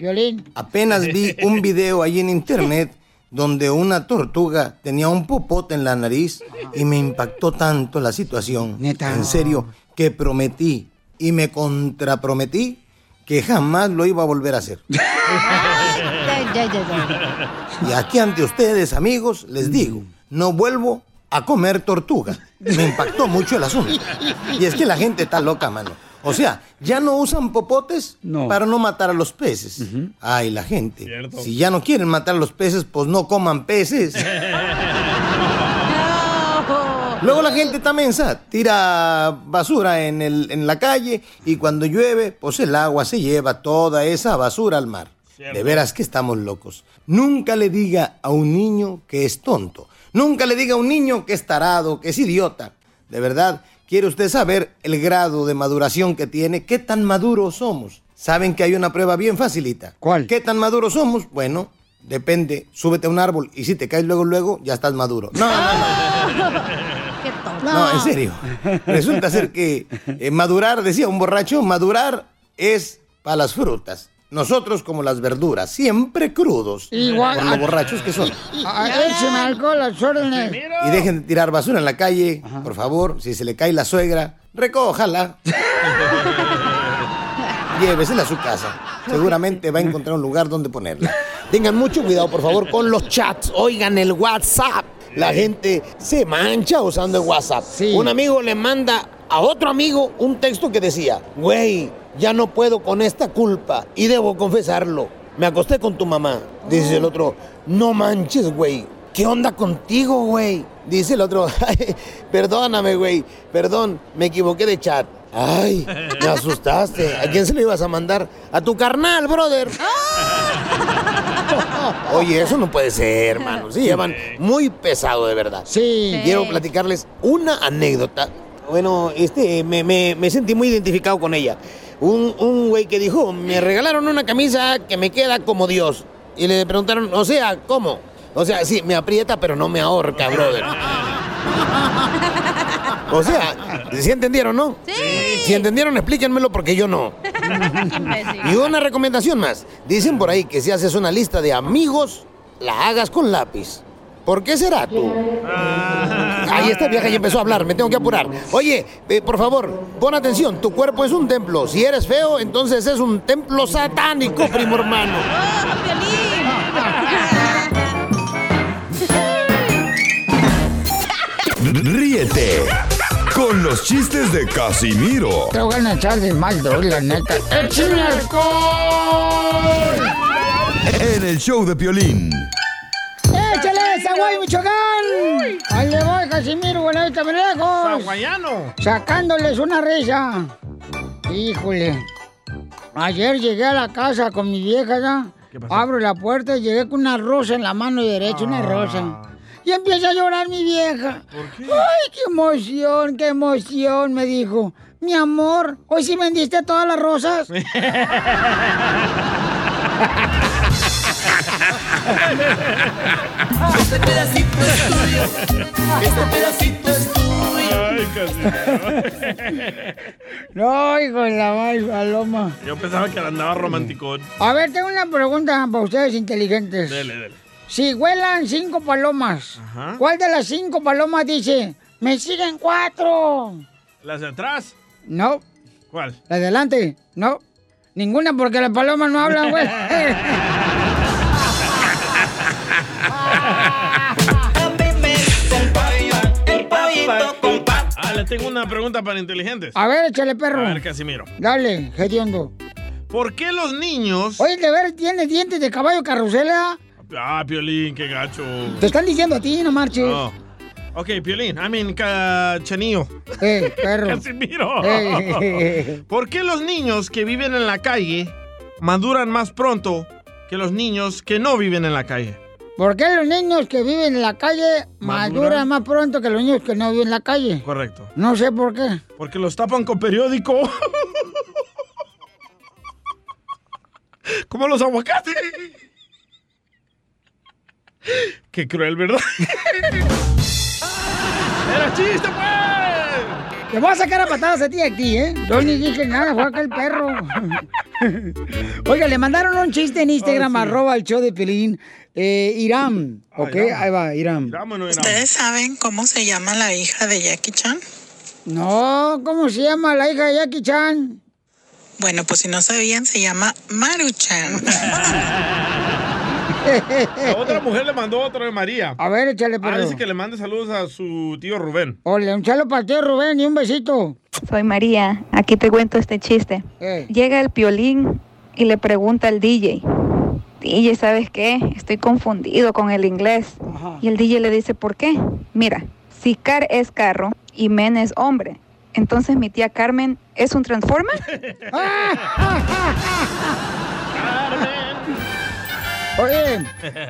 Speaker 1: Apenas vi un video ahí en internet donde una tortuga tenía un popote en la nariz y me impactó tanto la situación. En serio, que prometí y me contraprometí que jamás lo iba a volver a hacer.
Speaker 7: Ya, ya, ya,
Speaker 1: Y aquí ante ustedes, amigos, les digo, no vuelvo a comer tortuga. Me impactó mucho el asunto. Y es que la gente está loca, mano. O sea, ya no usan popotes para no matar a los peces. Ay, la gente. Si ya no quieren matar a los peces, pues no coman peces. Luego la gente está mensa, tira basura en, el- en la calle y cuando llueve, pues el agua se lleva toda esa basura al mar. De veras que estamos locos. Nunca le diga a un niño que es tonto. Nunca le diga a un niño que es tarado, que es idiota. De verdad, ¿quiere usted saber el grado de maduración que tiene? ¿Qué tan maduros somos? ¿Saben que hay una prueba bien facilita? ¿Cuál? ¿Qué tan maduros somos? Bueno, depende. Súbete a un árbol y si te caes luego, luego, ya estás maduro. No, no, no. qué tonto.
Speaker 14: No, en serio. Resulta ser que eh, madurar, decía un borracho, madurar es para las frutas. Nosotros como las verduras, siempre crudos.
Speaker 5: Igual-
Speaker 14: Por los borrachos que son.
Speaker 5: Ah, Écheme alcohol a sus órdenes.
Speaker 14: Y dejen de tirar basura en la calle, por favor. Si se le cae la suegra, recójala. Llévesela a su casa. Seguramente va a encontrar un lugar donde ponerla. Tengan mucho cuidado, por favor, con los chats. Oigan el WhatsApp. La gente se mancha usando el WhatsApp. Un amigo le manda a otro amigo un texto que decía, güey, ya no puedo con esta culpa y debo confesarlo. Me acosté con tu mamá. Dice el otro, no manches, güey. ¿Qué onda contigo, güey? Dice el otro, "Ay, perdóname, güey. Perdón, me equivoqué de chat. Ay, me asustaste. ¿A quién se lo ibas a mandar? A tu carnal, brother. Oye, eso no puede ser, hermano. Sí, llevan muy pesado, de verdad. Sí. Quiero platicarles una anécdota. Bueno, este, me, me- me sentí muy identificado con ella. Un, un güey que dijo, me regalaron una camisa que me queda como Dios. Y le preguntaron, o sea, ¿cómo? O sea, sí, me aprieta, pero no me ahorca, brother. O sea, ¿sí entendieron, no? Sí. Si entendieron, explíquenmelo porque yo no. Y una recomendación más. Dicen por ahí que si haces una lista de amigos, la hagas con lápiz. ¿Por qué será tú? Ahí esta vieja ya empezó a hablar, me tengo que apurar. Oye, eh, por favor, pon atención, tu cuerpo es un templo. Si eres feo, entonces es un templo satánico, primo hermano.
Speaker 2: Ríete con los chistes de Casimiro
Speaker 5: Te voy a echar de mal, doy, la neta. ¡Écheme alcohol!
Speaker 2: en el show de Piolín.
Speaker 5: ¡Échale, Zaguay, Michoacán! ¡Ahí le voy, Casimiro, bueno, está muy lejos!
Speaker 8: ¡Zaguayano!
Speaker 5: Sacándoles una risa. Híjole. Ayer llegué a la casa con mi vieja, ¿ya? Abro la puerta y llegué con una rosa en la mano derecha, una rosa. Y empieza a llorar mi vieja. ¡Ay, qué emoción, qué emoción! Me dijo. Mi amor, ¿hoy sí vendiste todas las rosas?
Speaker 10: Este pedacito es tuyo. Este pedacito es tuyo. Ay, casi.
Speaker 5: no, hijo de la mal paloma.
Speaker 8: Yo pensaba que andaba romántico.
Speaker 5: A ver, tengo una pregunta para ustedes inteligentes.
Speaker 8: Dele, dele.
Speaker 5: Si huelan cinco palomas, ¿cuál de las cinco palomas dice, me siguen cuatro?
Speaker 8: ¿Las de atrás?
Speaker 5: No.
Speaker 8: ¿Cuál?
Speaker 5: ¿La de adelante? No. Ninguna porque las palomas no hablan, güey.
Speaker 8: Ah, le tengo una pregunta para inteligentes.
Speaker 5: A ver, échale perro.
Speaker 8: A ver, Casimiro.
Speaker 5: Dale, hediondo.
Speaker 8: ¿Por qué los niños?
Speaker 5: Oye, de ver, tienes dientes de caballo carrusela.
Speaker 8: Ah, Piolín, qué gacho.
Speaker 5: Te están diciendo a ti, no marches.
Speaker 8: No. Ok, Piolín, I mean, Cachanillo.
Speaker 5: Eh, perro.
Speaker 8: Casimiro.
Speaker 5: Eh.
Speaker 8: ¿Por qué los niños que viven en la calle maduran más pronto que los niños que no viven en la calle?
Speaker 5: ¿Por qué los niños que viven en la calle
Speaker 8: Maduran.
Speaker 5: maduran más pronto que los niños que no viven en la calle?
Speaker 8: Correcto.
Speaker 5: No sé por qué.
Speaker 8: Porque los tapan con periódico. Como los aguacates. Qué cruel, ¿verdad? ¡Era chiste, pues!
Speaker 5: Te voy a sacar a patadas a ti y a ti, ¿eh? Yo ni dije nada, fue acá el perro. Oiga, le mandaron un chiste en Instagram, arroba el show de Pelín. Eh, Irán,
Speaker 8: Ah,
Speaker 5: ¿ok?
Speaker 8: Irán.
Speaker 5: Ahí va, Irán.
Speaker 7: ¿Ustedes saben cómo se llama la hija de Jackie Chan?
Speaker 5: No, ¿cómo se llama la hija de Jackie Chan?
Speaker 7: Bueno, pues si no sabían, se llama Maruchan.
Speaker 8: La otra mujer le mandó otro de María.
Speaker 5: A ver, échale
Speaker 8: Ah,
Speaker 5: perro.
Speaker 8: dice que le mande saludos a su tío Rubén.
Speaker 5: Ole, un chalo para ti, Rubén, y un besito.
Speaker 29: Soy María, aquí te cuento este chiste. Llega el piolín y le pregunta al DJ, DJ, ¿sabes qué? Estoy confundido con el inglés. Y el DJ le dice, ¿por qué? Mira, si car es carro y men es hombre, entonces mi tía Carmen es un transformer.
Speaker 5: Oye,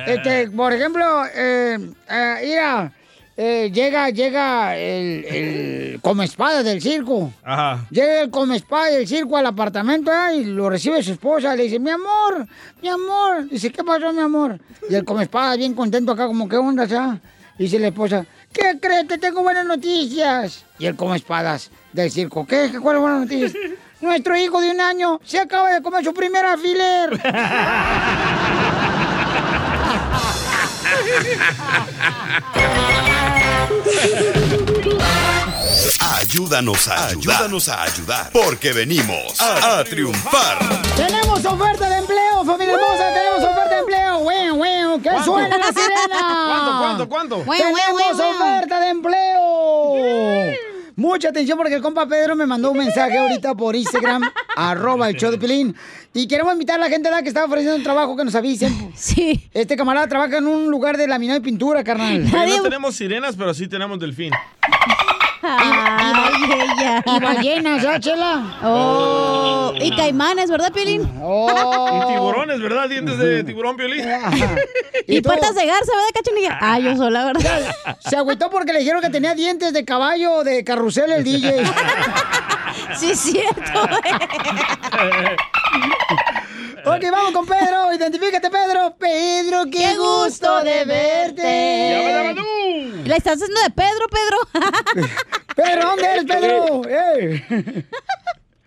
Speaker 5: este, por ejemplo, eh, eh, mira, eh, llega, llega el, el come espada del circo.
Speaker 8: Ajá.
Speaker 5: Llega el come espada del circo al apartamento ¿eh? y lo recibe su esposa. Le dice, mi amor, mi amor. Dice, ¿qué pasó, mi amor? Y el come espada bien contento acá, como, ¿qué onda, ya? Dice la esposa, ¿qué crees? Te tengo buenas noticias. Y él come espadas del circo. ¿Qué? ¿Qué- ¿Cuáles buenas noticias? Nuestro hijo de un año se acaba de comer su primer alfiler.
Speaker 2: Ayúdanos a ayudar. Ayúdanos a ayudar. Porque venimos a, a triunfar.
Speaker 5: Tenemos oferta de empleo, familia hermosa, tenemos oferta de empleo. ¡Weo, weo! ¡Que
Speaker 8: ¿Cuánto?
Speaker 5: suena la sirena!
Speaker 8: ¿Cuánto, cuánto, cuánto? Weo, weo, weo,
Speaker 5: ¡Tenemos
Speaker 8: weo.
Speaker 5: oferta de empleo! Mucha atención porque el compa Pedro me mandó un mensaje ahorita por Instagram, arroba el show de Pilín. Y queremos invitar a la gente ¿verdad? que está ofreciendo un trabajo que nos avisen.
Speaker 7: Sí.
Speaker 5: Este camarada trabaja en un lugar de laminado y pintura, carnal.
Speaker 8: Oye, no tenemos sirenas, pero sí tenemos delfín.
Speaker 7: Ay, ella.
Speaker 5: Y ballenas, ¿ya, Chela? Oh.
Speaker 7: Oh, y caimanes, ¿verdad, Piolín?
Speaker 8: Y tiburones, ¿verdad? Dientes de tiburón, Piolín.
Speaker 7: Y, puertas de garza, ¿verdad, cachanilla? Ah, yo sola, ¿verdad?
Speaker 5: Se agüitó porque le dijeron que tenía dientes de caballo o de carrusel el DJ.
Speaker 7: Sí, es cierto.
Speaker 5: ok, vamos con Pedro. Identifícate, Pedro. Pedro, qué, gusto de verte.
Speaker 7: ¿La estás haciendo de Pedro, Pedro?
Speaker 5: Pedro, ¿dónde eres, Pedro?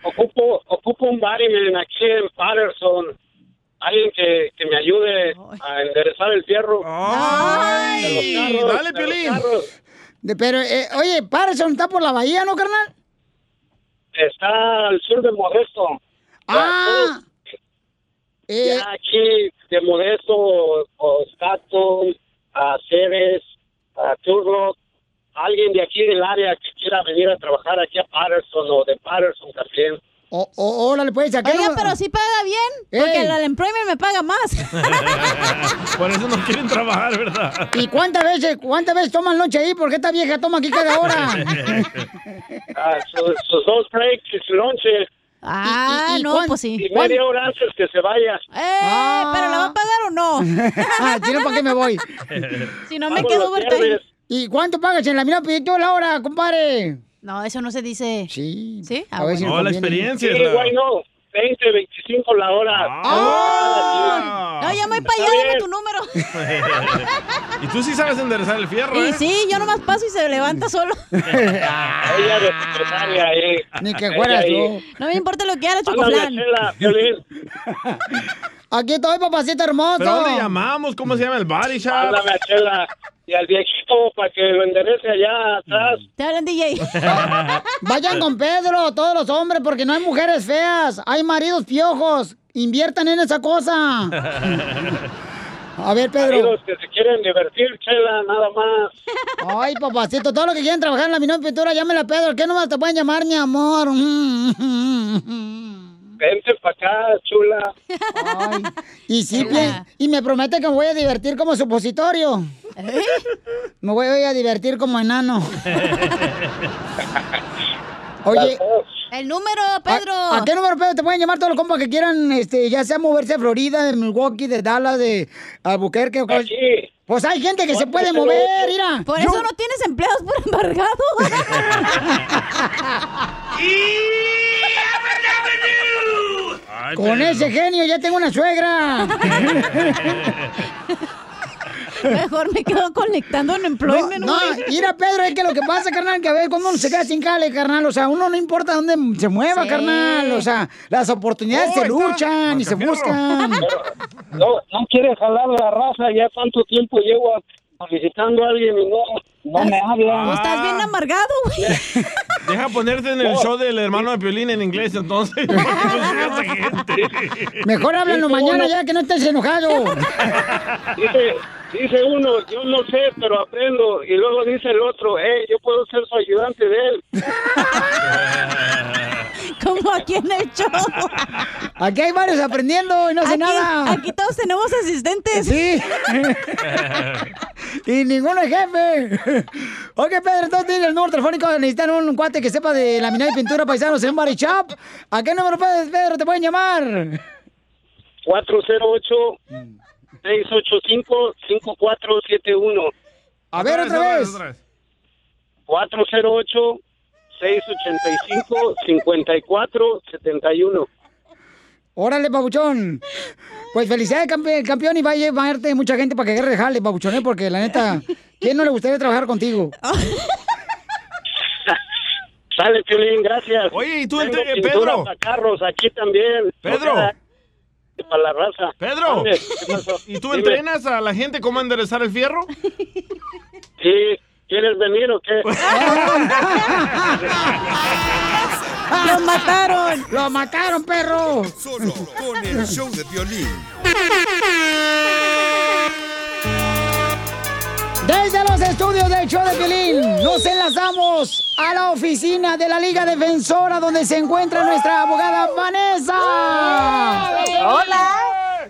Speaker 10: Ocupo, ocupo un barman aquí en Patterson. Alguien que, que me ayude a enderezar el fierro.
Speaker 8: Oh.
Speaker 5: Ay, dale, Piolín. De- pero, eh, oye, Patterson está por la bahía, ¿no, carnal?
Speaker 10: Está al sur de Modesto.
Speaker 5: Ah. Eh.
Speaker 10: Ya aquí de Modesto, o Staton, a Ceres, a Turlock, alguien de aquí del área que quiera venir a trabajar aquí a Patterson o de Patterson también.
Speaker 5: O, o, órale, pues, aquí
Speaker 7: Oiga, pero sí paga bien, porque el Employment me paga más.
Speaker 8: Por eso no quieren trabajar, ¿verdad?
Speaker 5: ¿Y cuántas veces, cuántas veces toman noche ahí? Porque esta vieja toma aquí cada hora.
Speaker 10: Ah, sus, sus dos breaks y su lonche.
Speaker 7: Ah,
Speaker 5: ¿Y- y- y
Speaker 7: no,
Speaker 5: cuán-
Speaker 7: pues sí.
Speaker 10: Y media hora antes que se vaya.
Speaker 7: Eh, pero la va a pagar o no.
Speaker 5: ah, si no, ¿para qué me voy?
Speaker 7: Si no me quedo overtime.
Speaker 5: ¿Y cuánto pagas en la mina proyecto la hora, compadre?
Speaker 7: No, eso no se dice.
Speaker 5: Sí.
Speaker 7: ¿Sí? Ah,
Speaker 5: A ver si nos
Speaker 7: bueno.
Speaker 5: No, la conviene. experiencia es
Speaker 10: Sí,
Speaker 5: la-
Speaker 10: güey, no. 20, 25 la hora.
Speaker 5: Ah.
Speaker 7: No, ya me voy para allá, dame tu número.
Speaker 8: y tú sí sabes enderezar el fierro,
Speaker 7: Y
Speaker 8: ¿eh?
Speaker 7: sí, yo nomás paso y se levanta solo.
Speaker 10: Ella de secretaria, eh.
Speaker 5: Ni que
Speaker 7: fueras
Speaker 10: tú.
Speaker 7: No me importa lo que haga,
Speaker 10: Ándale,
Speaker 7: Chocoflan.
Speaker 10: Chela, Ah, Piolín.
Speaker 5: Aquí estoy, papacito hermoso.
Speaker 8: ¿Pero dónde llamamos? ¿Cómo se llama el body shop?
Speaker 10: Háblame a Chela y al viejito para que lo enderece allá atrás.
Speaker 7: Te hablan, DJ.
Speaker 5: Vayan con Pedro, todos los hombres, porque no hay mujeres feas, hay maridos piojos. Inviertan en esa cosa. A ver, Pedro.
Speaker 10: Amigos que se quieren divertir, Chela, nada más.
Speaker 5: Ay, papacito, todo lo que quieren trabajar en la minón pintura, llámela a Pedro. ¿Qué nomás te pueden llamar, mi amor?
Speaker 10: Vente para acá, chula.
Speaker 5: Ay, y sí, pi- y me promete que me voy a divertir como supositorio. Me voy a divertir como enano. Oye.
Speaker 7: El número, Pedro.
Speaker 5: ¿A, a qué número, Pedro? Te pueden llamar todos los compas que quieran, este, ya sea moverse a Florida, de Milwaukee, de Dallas, de Albuquerque. o cos- Pues hay gente que se puede mover, mira.
Speaker 7: Por
Speaker 5: Yo-
Speaker 7: eso no tienes empleados por embargado.
Speaker 5: Con ese genio ya tengo una suegra.
Speaker 7: Mejor me quedo conectando en employment,
Speaker 5: No, no,
Speaker 7: güey.
Speaker 5: mira, Pedro, es que lo que pasa, carnal, que a veces cuando uno se queda sin cale, carnal, o sea, uno no importa dónde se mueva,
Speaker 7: Sí.
Speaker 5: carnal, o sea, las
Speaker 10: Oh,
Speaker 5: oportunidades se luchan y se buscan.
Speaker 10: No, no quiere jalar la raza, ya tanto tiempo llevo solicitando a alguien y no, no me habla.
Speaker 7: Pues estás
Speaker 5: Ah.
Speaker 7: bien amargado, güey.
Speaker 8: Deja ponerte en el
Speaker 10: No.
Speaker 8: show del hermano de Piolín en inglés, entonces.
Speaker 5: Mejor háblanos mañana ya que no estés enojado.
Speaker 10: Dice, dice uno, yo no sé, pero aprendo. Y luego dice el otro, eh, yo puedo ser su ayudante de él.
Speaker 7: Como aquí en el show.
Speaker 5: Aquí hay varios aprendiendo y no sé
Speaker 7: Aquí-
Speaker 5: nada.
Speaker 7: Aquí todos tenemos asistentes.
Speaker 5: Sí. Y ninguno es jefe. ok, Pedro, entonces tiene el número telefónico. Necesitan un cuate que sepa de laminado y pintura paisanos en Body Shop. ¿A qué número, Pedro, Pedro, te pueden llamar?
Speaker 10: 408-685-5471.
Speaker 5: A ver, otra vez.
Speaker 10: 408-685-5471.
Speaker 5: Órale, pabuchón. Pues felicidades, campe- campeón, y va a llevarte mucha gente para que agarre el jale, pabuchón, ¿eh? porque la neta, ¿quién no le gustaría trabajar contigo?
Speaker 10: Sale, Piolín, gracias.
Speaker 8: Oye, ¿y tú,
Speaker 10: Tengo
Speaker 8: eh,
Speaker 10: pintura
Speaker 8: Pedro?
Speaker 10: para carros aquí también.
Speaker 8: Pedro.
Speaker 10: O sea, Para la raza.
Speaker 8: Pedro,
Speaker 10: Mande, ¿qué pasó?
Speaker 8: ¿y tú
Speaker 10: Dime,
Speaker 8: entrenas a la gente cómo enderezar el fierro?
Speaker 10: Sí, ¿quieres venir o qué?
Speaker 5: ¡Lo mataron! ¡Lo mataron, perro!
Speaker 2: Solo con el show de violín.
Speaker 5: Desde los estudios del show de Pelín, nos enlazamos a la oficina de la Liga Defensora donde se encuentra nuestra abogada Vanessa.
Speaker 6: Hola.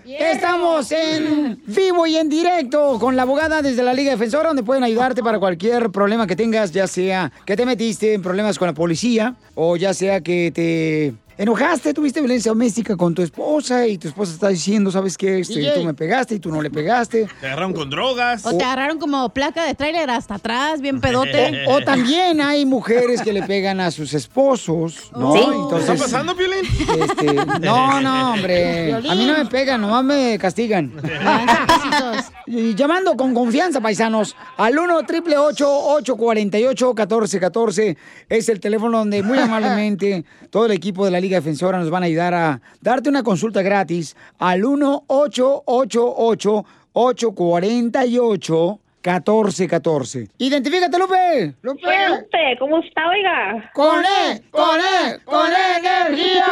Speaker 5: Estamos en vivo y en directo con la abogada desde la Liga Defensora donde pueden ayudarte para cualquier problema que tengas, ya sea que te metiste en problemas con la policía o ya sea que te enojaste, tuviste violencia doméstica con tu esposa y tu esposa está diciendo, ¿sabes qué? Este,
Speaker 7: DJ.
Speaker 5: tú me pegaste y tú no le pegaste.
Speaker 8: Te agarraron con drogas.
Speaker 7: O te agarraron como placa de tráiler hasta atrás, bien pedote.
Speaker 5: O también hay mujeres que le pegan a sus esposos, ¿no?
Speaker 7: Sí.
Speaker 5: Entonces,
Speaker 8: ¿Está pasando, Piolín?
Speaker 5: este, no, no, hombre.
Speaker 8: Violín.
Speaker 5: A mí no me pegan, nomás me castigan. Y Llamando con confianza, paisanos, al 1 triple 848 1414 es el teléfono donde muy amablemente todo el equipo de la Liga Defensora nos van a ayudar a darte una consulta gratis al 1 848 848 1414. ¡Identifícate, Lupe! ¡Lupe!
Speaker 28: Lupe, ¿cómo está, oiga?
Speaker 5: ¡Con E! ¡Con E! ¡Con energía!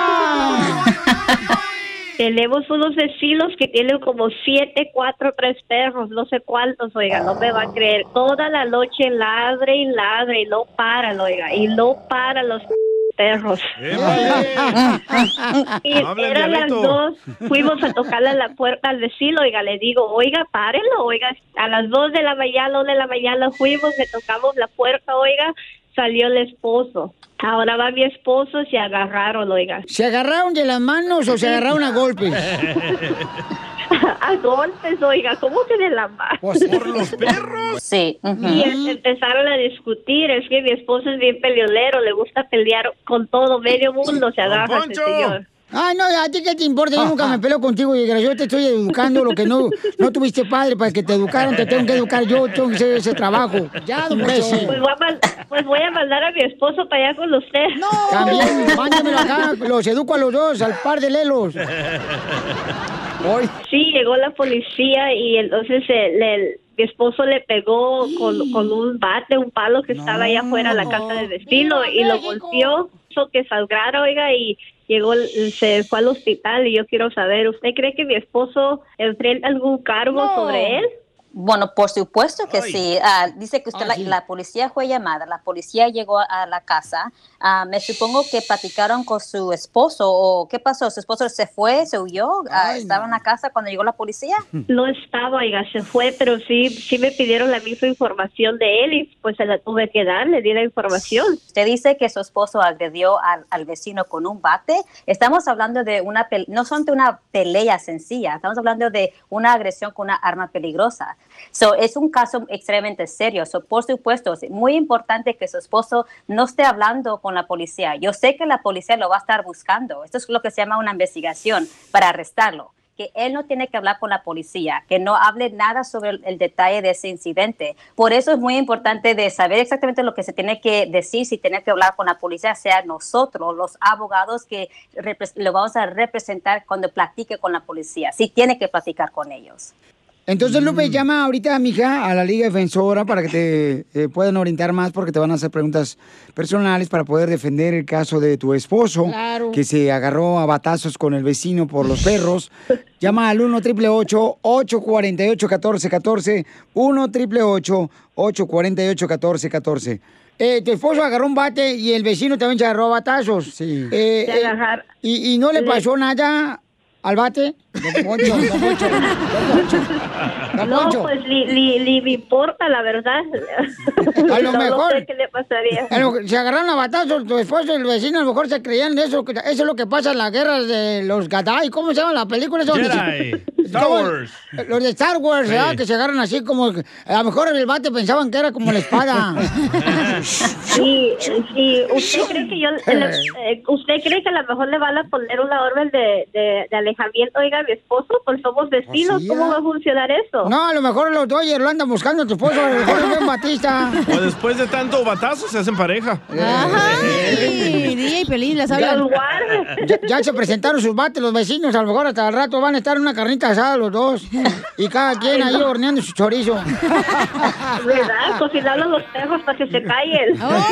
Speaker 28: Tenemos unos vecinos que tienen como siete, cuatro, tres perros, no sé cuántos, oiga, no me va a creer. Toda la noche ladre y ladre y no paran, oiga, y no paran los perros. y
Speaker 6: No hable,
Speaker 28: eran las
Speaker 6: diablito.
Speaker 28: dos, fuimos a tocarle la puerta al vecino, oiga, le digo, oiga, párenlo, oiga, a las dos de la mañana, una de la mañana fuimos, le tocamos la puerta, oiga, salió el esposo. Ahora va mi esposo, se agarraron, oiga.
Speaker 5: ¿Se agarraron de las manos o se agarraron a golpes?
Speaker 28: a golpes, oiga, ¿cómo que de la mano?
Speaker 8: Pues ¿Por los perros?
Speaker 28: Sí. Y em- empezaron a discutir, es que mi esposo es bien peleolero, le gusta pelear con todo, medio mundo se agarra ese señor.
Speaker 5: Ay, no, a ti qué te importa, yo nunca me peleo contigo, y yo te estoy educando lo que no, no tuviste padre para que te educaran, te tengo que educar yo, tengo que hacer ese trabajo. Ya, don
Speaker 28: pues,
Speaker 5: Preci.
Speaker 28: voy a man- pues voy a mandar a mi esposo para allá con usted. No.
Speaker 5: También, mándamelo acá, los educo a los dos, al par de lelos.
Speaker 28: Sí, llegó la policía y entonces eh, le- mi esposo le pegó con, con un bate, un palo que estaba ahí afuera de la casa de vecino y lo golpeó, hizo que salgara, oiga, y llegó, se fue al hospital y yo quiero saber, ¿usted cree que mi esposo enfrenta algún cargo sobre él?
Speaker 30: Bueno, por supuesto que sí. Ah, dice que usted la, la policía fue llamada, la policía llegó a, a la casa. Ah, me supongo que platicaron con su esposo o qué pasó. Su esposo se fue, se huyó, Ah, estaba en la casa cuando llegó la policía.
Speaker 28: No estaba, oiga, se fue, pero sí, sí me pidieron la misma información de él y pues se la tuve que dar, le di la información.
Speaker 30: Usted dice que su esposo agredió al, al vecino con un bate. Estamos hablando de una, pel- no son de una pelea sencilla, estamos hablando de una agresión con una arma peligrosa. So, es un caso extremadamente serio. So, por supuesto, es muy importante que su esposo no esté hablando con la policía. Yo sé que la policía lo va a estar buscando. Esto es lo que se llama una investigación para arrestarlo que él no tiene que hablar con la policía, que no hable nada sobre el, el detalle de ese incidente. Por eso es muy importante de saber exactamente lo que se tiene que decir, si tiene que hablar con la policía, sea nosotros, los abogados que repres- lo vamos a representar cuando platique con la policía, si tiene que platicar con ellos.
Speaker 5: Entonces, Lupe, llama ahorita a mi hija, a la Liga Defensora, para que te eh, puedan orientar más, porque te van a hacer preguntas personales para poder defender el caso de tu esposo,
Speaker 6: Claro.
Speaker 5: que se agarró a batazos con el vecino por los perros. Llama al 1 888 848 1414 1 888 848 1414 Eh, tu esposo agarró un bate y el vecino también se agarró a batazos. Sí.
Speaker 28: Se agarrar-
Speaker 5: ¿y, ¿Y no le
Speaker 28: le-
Speaker 5: pasó nada al bate? Don Poncho, don Poncho. Don Poncho. Don
Speaker 28: No,
Speaker 5: Poncho.
Speaker 28: pues ni, ni, ni me importa, la verdad.
Speaker 5: A
Speaker 28: No,
Speaker 5: lo
Speaker 28: no
Speaker 5: mejor.
Speaker 28: sé qué le pasaría.
Speaker 5: a lo- Se agarraron a batazos tu esposo y el vecino, a lo mejor se creían de eso. que- Eso es lo que pasa en las guerras de los Gadai. ¿Cómo se llama la película? esa donde se-
Speaker 8: Jedi. Star
Speaker 5: ¿Cómo?
Speaker 8: Wars.
Speaker 5: Los de Star Wars,
Speaker 8: Sí.
Speaker 5: ¿verdad? Que se agarran así como. A lo mejor el bate pensaban que era como la espada.
Speaker 28: Sí, eh, sí. ¿Usted cree que yo, eh, usted cree que a lo mejor le van a poner una orden de, de, de alejamiento, oiga, a mi esposo? Pues somos vecinos,
Speaker 5: Así
Speaker 28: ¿cómo
Speaker 5: es.
Speaker 28: va a funcionar eso?
Speaker 5: No, a lo mejor los Dodgers lo andan buscando a tu esposo, a lo mejor es Ben Batista.
Speaker 8: O después de tanto batazo se hacen pareja.
Speaker 5: Eh, Ay, DJ Pelín,
Speaker 7: les hablan.
Speaker 5: Ya, ya se presentaron sus bates, los vecinos, a lo mejor hasta el rato van a estar en una carnita asada los dos. Y cada quien ahí horneando su chorizo.
Speaker 28: ¿Verdad? Pues Cocinarlo a los perros para que se callen. Ah.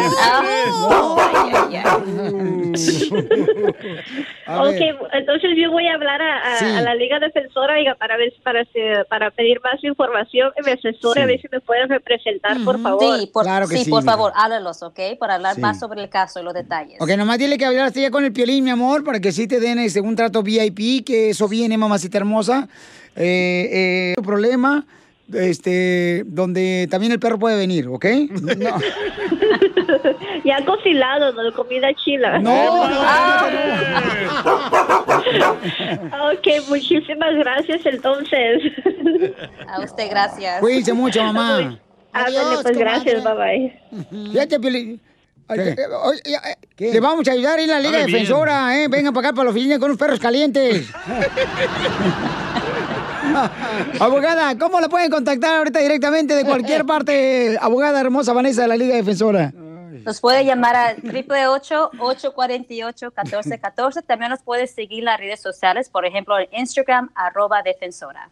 Speaker 5: A
Speaker 28: ok,
Speaker 5: ver.
Speaker 28: entonces yo voy a hablar a, a-
Speaker 5: Sí.
Speaker 28: a la Liga Defensora oiga, para ver para, se- para pedir más información que me asesore, a ver si me pueden representar, por favor.
Speaker 30: Sí, por, sí, por favor, háblalos, ¿ok? Para hablar
Speaker 5: Sí.
Speaker 30: más sobre el caso y los detalles.
Speaker 5: Ok, nomás dile que hablaste ya con el piolín, mi amor, para que sí te den este, un trato VIP, que eso viene, mamacita hermosa. Eh, eh, tu problema, este, donde también el perro puede venir, ¿ok? No.
Speaker 28: Ya cocinado, no comida chila.
Speaker 5: No.
Speaker 28: Ah, ok, muchísimas gracias entonces.
Speaker 30: A usted, gracias.
Speaker 5: Cuídense mucho, mamá.
Speaker 28: Ándale, pues gracias, bye bye.
Speaker 5: Fíjate, Piolín. Ay, eh, oye, eh, Le vamos a ayudar en la Liga
Speaker 28: Hable bien.
Speaker 5: Defensora, ¿eh? Vengan para acá para la oficina con unos perros calientes. abogada, ¿cómo la pueden contactar ahorita directamente de cualquier parte? Abogada hermosa Vanessa de la Liga Defensora.
Speaker 30: Nos puede llamar a 888-848-1414. También nos puede seguir en las redes sociales, por ejemplo, en Instagram, arroba defensora.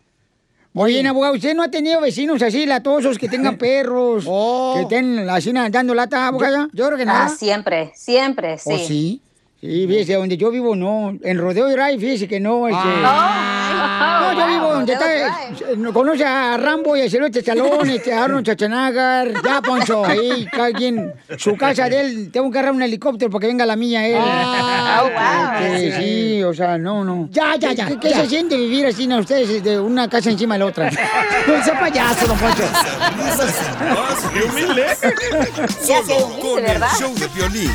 Speaker 5: Oye, abogada, ¿usted no ha tenido vecinos así latosos que tengan perros?
Speaker 30: Oh.
Speaker 5: Que estén así dando lata, abogada. Yo creo que no.
Speaker 30: Ah, siempre, siempre, sí.
Speaker 5: ¿O sí? Sí, fíjese, donde yo vivo no. En Rodeo Drive, fíjese que no. Este...
Speaker 30: Ah. Oh.
Speaker 5: no, yo vivo
Speaker 30: Wow,
Speaker 5: donde
Speaker 30: Rodeo
Speaker 5: está. eh, Conoce a Rambo y a Silvestre Stallone, este, a Arnold Schwarzenegger. Ya, Poncho, ahí, cada quien. Su casa de él, tengo que agarrar un helicóptero para que venga la mía él.
Speaker 30: Ah,
Speaker 5: Este,
Speaker 30: wow.
Speaker 5: Sí, o sea, no, no. Ya, ya, ya. ¿Qué, qué se siente vivir así, no, ustedes, de una casa encima de la otra? No sea payaso, don Poncho.
Speaker 2: ¡Qué Ah, humilde! Solo con el
Speaker 30: ¿verdad?
Speaker 2: show de violín.